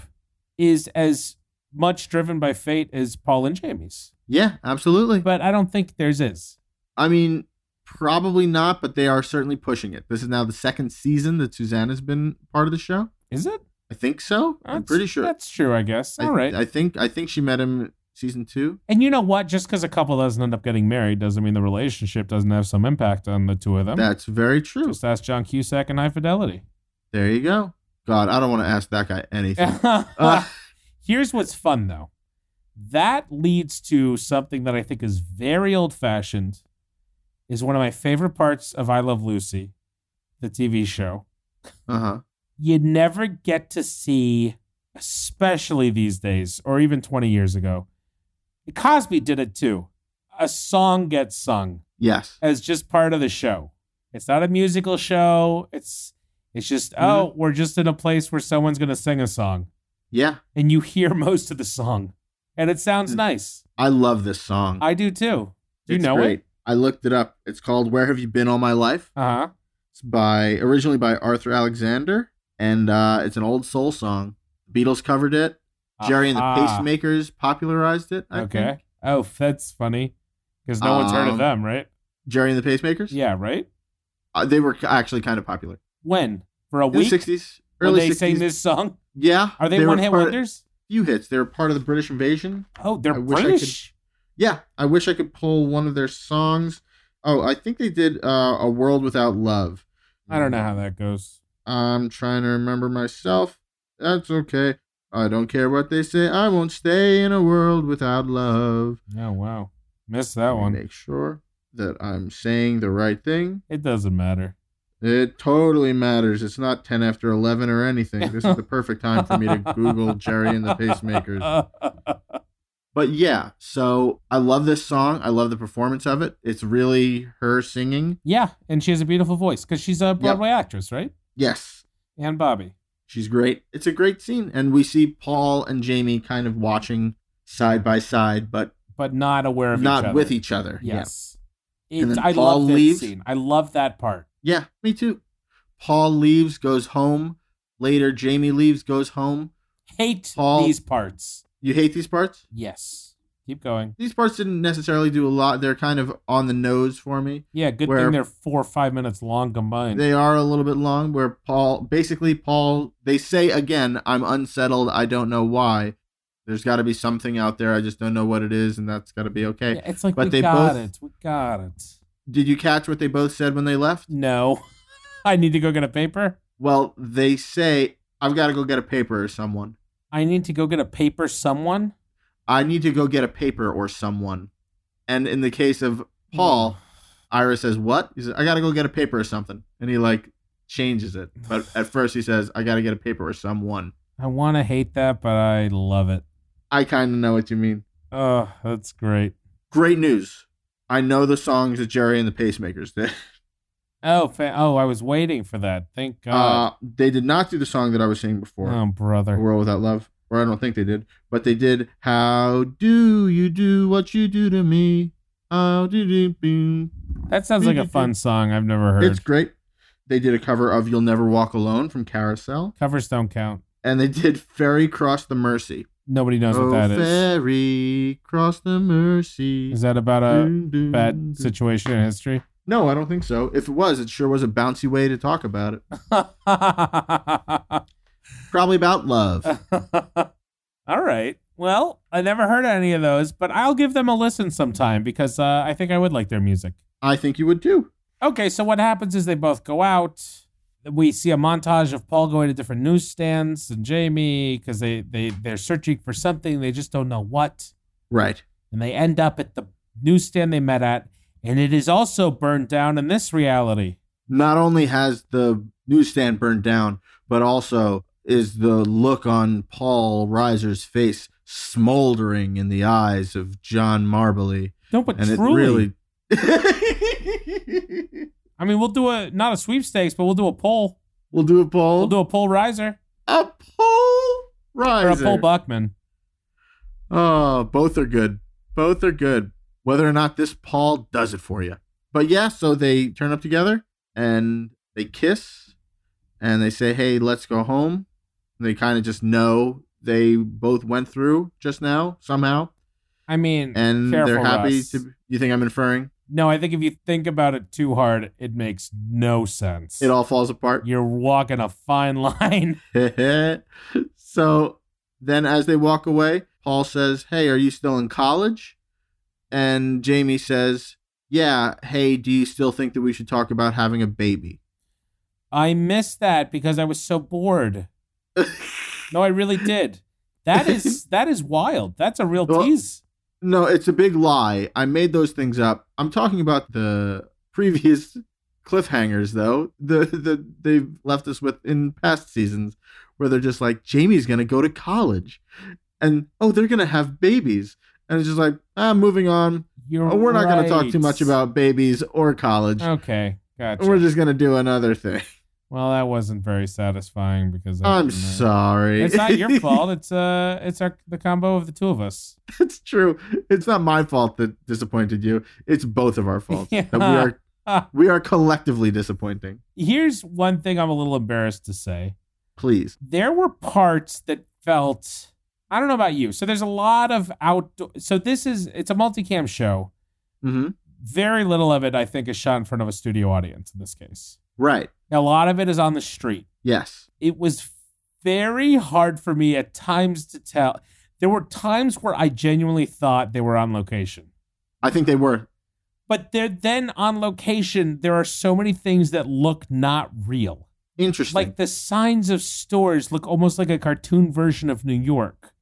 [SPEAKER 2] is as much driven by fate as Paul and Jamie's.
[SPEAKER 1] Yeah, absolutely.
[SPEAKER 2] But I don't think theirs is.
[SPEAKER 1] I mean, probably not, but they are certainly pushing it. This is now the second season that Susanna's been part of the show.
[SPEAKER 2] Is it?
[SPEAKER 1] I think so. I'm
[SPEAKER 2] That's-
[SPEAKER 1] pretty sure.
[SPEAKER 2] That's true, I guess.
[SPEAKER 1] I-
[SPEAKER 2] All right.
[SPEAKER 1] I, think I think she met him season two.
[SPEAKER 2] and you know what? Just because a couple doesn't end up getting married doesn't mean the relationship doesn't have some impact on the two of them.
[SPEAKER 1] That's very true.
[SPEAKER 2] Um, Just ask John Cusack and High Fidelity.
[SPEAKER 1] There you go. God, I don't want to ask that guy anything. Uh,
[SPEAKER 2] Here's what's fun, though. That leads to something that I think is very old fashioned, is one of my favorite parts of I Love Lucy, the TV show.
[SPEAKER 1] huh.
[SPEAKER 2] you never get to see, especially these days, or even 20 years ago. Cosby did it too. A song gets sung
[SPEAKER 1] Yes.
[SPEAKER 2] as just part of the show. It's not a musical show. It's it's just, oh, we're just in a place where someone's gonna sing a song.
[SPEAKER 1] Yeah.
[SPEAKER 2] And you hear most of the song. And it sounds
[SPEAKER 1] Mm.
[SPEAKER 2] nice.
[SPEAKER 1] I love this song.
[SPEAKER 2] I do too. Do you
[SPEAKER 1] It's
[SPEAKER 2] know
[SPEAKER 1] great.
[SPEAKER 2] it?
[SPEAKER 1] I looked it up. It's called "Where Have You Been All My Life."
[SPEAKER 2] Uh-huh.
[SPEAKER 1] It's by originally by Arthur Alexander, and uh, it's an old soul song. The Beatles covered it. Jerry and the
[SPEAKER 2] Aha.
[SPEAKER 1] Pacemakers popularized it. I
[SPEAKER 2] Ah, Okay.
[SPEAKER 1] Think.
[SPEAKER 2] Oh, that's funny. Because no one's heard of
[SPEAKER 1] Um,
[SPEAKER 2] them, right?
[SPEAKER 1] Jerry and the Pacemakers.
[SPEAKER 2] Yeah, right?
[SPEAKER 1] Uh, they were actually kind of popular
[SPEAKER 2] When? For a
[SPEAKER 1] in the
[SPEAKER 2] week?
[SPEAKER 1] sixties,
[SPEAKER 2] When
[SPEAKER 1] early
[SPEAKER 2] they sing
[SPEAKER 1] sixties.
[SPEAKER 2] this song?
[SPEAKER 1] yeah,
[SPEAKER 2] Are they,
[SPEAKER 1] were
[SPEAKER 2] one hit
[SPEAKER 1] part-
[SPEAKER 2] wonders?
[SPEAKER 1] Few hits. They were part of the British invasion.
[SPEAKER 2] Oh, they're
[SPEAKER 1] I wish I could-
[SPEAKER 2] British.
[SPEAKER 1] Yeah, I wish I could pull one of their songs. Oh, I think they did uh, "A World Without Love."
[SPEAKER 2] I, don't know
[SPEAKER 1] Mm.
[SPEAKER 2] how that goes.
[SPEAKER 1] I'm trying to remember myself. That's okay. I don't care what they say. I won't stay in a world without love.
[SPEAKER 2] Oh wow, missed that
[SPEAKER 1] Let me
[SPEAKER 2] one.
[SPEAKER 1] Make sure that I'm saying the right thing.
[SPEAKER 2] It doesn't matter.
[SPEAKER 1] It totally matters. It's not 10 after 11 or anything. This is the perfect time for me to Google Jerry and the Pacemakers. But yeah, so I love this song. I love the performance of it. It's really her singing.
[SPEAKER 2] yeah, and she has a beautiful voice because she's a Broadway actress, right?
[SPEAKER 1] Yes,
[SPEAKER 2] And Bobby.
[SPEAKER 1] She's great. It's a great scene. And we see Paul and Jamie kind of watching side by side, but
[SPEAKER 2] but not aware of
[SPEAKER 1] not
[SPEAKER 2] each other.
[SPEAKER 1] with each other.
[SPEAKER 2] Yes.
[SPEAKER 1] And
[SPEAKER 2] It,
[SPEAKER 1] then
[SPEAKER 2] I
[SPEAKER 1] Paul
[SPEAKER 2] love that
[SPEAKER 1] leaves.
[SPEAKER 2] scene. I love that part.
[SPEAKER 1] Yeah. yeah, me too. Paul leaves, goes home. Later, Jamie leaves, goes home.
[SPEAKER 2] Hate
[SPEAKER 1] Paul-
[SPEAKER 2] these parts.
[SPEAKER 1] You hate these parts?
[SPEAKER 2] Yes. Keep going.
[SPEAKER 1] These parts didn't necessarily do a lot. They're kind of on the nose for me.
[SPEAKER 2] Yeah, good
[SPEAKER 1] Where-
[SPEAKER 2] thing they're four or five minutes long combined.
[SPEAKER 1] They are a little bit long where Paul basically Paul they say again, I'm unsettled, I don't know why. There's got to be something out there. I just don't know what it is and that's got to be okay.
[SPEAKER 2] Yeah, it's like
[SPEAKER 1] but
[SPEAKER 2] we
[SPEAKER 1] they
[SPEAKER 2] got
[SPEAKER 1] both-
[SPEAKER 2] it. We got it.
[SPEAKER 1] Did you catch what they both said when they left?
[SPEAKER 2] No, I need to go get a paper.
[SPEAKER 1] Well, they say I've got to go get a paper or someone.
[SPEAKER 2] I need to go get a paper. Someone.
[SPEAKER 1] I need to go get a paper or someone. And in the case of
[SPEAKER 2] Hmm.
[SPEAKER 1] Paul, Ira says, "What?" He says, "I got to go get a paper or something." And he like changes it. But at first he says, "I got to get a paper or someone."
[SPEAKER 2] I want to hate that, but I love it.
[SPEAKER 1] I kind of know what you mean.
[SPEAKER 2] Oh, that's great.
[SPEAKER 1] Great news. I know the songs that Jerry and the Pacemakers did.
[SPEAKER 2] Oh, fa- oh, I was waiting for that. Thank God.
[SPEAKER 1] Uh, they did not do the song that I was singing before,
[SPEAKER 2] oh, brother.
[SPEAKER 1] "A World Without Love, or I don't think they did, but they did How Do You Do What You Do to Me? How do you do?
[SPEAKER 2] That sounds like a fun song I've never heard.
[SPEAKER 1] It's great. They did a cover of You'll Never Walk Alone from Carousel.
[SPEAKER 2] Covers don't count.
[SPEAKER 1] And they did Ferry Cross the Mercy.
[SPEAKER 2] Nobody knows what that is.
[SPEAKER 1] Ferry Cross the Mercy.
[SPEAKER 2] Is that about a
[SPEAKER 1] Dun, dun, dun.
[SPEAKER 2] bad situation in history?
[SPEAKER 1] No, I don't think so. If it was, it sure was a bouncy way to talk about it.
[SPEAKER 2] All
[SPEAKER 1] Probably about love.
[SPEAKER 2] right. Well, I never heard any of those, but I'll give them a listen sometime because uh, I think I would like their music.
[SPEAKER 1] I think you would too.
[SPEAKER 2] Okay, so what happens is they both go out. We see a montage of Paul going to different newsstands and Jamie because they, they, they're searching for something. They just don't know what.
[SPEAKER 1] Right.
[SPEAKER 2] and they end up at the newsstand they met at, and it is also burned down in this reality.
[SPEAKER 1] Not only has the newsstand burned down, but also is the look on Paul Reiser's face smoldering in the eyes of John Marbley.
[SPEAKER 2] No, but
[SPEAKER 1] And
[SPEAKER 2] truly,
[SPEAKER 1] it really.
[SPEAKER 2] I mean, we'll do a not a sweepstakes, but we'll do a poll.
[SPEAKER 1] We'll do a poll.
[SPEAKER 2] We'll do a poll riser
[SPEAKER 1] a poll riser.
[SPEAKER 2] or a poll Buckman.
[SPEAKER 1] Oh, both are good. Both are good. Whether or not this Paul does it for you. But yeah, so they turn up together and they kiss and they say, hey, let's go home. And they kind of just know they both went through just now somehow.
[SPEAKER 2] I mean,
[SPEAKER 1] And
[SPEAKER 2] careful,
[SPEAKER 1] they're happy
[SPEAKER 2] Russ.
[SPEAKER 1] to. You think I'm inferring?
[SPEAKER 2] No, I think if you think about it too hard, it makes no sense.
[SPEAKER 1] It all falls apart.
[SPEAKER 2] You're walking a fine line.
[SPEAKER 1] so then as they walk away, Paul says, Hey, are you still in college? And Jamie says, Yeah, hey, do you still think that we should talk about having a baby?
[SPEAKER 2] I missed that because I was so bored. no, I really did. That is that is wild. That's a real
[SPEAKER 1] Well,
[SPEAKER 2] tease.
[SPEAKER 1] No, it's a big lie. I made those things up. I'm talking about the previous cliffhangers though. The the they've left us with in past seasons where they're just like, Jamie's gonna go to college and oh, they're gonna have babies. And it's just like, ah, moving on.
[SPEAKER 2] You're
[SPEAKER 1] Oh, we're not going to talk too
[SPEAKER 2] right.
[SPEAKER 1] much about babies or college.
[SPEAKER 2] Okay, gotcha.
[SPEAKER 1] We're just going to do another thing.
[SPEAKER 2] well, that wasn't very satisfying because I
[SPEAKER 1] I'm
[SPEAKER 2] didn't know.
[SPEAKER 1] sorry.
[SPEAKER 2] Oh, It's not your fault. It's uh, it's our, the combo of the two of us.
[SPEAKER 1] it's true. It's not my fault that disappointed you. It's both of our faults.
[SPEAKER 2] Yeah. Ah.
[SPEAKER 1] That we are we are collectively disappointing.
[SPEAKER 2] Here's one thing I'm a little embarrassed to say.
[SPEAKER 1] Please.
[SPEAKER 2] There were parts that felt I don't know about you. So there's a lot of outdoor. So this is it's a multicam show.
[SPEAKER 1] hmm
[SPEAKER 2] Very little of it, I think, is shot in front of a studio audience in this case.
[SPEAKER 1] Right.
[SPEAKER 2] A lot of it is on the street.
[SPEAKER 1] Yes.
[SPEAKER 2] it was very hard for me at times to tell. There were times where I genuinely thought they were on location.
[SPEAKER 1] I think they were.
[SPEAKER 2] But they're then on location, there are so many things that look not real.
[SPEAKER 1] Interesting.
[SPEAKER 2] Like the signs of stores look almost like a cartoon version of New York.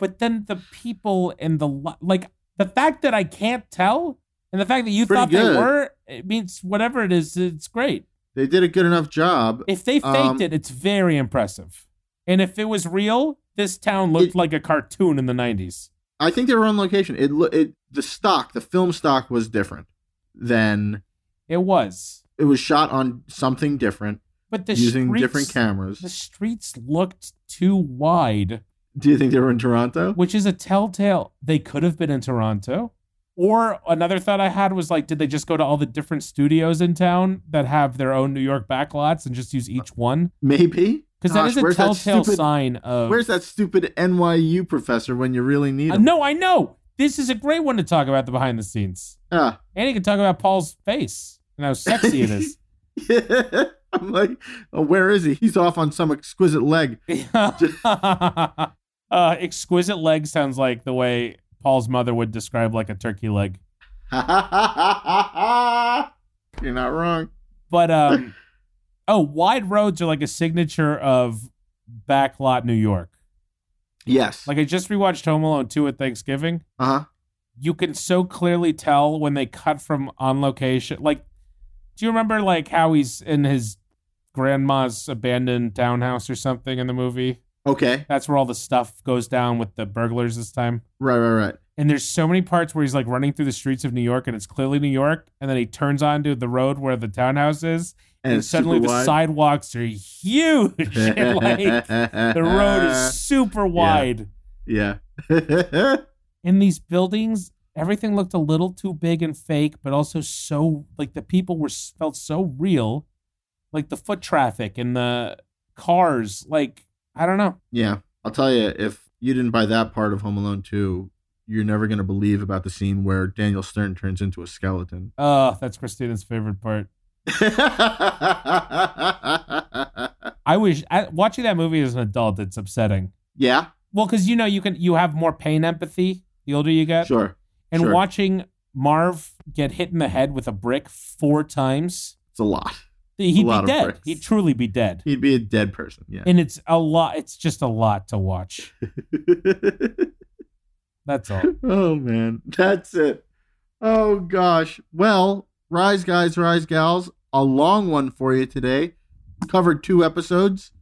[SPEAKER 2] But then the people and the li- like the fact that I can't tell and the fact that you
[SPEAKER 1] Pretty
[SPEAKER 2] thought
[SPEAKER 1] good.
[SPEAKER 2] they were, it means whatever it is, it's great.
[SPEAKER 1] they did a good enough job.
[SPEAKER 2] If they faked
[SPEAKER 1] Um,
[SPEAKER 2] it, it's very impressive. And if it was real, this town looked
[SPEAKER 1] It-
[SPEAKER 2] like a cartoon in the 90s.
[SPEAKER 1] I think they were on location. It, lo- it the stock, the film stock was different than
[SPEAKER 2] It was.
[SPEAKER 1] it was shot on something different
[SPEAKER 2] But the
[SPEAKER 1] using
[SPEAKER 2] streets,
[SPEAKER 1] different cameras.
[SPEAKER 2] The streets looked too wide,
[SPEAKER 1] Do you think they were in Toronto?
[SPEAKER 2] which is a telltale. They could have been in Toronto. Or another thought I had was like, did they just go to all the different studios in town that have their own New York backlots and just use each one?
[SPEAKER 1] Maybe.
[SPEAKER 2] Because that
[SPEAKER 1] Gosh,
[SPEAKER 2] is a
[SPEAKER 1] where's that
[SPEAKER 2] telltale
[SPEAKER 1] stupid-
[SPEAKER 2] sign of.
[SPEAKER 1] Where's that stupid NYU professor when you really need
[SPEAKER 2] Uh,
[SPEAKER 1] him?
[SPEAKER 2] no, I know. This is a great one to talk about the behind the scenes.
[SPEAKER 1] Ah.
[SPEAKER 2] And you can talk about Paul's face and how sexy it is.
[SPEAKER 1] I'm like, oh, where is he? He's off on some exquisite leg.
[SPEAKER 2] uh, exquisite leg sounds like the way Paul's mother would describe like a turkey leg.
[SPEAKER 1] You're not wrong.
[SPEAKER 2] But um, oh, wide roads are like a signature of backlot New York.
[SPEAKER 1] Yes.
[SPEAKER 2] Like I just rewatched Home Alone two at Thanksgiving.
[SPEAKER 1] uh huh.
[SPEAKER 2] You can so clearly tell when they cut from on location. Like, do you remember like how he's in his grandma's abandoned townhouse or something in the movie?
[SPEAKER 1] Okay.
[SPEAKER 2] That's where all the stuff goes down with the burglars this time.
[SPEAKER 1] Right, right, right.
[SPEAKER 2] And there's so many parts where he's like running through the streets of New York and it's clearly New York. And then he turns onto the road where the townhouse is. And,
[SPEAKER 1] it's
[SPEAKER 2] suddenly
[SPEAKER 1] super
[SPEAKER 2] the
[SPEAKER 1] wide.
[SPEAKER 2] sidewalks are huge. and like the road is super wide.
[SPEAKER 1] Yeah. yeah.
[SPEAKER 2] In these buildings, everything looked a little too big and fake, but also so like the people were felt so real. Like the foot traffic and the cars. Like, I don't know.
[SPEAKER 1] I'll tell you, if you didn't buy that part of Home Alone 2, you're never going to believe about the scene where Daniel Stern turns into a skeleton.
[SPEAKER 2] Oh, that's Christina's favorite part. I wish I, watching that movie as an adult, it's upsetting.
[SPEAKER 1] yeah,
[SPEAKER 2] Well, because you know you can you have more pain empathy the older you get,
[SPEAKER 1] sure.
[SPEAKER 2] and
[SPEAKER 1] sure.
[SPEAKER 2] watching Marv get hit in the head with a brick four times,
[SPEAKER 1] It's a lot.
[SPEAKER 2] he'd
[SPEAKER 1] lot
[SPEAKER 2] be
[SPEAKER 1] of
[SPEAKER 2] dead.
[SPEAKER 1] bricks.
[SPEAKER 2] He'd truly be dead.
[SPEAKER 1] He'd be a dead person. Yeah.
[SPEAKER 2] And it's a lot. It's just a lot to watch. That's all.
[SPEAKER 1] oh man, that's it. Oh gosh. Well, rise guys, rise gals, a long one for you today. Covered two episodes,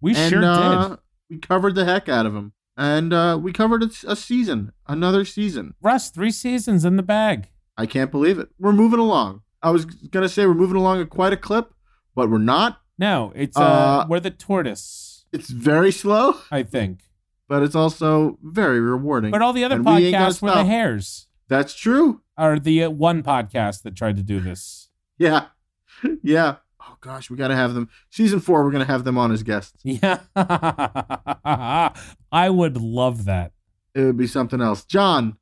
[SPEAKER 2] We
[SPEAKER 1] and
[SPEAKER 2] sure
[SPEAKER 1] uh,
[SPEAKER 2] did.
[SPEAKER 1] we covered the heck out of them, and uh, we covered a, a season, another season.
[SPEAKER 2] Russ, three seasons in the bag.
[SPEAKER 1] I can't believe it. We're moving along. I was gonna say we're moving along at quite a clip, but we're not.
[SPEAKER 2] No, it's uh,
[SPEAKER 1] Uh,
[SPEAKER 2] we're the tortoise.
[SPEAKER 1] It's very slow,
[SPEAKER 2] I think,
[SPEAKER 1] but it's also very rewarding.
[SPEAKER 2] but all the other
[SPEAKER 1] And we ain't gonna
[SPEAKER 2] podcasts were the
[SPEAKER 1] stop.
[SPEAKER 2] hares,
[SPEAKER 1] That's true.
[SPEAKER 2] or the uh, one podcast that tried to do this.
[SPEAKER 1] Yeah. Yeah. Oh gosh, we gotta have them. Season four, we're gonna have them on as guests.
[SPEAKER 2] Yeah. I would love that.
[SPEAKER 1] It would be something else. John,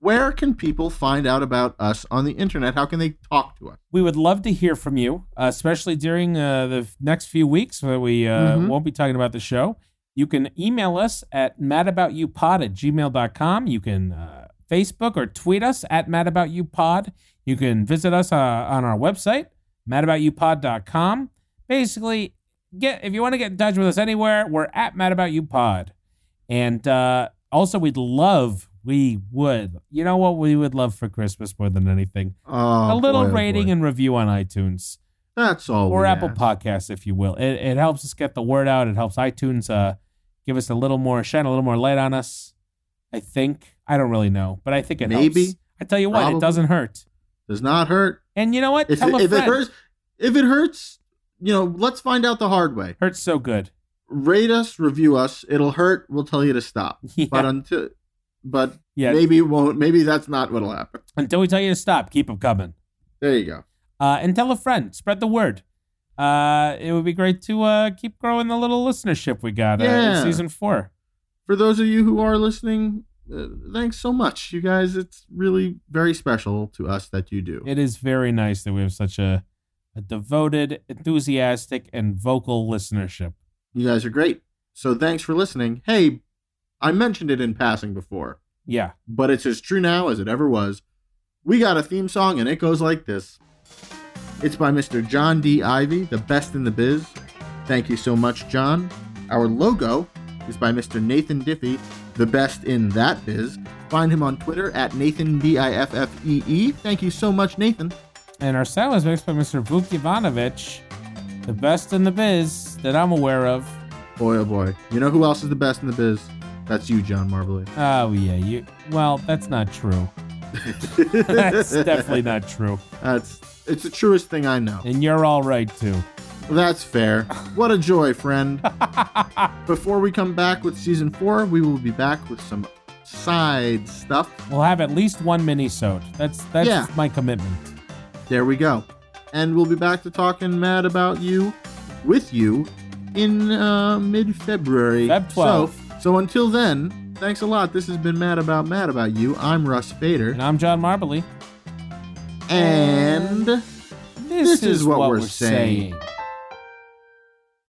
[SPEAKER 1] where can people find out about us on the internet? How can they talk to us?
[SPEAKER 2] We would love to hear from you, uh, especially during uh, the f- next few weeks where we uh,
[SPEAKER 1] Mhm.
[SPEAKER 2] won't be talking about the show. You can email us at madaboutyoupod at gmail.com. You can uh, Facebook or tweet us at madaboutyoupod. You can visit us uh, on our website, madaboutyoupod.com. Basically, get if you want to get in touch with us anywhere, we're at Mad About You Pod. And uh, also, we'd love, we would, you know what we would love for Christmas more than anything?
[SPEAKER 1] Oh,
[SPEAKER 2] a little
[SPEAKER 1] boy, oh,
[SPEAKER 2] rating
[SPEAKER 1] boy.
[SPEAKER 2] and review on iTunes
[SPEAKER 1] that's all.
[SPEAKER 2] or
[SPEAKER 1] we
[SPEAKER 2] Apple
[SPEAKER 1] ask.
[SPEAKER 2] Podcasts, if you will. It, it helps us get the word out. It helps iTunes uh, give us a little more, shine a little more light on us. I think. I don't really know, but I think it
[SPEAKER 1] Maybe.
[SPEAKER 2] helps. I tell you what,
[SPEAKER 1] Probably.
[SPEAKER 2] it doesn't hurt.
[SPEAKER 1] Does not hurt.
[SPEAKER 2] And you know what?
[SPEAKER 1] If,
[SPEAKER 2] tell a
[SPEAKER 1] if it
[SPEAKER 2] friend.
[SPEAKER 1] hurts, if it hurts, you know, let's find out the hard way.
[SPEAKER 2] Hurts so good.
[SPEAKER 1] Rate us, review us. It'll hurt. We'll tell you to stop.
[SPEAKER 2] Yeah.
[SPEAKER 1] But until, but
[SPEAKER 2] Yeah.
[SPEAKER 1] maybe it won't. Maybe that's not what'll happen.
[SPEAKER 2] Until we tell you to stop, keep them coming.
[SPEAKER 1] There you go.
[SPEAKER 2] uh, and tell a friend. Spread the word. Uh, it would be great to uh, keep growing the little listenership we got uh,
[SPEAKER 1] Yeah.
[SPEAKER 2] in season four.
[SPEAKER 1] for those of you who are listening, uh, thanks so much, you guys. It's really very special to us that you do.
[SPEAKER 2] It is very nice that we have such a, a devoted, enthusiastic, and vocal listenership.
[SPEAKER 1] You guys are great. So thanks for listening. Hey, I mentioned it in passing before,
[SPEAKER 2] Yeah.
[SPEAKER 1] but it's as true now as it ever was. We got a theme song, and it goes like this. It's by Mr. John D. Ivy, the best in the biz. Thank you so much, John. Our logo is by Mr. Nathan Diffie, the best in that biz. Find him on Twitter at Nathan D I F F E E. Thank you so much, Nathan.
[SPEAKER 2] And our sound was mixed by Mr. Vuk Ivanovich, the best in the biz that I'm aware of.
[SPEAKER 1] Boy, oh boy. You know who else is the best in the biz? That's you, John Marbley.
[SPEAKER 2] Oh, yeah. you. Well, that's not true. that's definitely not true.
[SPEAKER 1] That's it's the truest thing I know.
[SPEAKER 2] And you're all right, too.
[SPEAKER 1] That's fair. What a joy, friend. Before we come back with season four, we will be back with some side stuff.
[SPEAKER 2] We'll have at least one mini-sode. That's, that's
[SPEAKER 1] Yeah.
[SPEAKER 2] my commitment.
[SPEAKER 1] There we go. And we'll be back to talking mad about you with you in uh, mid February.
[SPEAKER 2] Feb 12.
[SPEAKER 1] So, so until then, Thanks a lot. This has been Mad About Mad About You. I'm Russ Fader.
[SPEAKER 2] And I'm John Marbley.
[SPEAKER 1] And. This is what we're saying.